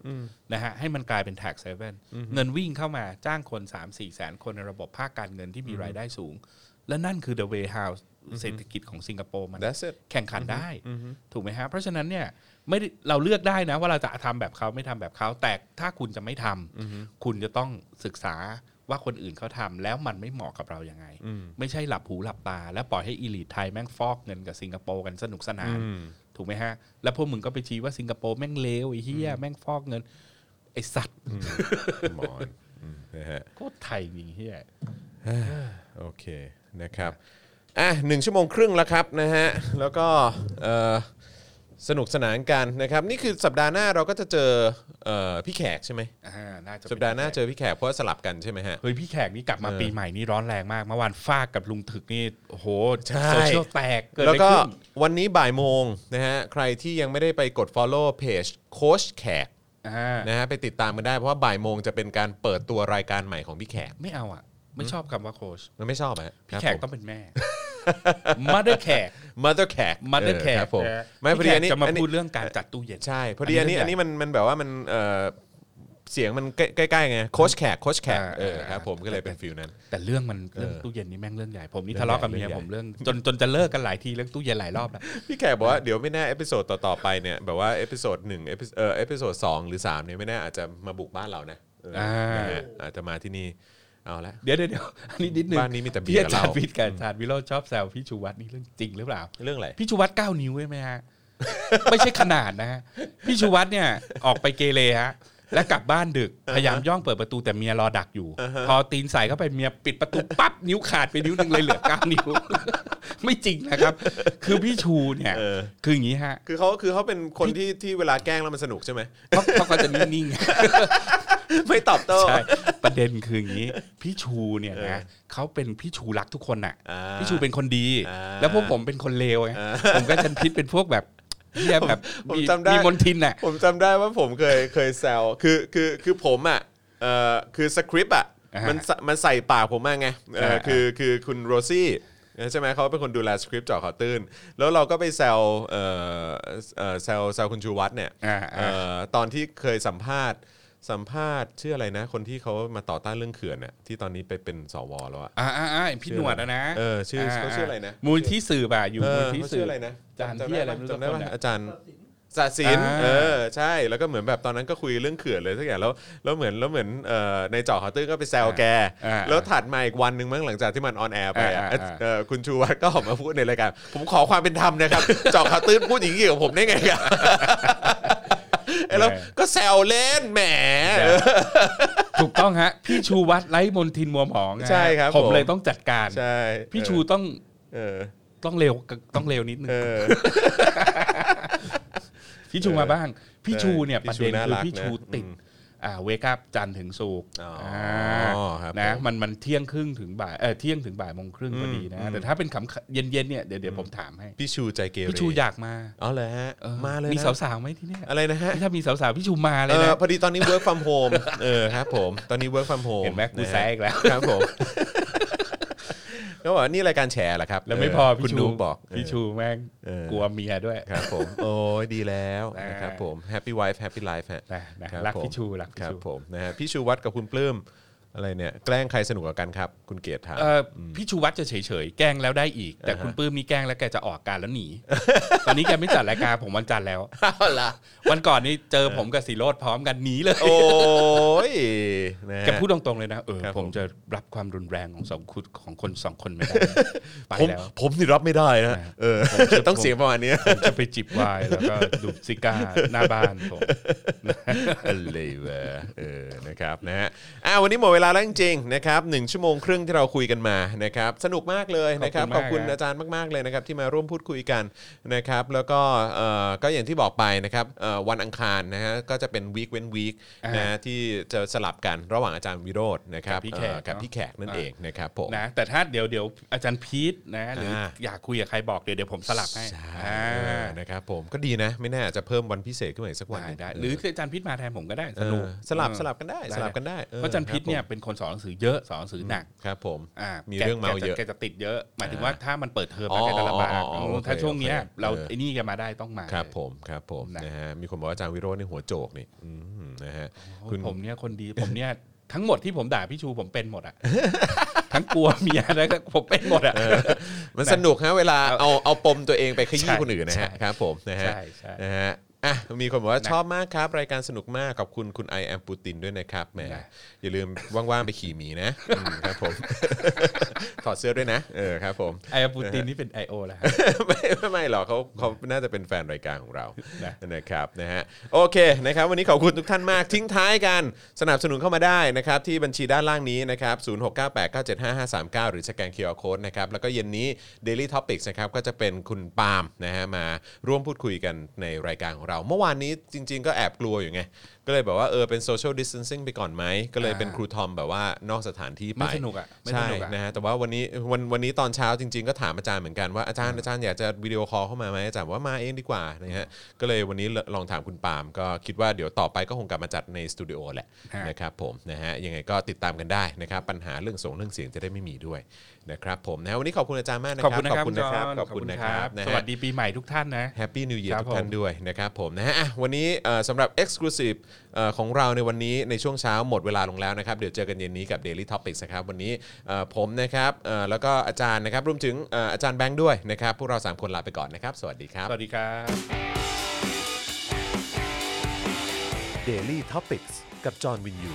[SPEAKER 3] นะฮะให้มันกลายเป็น tax haven เงินวิ่งเข้ามาจ้างคน 3 4 แสนคนในระบบภาคการเงินที่มีรายได้สูง และนั่นคือ the way how เศรษฐกิจของสิงคโปร์มัน
[SPEAKER 2] that's it
[SPEAKER 3] แข่งขันได้ ถูกไหมฮะ เพราะฉะนั้นเนี่ยไม่ได้เราเลือกได้นะว่าเราจะทำแบบเขาไม่ทำแบบเขาแต่ถ้าคุณจะไม่ทำคุณจะต้องศึกษาว่าคนอื่นเขาทำแล้วมันไม่เหมาะกับเรายังไง ไม่ใช่หลับหูหลับตา แล้วปล่อยให้อีลิทไทยแม่งฟอกเงินกับสิงคโปร์กันสนุกสนาน ถูกไหมฮะ แล้วพวกมึงก็ไปชี้ว่าสิงคโปร์แม่งเลวไอ้เหี้ยแม่งฟอกเงินไอ้สัตว์
[SPEAKER 2] หมอนอืมนะฮะ
[SPEAKER 3] โคตรไทยจริงเหี้ย
[SPEAKER 2] โอเคนะครับ อ่ะหนึ่งชั่วโมงครึ่งแล้วครับนะฮะ แล้วก็เอ่อสนุกสนานกันนะครับ นี่คือสัปดาห์หน้าเราก็จะเจอเอ่อพี่แขกใช่ไหม
[SPEAKER 3] อ่าน่าจะ
[SPEAKER 2] สัปดาห์หน้าเจอพี่แขกเพราะว่าสลับกันใช่ไหมฮะ
[SPEAKER 3] เฮ้ยพี่แขกนี่กลับมา
[SPEAKER 2] เออ
[SPEAKER 3] ปีใหม่นี่ร้อนแรงมากเมื่อวานฟากกับลุงถึกนี่โอ้โห
[SPEAKER 2] ใช่
[SPEAKER 3] โซเชียลแตกเกิดอะ
[SPEAKER 2] แล้ว
[SPEAKER 3] ไร
[SPEAKER 2] ก็
[SPEAKER 3] ขึ้น
[SPEAKER 2] วันนี้บ่ายโมงนะฮะใครที่ยังไม่ได้ไปกด Follow เพจโค้ชแขก
[SPEAKER 3] อ่า
[SPEAKER 2] นะฮะไปติดตามกันได้เพราะว่าบ่ายโมงจะเป็นการเปิดตัวรายการใหม่ของพี่แขก
[SPEAKER 3] ไม่เอาอ่ะ ไม่ชอบคำว่าโค้ช
[SPEAKER 2] มันไม่ชอบไหม
[SPEAKER 3] พี่แขกต้องเป็นแม่ มาเดอร์แขก
[SPEAKER 2] มาเตอร์แขก
[SPEAKER 3] มาเดอร์แขก
[SPEAKER 2] ครับผม
[SPEAKER 3] นะฮะ
[SPEAKER 2] ไม่พอดี
[SPEAKER 3] พี่แข
[SPEAKER 2] อั
[SPEAKER 3] ก
[SPEAKER 2] นนี้
[SPEAKER 3] จะมา
[SPEAKER 2] อันนี้
[SPEAKER 3] พูดเรื่องการจัดตู้เย็น
[SPEAKER 2] ใช่ พอดีอันนี้
[SPEAKER 3] อั
[SPEAKER 2] อั
[SPEAKER 3] น
[SPEAKER 2] น
[SPEAKER 3] นี้
[SPEAKER 2] นี้มันมันแบบว่ามันเอ่อเสียงมันใกล้ใกล้ๆไงโค้ชแขกโค้ชแขก
[SPEAKER 3] อ่า
[SPEAKER 2] เออ
[SPEAKER 3] อ่า
[SPEAKER 2] ครับผมก็เลยเป็นฟิลนั้น
[SPEAKER 3] แต่เรื่องมันเรื่องตู้เย็นนี่แม่งเรื่องใหญ่ผมนี่
[SPEAKER 2] เรื่อง
[SPEAKER 3] ทะเลาะกับ
[SPEAKER 2] ใหญ่
[SPEAKER 3] เมีย
[SPEAKER 2] เรื่องใหญ่
[SPEAKER 3] ผมเรื่องจนจนจะเลิกกันหลายทีเรื่องตู้เย็นหลายรอบแล้ว
[SPEAKER 2] พี่แขกบอกว่าเดี๋ยวไม่แน่เอพิโซดต่อๆไปเนี่ยแบบว่าเอพิโซดหนึ่งเอพิเอ่อเอพิโซดสองหรือสามเนี่ยไม่แน่อาจจะมาบุกบ้านเรานะเอออา นะฮะอาจจะมาที่นี่เอาละ
[SPEAKER 3] เดี๋ยวเดี๋ยวเดี๋ยวอันนี้นิดนึง
[SPEAKER 2] บ้านนี้มีแต่เบียร์
[SPEAKER 3] พี่อาจา
[SPEAKER 2] เห
[SPEAKER 3] รย์
[SPEAKER 2] ล้า
[SPEAKER 3] วิทย์กับอาจารย์วิโรจน์ชอบแซวพี่ชูวัตรนี่เรื่องจริงหรือเปล่า
[SPEAKER 2] เรื่องอะไร
[SPEAKER 3] พี่ชูวัตรเก้านิ้วใช่ไหมฮะ ไม่ใช่ขนาดนะ ฮะพี่ชูวัตรเนี่ยออกไปเกเรฮะแล้วกลับบ้านดึกพยายามย่องเปิดประตูแต่เมียรอดักอยู่ พอตีนใส่เข้าไปเมียปิดประตูปั๊บนิ้วขาดไปนิ้วหนึงเลยเหลือเก้านิ้ว ไม่จริงนะครับ คือพี่ชูเนี่ย
[SPEAKER 2] เออ
[SPEAKER 3] คืออย่างนี้ฮะ
[SPEAKER 2] คือเขาคือเขาเป็นคนที่ที่เวลาแกล้งแล้วมันสนุกใช่ไหม
[SPEAKER 3] เขาเขาก็จะนิ่ง ๆ
[SPEAKER 2] ไม่ตอบโต้
[SPEAKER 3] ใช่ ประเด็นคืออย่างนี้ พี่ชูเนี่ย
[SPEAKER 2] เออ
[SPEAKER 3] นะเขาเป็นพี่ชูรักทุกคนน่ะ
[SPEAKER 2] อ่า
[SPEAKER 3] พี่ชูเป็นคนดี
[SPEAKER 2] อ่า
[SPEAKER 3] แล้วพวกผมเป็นคนเลวไงผมก็จันพิษเป็นพวกแบบเหียแบบ
[SPEAKER 2] ผม
[SPEAKER 3] มี
[SPEAKER 2] จำได้
[SPEAKER 3] มีมนทินน่ะ
[SPEAKER 2] ผมจำได้ว่าผมเคยเคยแซวคือคือคือผมอ่ะเอ่อคือสคริปต์อ่ะ
[SPEAKER 3] อ่าฮะ
[SPEAKER 2] มันสมันใส่ปากผมมาไงเอ่อ
[SPEAKER 3] อ่า
[SPEAKER 2] คือคือคุณโรซี่ใช่ไหมเขาเป็นคนดูแลสคริปต์เจอข่าวตื้น แล้วเราก็ไปแซวเอ่อเอ่อแซวแซวคุณชูวัฒน์เนี่ย
[SPEAKER 3] อ่าอ่า
[SPEAKER 2] เอ่อตอนที่เคยสัมภาษณ์สัมภาษณ์ชื่ออะไรนะ คนที่เขามาต่อต้านเรื่องเขื่อนเนี่ยที่ตอนนี้ไปเป็นสวแล้วอะ
[SPEAKER 3] อ่าอ่าอ่าพี่หนวดนะนะ
[SPEAKER 2] เออชื่อเขาชื่ออะไรนะ
[SPEAKER 3] มูลที่สื่อบ่ะอยู่
[SPEAKER 2] เอ
[SPEAKER 3] มู
[SPEAKER 2] อ
[SPEAKER 3] ลที่
[SPEAKER 2] เขา
[SPEAKER 3] สื่
[SPEAKER 2] ชื่อ
[SPEAKER 3] ออ
[SPEAKER 2] อะไรนะ
[SPEAKER 3] จารย์
[SPEAKER 2] จำ
[SPEAKER 3] ที่อะไร
[SPEAKER 2] ด้ป
[SPEAKER 3] ไม่รู้สัก
[SPEAKER 2] จำได้
[SPEAKER 3] คน
[SPEAKER 2] ปะ
[SPEAKER 3] น่ะ
[SPEAKER 2] อาจารย์ศาสิน
[SPEAKER 3] อ่า
[SPEAKER 2] เออใช่แล้วก็เหมือนแบบตอนนั้นก็คุยเรื่องเขื่อนเลยสักอย่างแล้วแล้วเหมือนแล้วเหมือนเอ่อในเจอฮอตเตอร์ก็ไปแซวแก
[SPEAKER 3] อ่า
[SPEAKER 2] แล้วถัดมาอีกวันหนึ่งมั้งหลังจากที่มันออนแอร์ไปอะ
[SPEAKER 3] อ่าอ่าอ่า
[SPEAKER 2] เอ่อคุณชูวัฒน์ก็ออกมาพูดในรายการผมขอความเป็นธรรมนะครับ เจอฮอตเตอร์พูดอย่างนี้กับผมได้ไงครับเอ้ยแล้วก็แซวเล่นแหม
[SPEAKER 3] ถูกต้องฮะ พี่ชูวัดไร้มนทินมัวหมองนะฮะ
[SPEAKER 2] ใช่ครับ
[SPEAKER 3] ผม
[SPEAKER 2] ผม
[SPEAKER 3] เลยต้องจัดการ
[SPEAKER 2] ใช่
[SPEAKER 3] พี่ชูต้อง
[SPEAKER 2] เออ
[SPEAKER 3] ต้องเร็วต้องเร็วนิดนึง
[SPEAKER 2] เออ
[SPEAKER 3] พี่ชูมาบ้าง พี่ชูเนี่ย
[SPEAKER 2] พี่
[SPEAKER 3] ประ
[SPEAKER 2] ชู
[SPEAKER 3] เด็น
[SPEAKER 2] น่า
[SPEAKER 3] คือ
[SPEAKER 2] รัก
[SPEAKER 3] พี่
[SPEAKER 2] นะ
[SPEAKER 3] ชูติดอ่าเวกับจันทร์ถึงสุกร์
[SPEAKER 2] อ๋ออ่
[SPEAKER 3] า
[SPEAKER 2] ครับ
[SPEAKER 3] นะ
[SPEAKER 2] ผม
[SPEAKER 3] มันมันเที่ยงครึ่งถึงบ่ายเออเที่ยงถึงบ่ายโมงครึ่งพอดีนะ แต่ถ้าเป็นขำเย็นๆเนี่ยเดี๋ยวเดี๋ยวผมถามให้
[SPEAKER 2] พี่ชูใจเกเร
[SPEAKER 3] พี่ชูอยากมา
[SPEAKER 2] อ๋อเลยฮะ
[SPEAKER 3] ออ
[SPEAKER 2] มาเลย
[SPEAKER 3] มี
[SPEAKER 2] นะ
[SPEAKER 3] สาวๆไหมที่เนี่ย
[SPEAKER 2] อะไรนะฮะ
[SPEAKER 3] ถ้ามีสาวๆพี่ชูมาเล
[SPEAKER 2] เอย อ
[SPEAKER 3] นะ
[SPEAKER 2] พอดีตอนนี้ work from home เออครับผมตอนนี้ work from home
[SPEAKER 3] เห็นไหมกู
[SPEAKER 2] ะฮะ
[SPEAKER 3] แซะอีกแล้ว
[SPEAKER 2] ครับผมก็บอกว่านี่รายการแชร์เหรอครับ
[SPEAKER 3] แล้วไม่พอ
[SPEAKER 2] คุณ
[SPEAKER 3] พี่ชู
[SPEAKER 2] นูบอก
[SPEAKER 3] พี่ชูแม่ง
[SPEAKER 2] เออ
[SPEAKER 3] กลัวเมียด้วย
[SPEAKER 2] ครับผม โอ้ยดีแล้ว
[SPEAKER 3] อ่าน
[SPEAKER 2] นะครับผม happy wife happy life ฮะ
[SPEAKER 3] นะนะ
[SPEAKER 2] คบ
[SPEAKER 3] รัก
[SPEAKER 2] ผม
[SPEAKER 3] พี่ชูรักพี่
[SPEAKER 2] ครับ
[SPEAKER 3] ชู
[SPEAKER 2] ผมนะฮะพี่ชูวัดกับคุณปลื้มอะไรเนี่ยแกล้งใครสนุกกว่ากันครับ คุณเกียรติถาม
[SPEAKER 3] เอ่ออพี่ชูวัดจะเฉยๆแกล้งแล้วได้อีก แต่คุณปื้มนี่แกล้งแล้วแกจะออกอาการแล้วหนี ตอนนี้แกไม่จัดรายการผมวันจันทร์แล้ว
[SPEAKER 2] ล่ะ
[SPEAKER 3] วันก่อนนี่เจอผมกับสีโรดพร้อมกันหนีเลย
[SPEAKER 2] โอ้ยนะฮะ
[SPEAKER 3] แกพูดตรงๆเลยนะเออ
[SPEAKER 2] ครับ
[SPEAKER 3] ผ
[SPEAKER 2] ผม ม
[SPEAKER 3] จะรับความรุนแรงของสองคุณของคนสองคนไม่ได้ ไป
[SPEAKER 2] ผม
[SPEAKER 3] แล้ว
[SPEAKER 2] ผมนี่รับไม่ได้นะเออต้องเสียงประมาณเนี้ย
[SPEAKER 3] ผมจะไปจิบไวน์แล้วก็ดูดซิก้าหน้าบ้านผม
[SPEAKER 2] อะไรวะเออนะครับนะฮะอ่าวันนี้หมดเวลาแล้วจริงๆนะครับหนึ่งชั่วโมงครึ่งที่เราคุยกันมานะครับสนุกมากเลยนะครับ
[SPEAKER 3] ข
[SPEAKER 2] ข
[SPEAKER 3] อ
[SPEAKER 2] อ
[SPEAKER 3] บบ
[SPEAKER 2] คุ
[SPEAKER 3] คุ
[SPEAKER 2] ณ ณ
[SPEAKER 3] มาก
[SPEAKER 2] อาจารย์มากๆเลยนะครับที่มาร่วมพูดคุยกันนะครับแล้วก็เอ่อก็อย่างที่บอกไปนะครับเอ่อวันอังคารนะฮะก็จะเป็นวีคเว้นวีค
[SPEAKER 3] อ่าน
[SPEAKER 2] นะฮะที่จะสลับกันระหว่างอาจารย์วิโรจน์นะครับ
[SPEAKER 3] กับพี่แขก
[SPEAKER 2] เอ่อกับ
[SPEAKER 3] เนอะ
[SPEAKER 2] พี่แขกนั่นเองนะครับผม
[SPEAKER 3] นะแต่ถ้าเดี๋ยวเดี๋ยวอาจารย์พีทนะหรืออา อยากคุยกับใครบอกเดี๋ยวเดี๋ยวผมสลับให้
[SPEAKER 2] ใช่
[SPEAKER 3] อ่า
[SPEAKER 2] เออนะครับผมก็ดีนะ ไม่แน่อาจจะเพิ่มวันพิเศษขึ้นมาอีกสักวันนึ่ง
[SPEAKER 3] ได้ได้หรืออาจารย์พีทมาแทนผมก็ได้
[SPEAKER 2] เอ
[SPEAKER 3] สนุก
[SPEAKER 2] อสลับ
[SPEAKER 3] เออ
[SPEAKER 2] สลับกันได้สลับกันได้ออ
[SPEAKER 3] เพราะอาจันพิษเนี่ยเป็นคนสอนหนังสือเยอะสอนหนังสือหนัก
[SPEAKER 2] ครับผม
[SPEAKER 3] อ่า
[SPEAKER 2] มี
[SPEAKER 3] แก
[SPEAKER 2] เรื่องเมาเยอะ
[SPEAKER 3] แกจแกจะติดเยอะ หมายถึงว่าถ้ามันเปิดเทอม
[SPEAKER 2] อ๋
[SPEAKER 3] แล้ว
[SPEAKER 2] อ
[SPEAKER 3] แกจะลำบาก
[SPEAKER 2] อ๋ออ๋อโอเค
[SPEAKER 3] ถ้าช่วงเนี้ย
[SPEAKER 2] โอเค
[SPEAKER 3] เรา
[SPEAKER 2] เออ
[SPEAKER 3] ไอ้นี่แกมาได้ต้องมา
[SPEAKER 2] ครับผมครับผม
[SPEAKER 3] นะ
[SPEAKER 2] นะฮะมีคนบอกว่าอาจารย์วิโรจน์ในหัวโจกนี่อืมนะฮะ
[SPEAKER 3] โอ้ย
[SPEAKER 2] คุณ
[SPEAKER 3] ผมเนี่ย คนดีผมเนี่ยทั้งหมดที่ผมด่าพี่ชูผมเป็นหมดอ่ะ ทั้งกลัวเมียแล้วก็ผมเป็นหมดอ่ะ
[SPEAKER 2] มันสนุกฮะเวลาเอาเอาปมตัวเองไปขยี้
[SPEAKER 3] ใช่
[SPEAKER 2] คนอื่นนะฮะ
[SPEAKER 3] ใช่
[SPEAKER 2] ครับผมนะฮะ
[SPEAKER 3] ใช่ใช่
[SPEAKER 2] นะฮะ อ่ะมีคนบอกว่า
[SPEAKER 3] นะ
[SPEAKER 2] ชอบมากครับ รายการสนุกมากขอบคุณคุณ I am Putin ด้วยนะครับแหม
[SPEAKER 3] นะ
[SPEAKER 2] อย่าลืมว่างๆไปขี่หมี นะอืมครับผม ถอดเสื้อด้วยนะ เออครับผม
[SPEAKER 3] ไอปูตินนี่เป็น I.O. แล้ว
[SPEAKER 2] ไม่ไม่ไม่หรอกเขาเขาน่าจะเป็นแฟนรายการของเรา
[SPEAKER 3] นะ
[SPEAKER 2] นะครับนะฮะโอเคนะครับวันนี้ขอบคุณทุกท่านมากทิ้งท้ายกันสนับสนุนเข้ามาได้นะครับที่บัญชีด้านล่างนี้นะครับ0698975539 หรือสแกน QR Code นะครับแล้วก็เย็นนี้ Daily Topics นะครับก็จะเป็นคุณปาล์มนะฮะมาร่วมพูดคุยกันในรายการของเรา เมื่อวานนี้จริง ๆ ก็แอบกลัวอยู่ไง ก็เลยแบบว่าเออเป็น social distancing ไปก่อนไหมก็เลยเป็นครูทอมแบบว่านอกสถานที่ไป
[SPEAKER 3] ไม่สนุกอะไม่สนุก
[SPEAKER 2] ใช่
[SPEAKER 3] อะ
[SPEAKER 2] นะฮะแต่ว่าวันนี้วันวันนี้ตอนเช้าจริง ๆ ก็ถามอาจารย์เหมือนกันว่าอาจารย์อาจารย์อยากจะวิดีโอคอลเข้ามาไหมอาจารย์บอกว่ามาเองดีกว่านะฮะก็เลยวันนี้ลองถามคุณปาล์มก็คิดว่าเดี๋ยวต่อไปก็คงกลับมาจัดในสตูดิโอแหละ
[SPEAKER 3] ฮะ
[SPEAKER 2] นะครับผมนะฮะยังไงก็ติดตามกันได้นะครับปัญหาเรื่องส่งเรื่องเสียงจะได้ไม่มีด้วยนะครับผมนะฮะวันนี้ขอบคุณอาจารย์มากนะค
[SPEAKER 3] ข
[SPEAKER 2] รั
[SPEAKER 3] อบคุณนะครับ
[SPEAKER 2] นะครับ
[SPEAKER 3] ณจห์
[SPEAKER 2] ขอบคุณนะครับนะ
[SPEAKER 3] ส
[SPEAKER 2] ฮะ
[SPEAKER 3] วัสดีปีใหม่ทุกท่านนะ
[SPEAKER 2] แฮปปี้นิว e ย r
[SPEAKER 3] ครับ
[SPEAKER 2] ทุกท่าน
[SPEAKER 3] ผม
[SPEAKER 2] ด้วยนะครับผมนะฮะอ่ะวันนี้เอ่อสำหรับ Exclusive เอ่อของเราในวันนี้ในช่วงเช้าหมดเวลาลงแล้วนะครับ เดี๋ยวเจอกันเย็นนี้กับ Daily Topics นะครับ วันนี้เอ่อผมนะครับเอ่อแล้วก็อาจารย์นะครับรวมถึงเอ่ออาจารย์แบงค์ด้วยนะครับ พวกเรา 3 คนลาไปก่อนนะครับ สวัสดีครับ
[SPEAKER 3] สวัสดีครับ
[SPEAKER 1] Daily t o p i c กกับจอห์นวินยู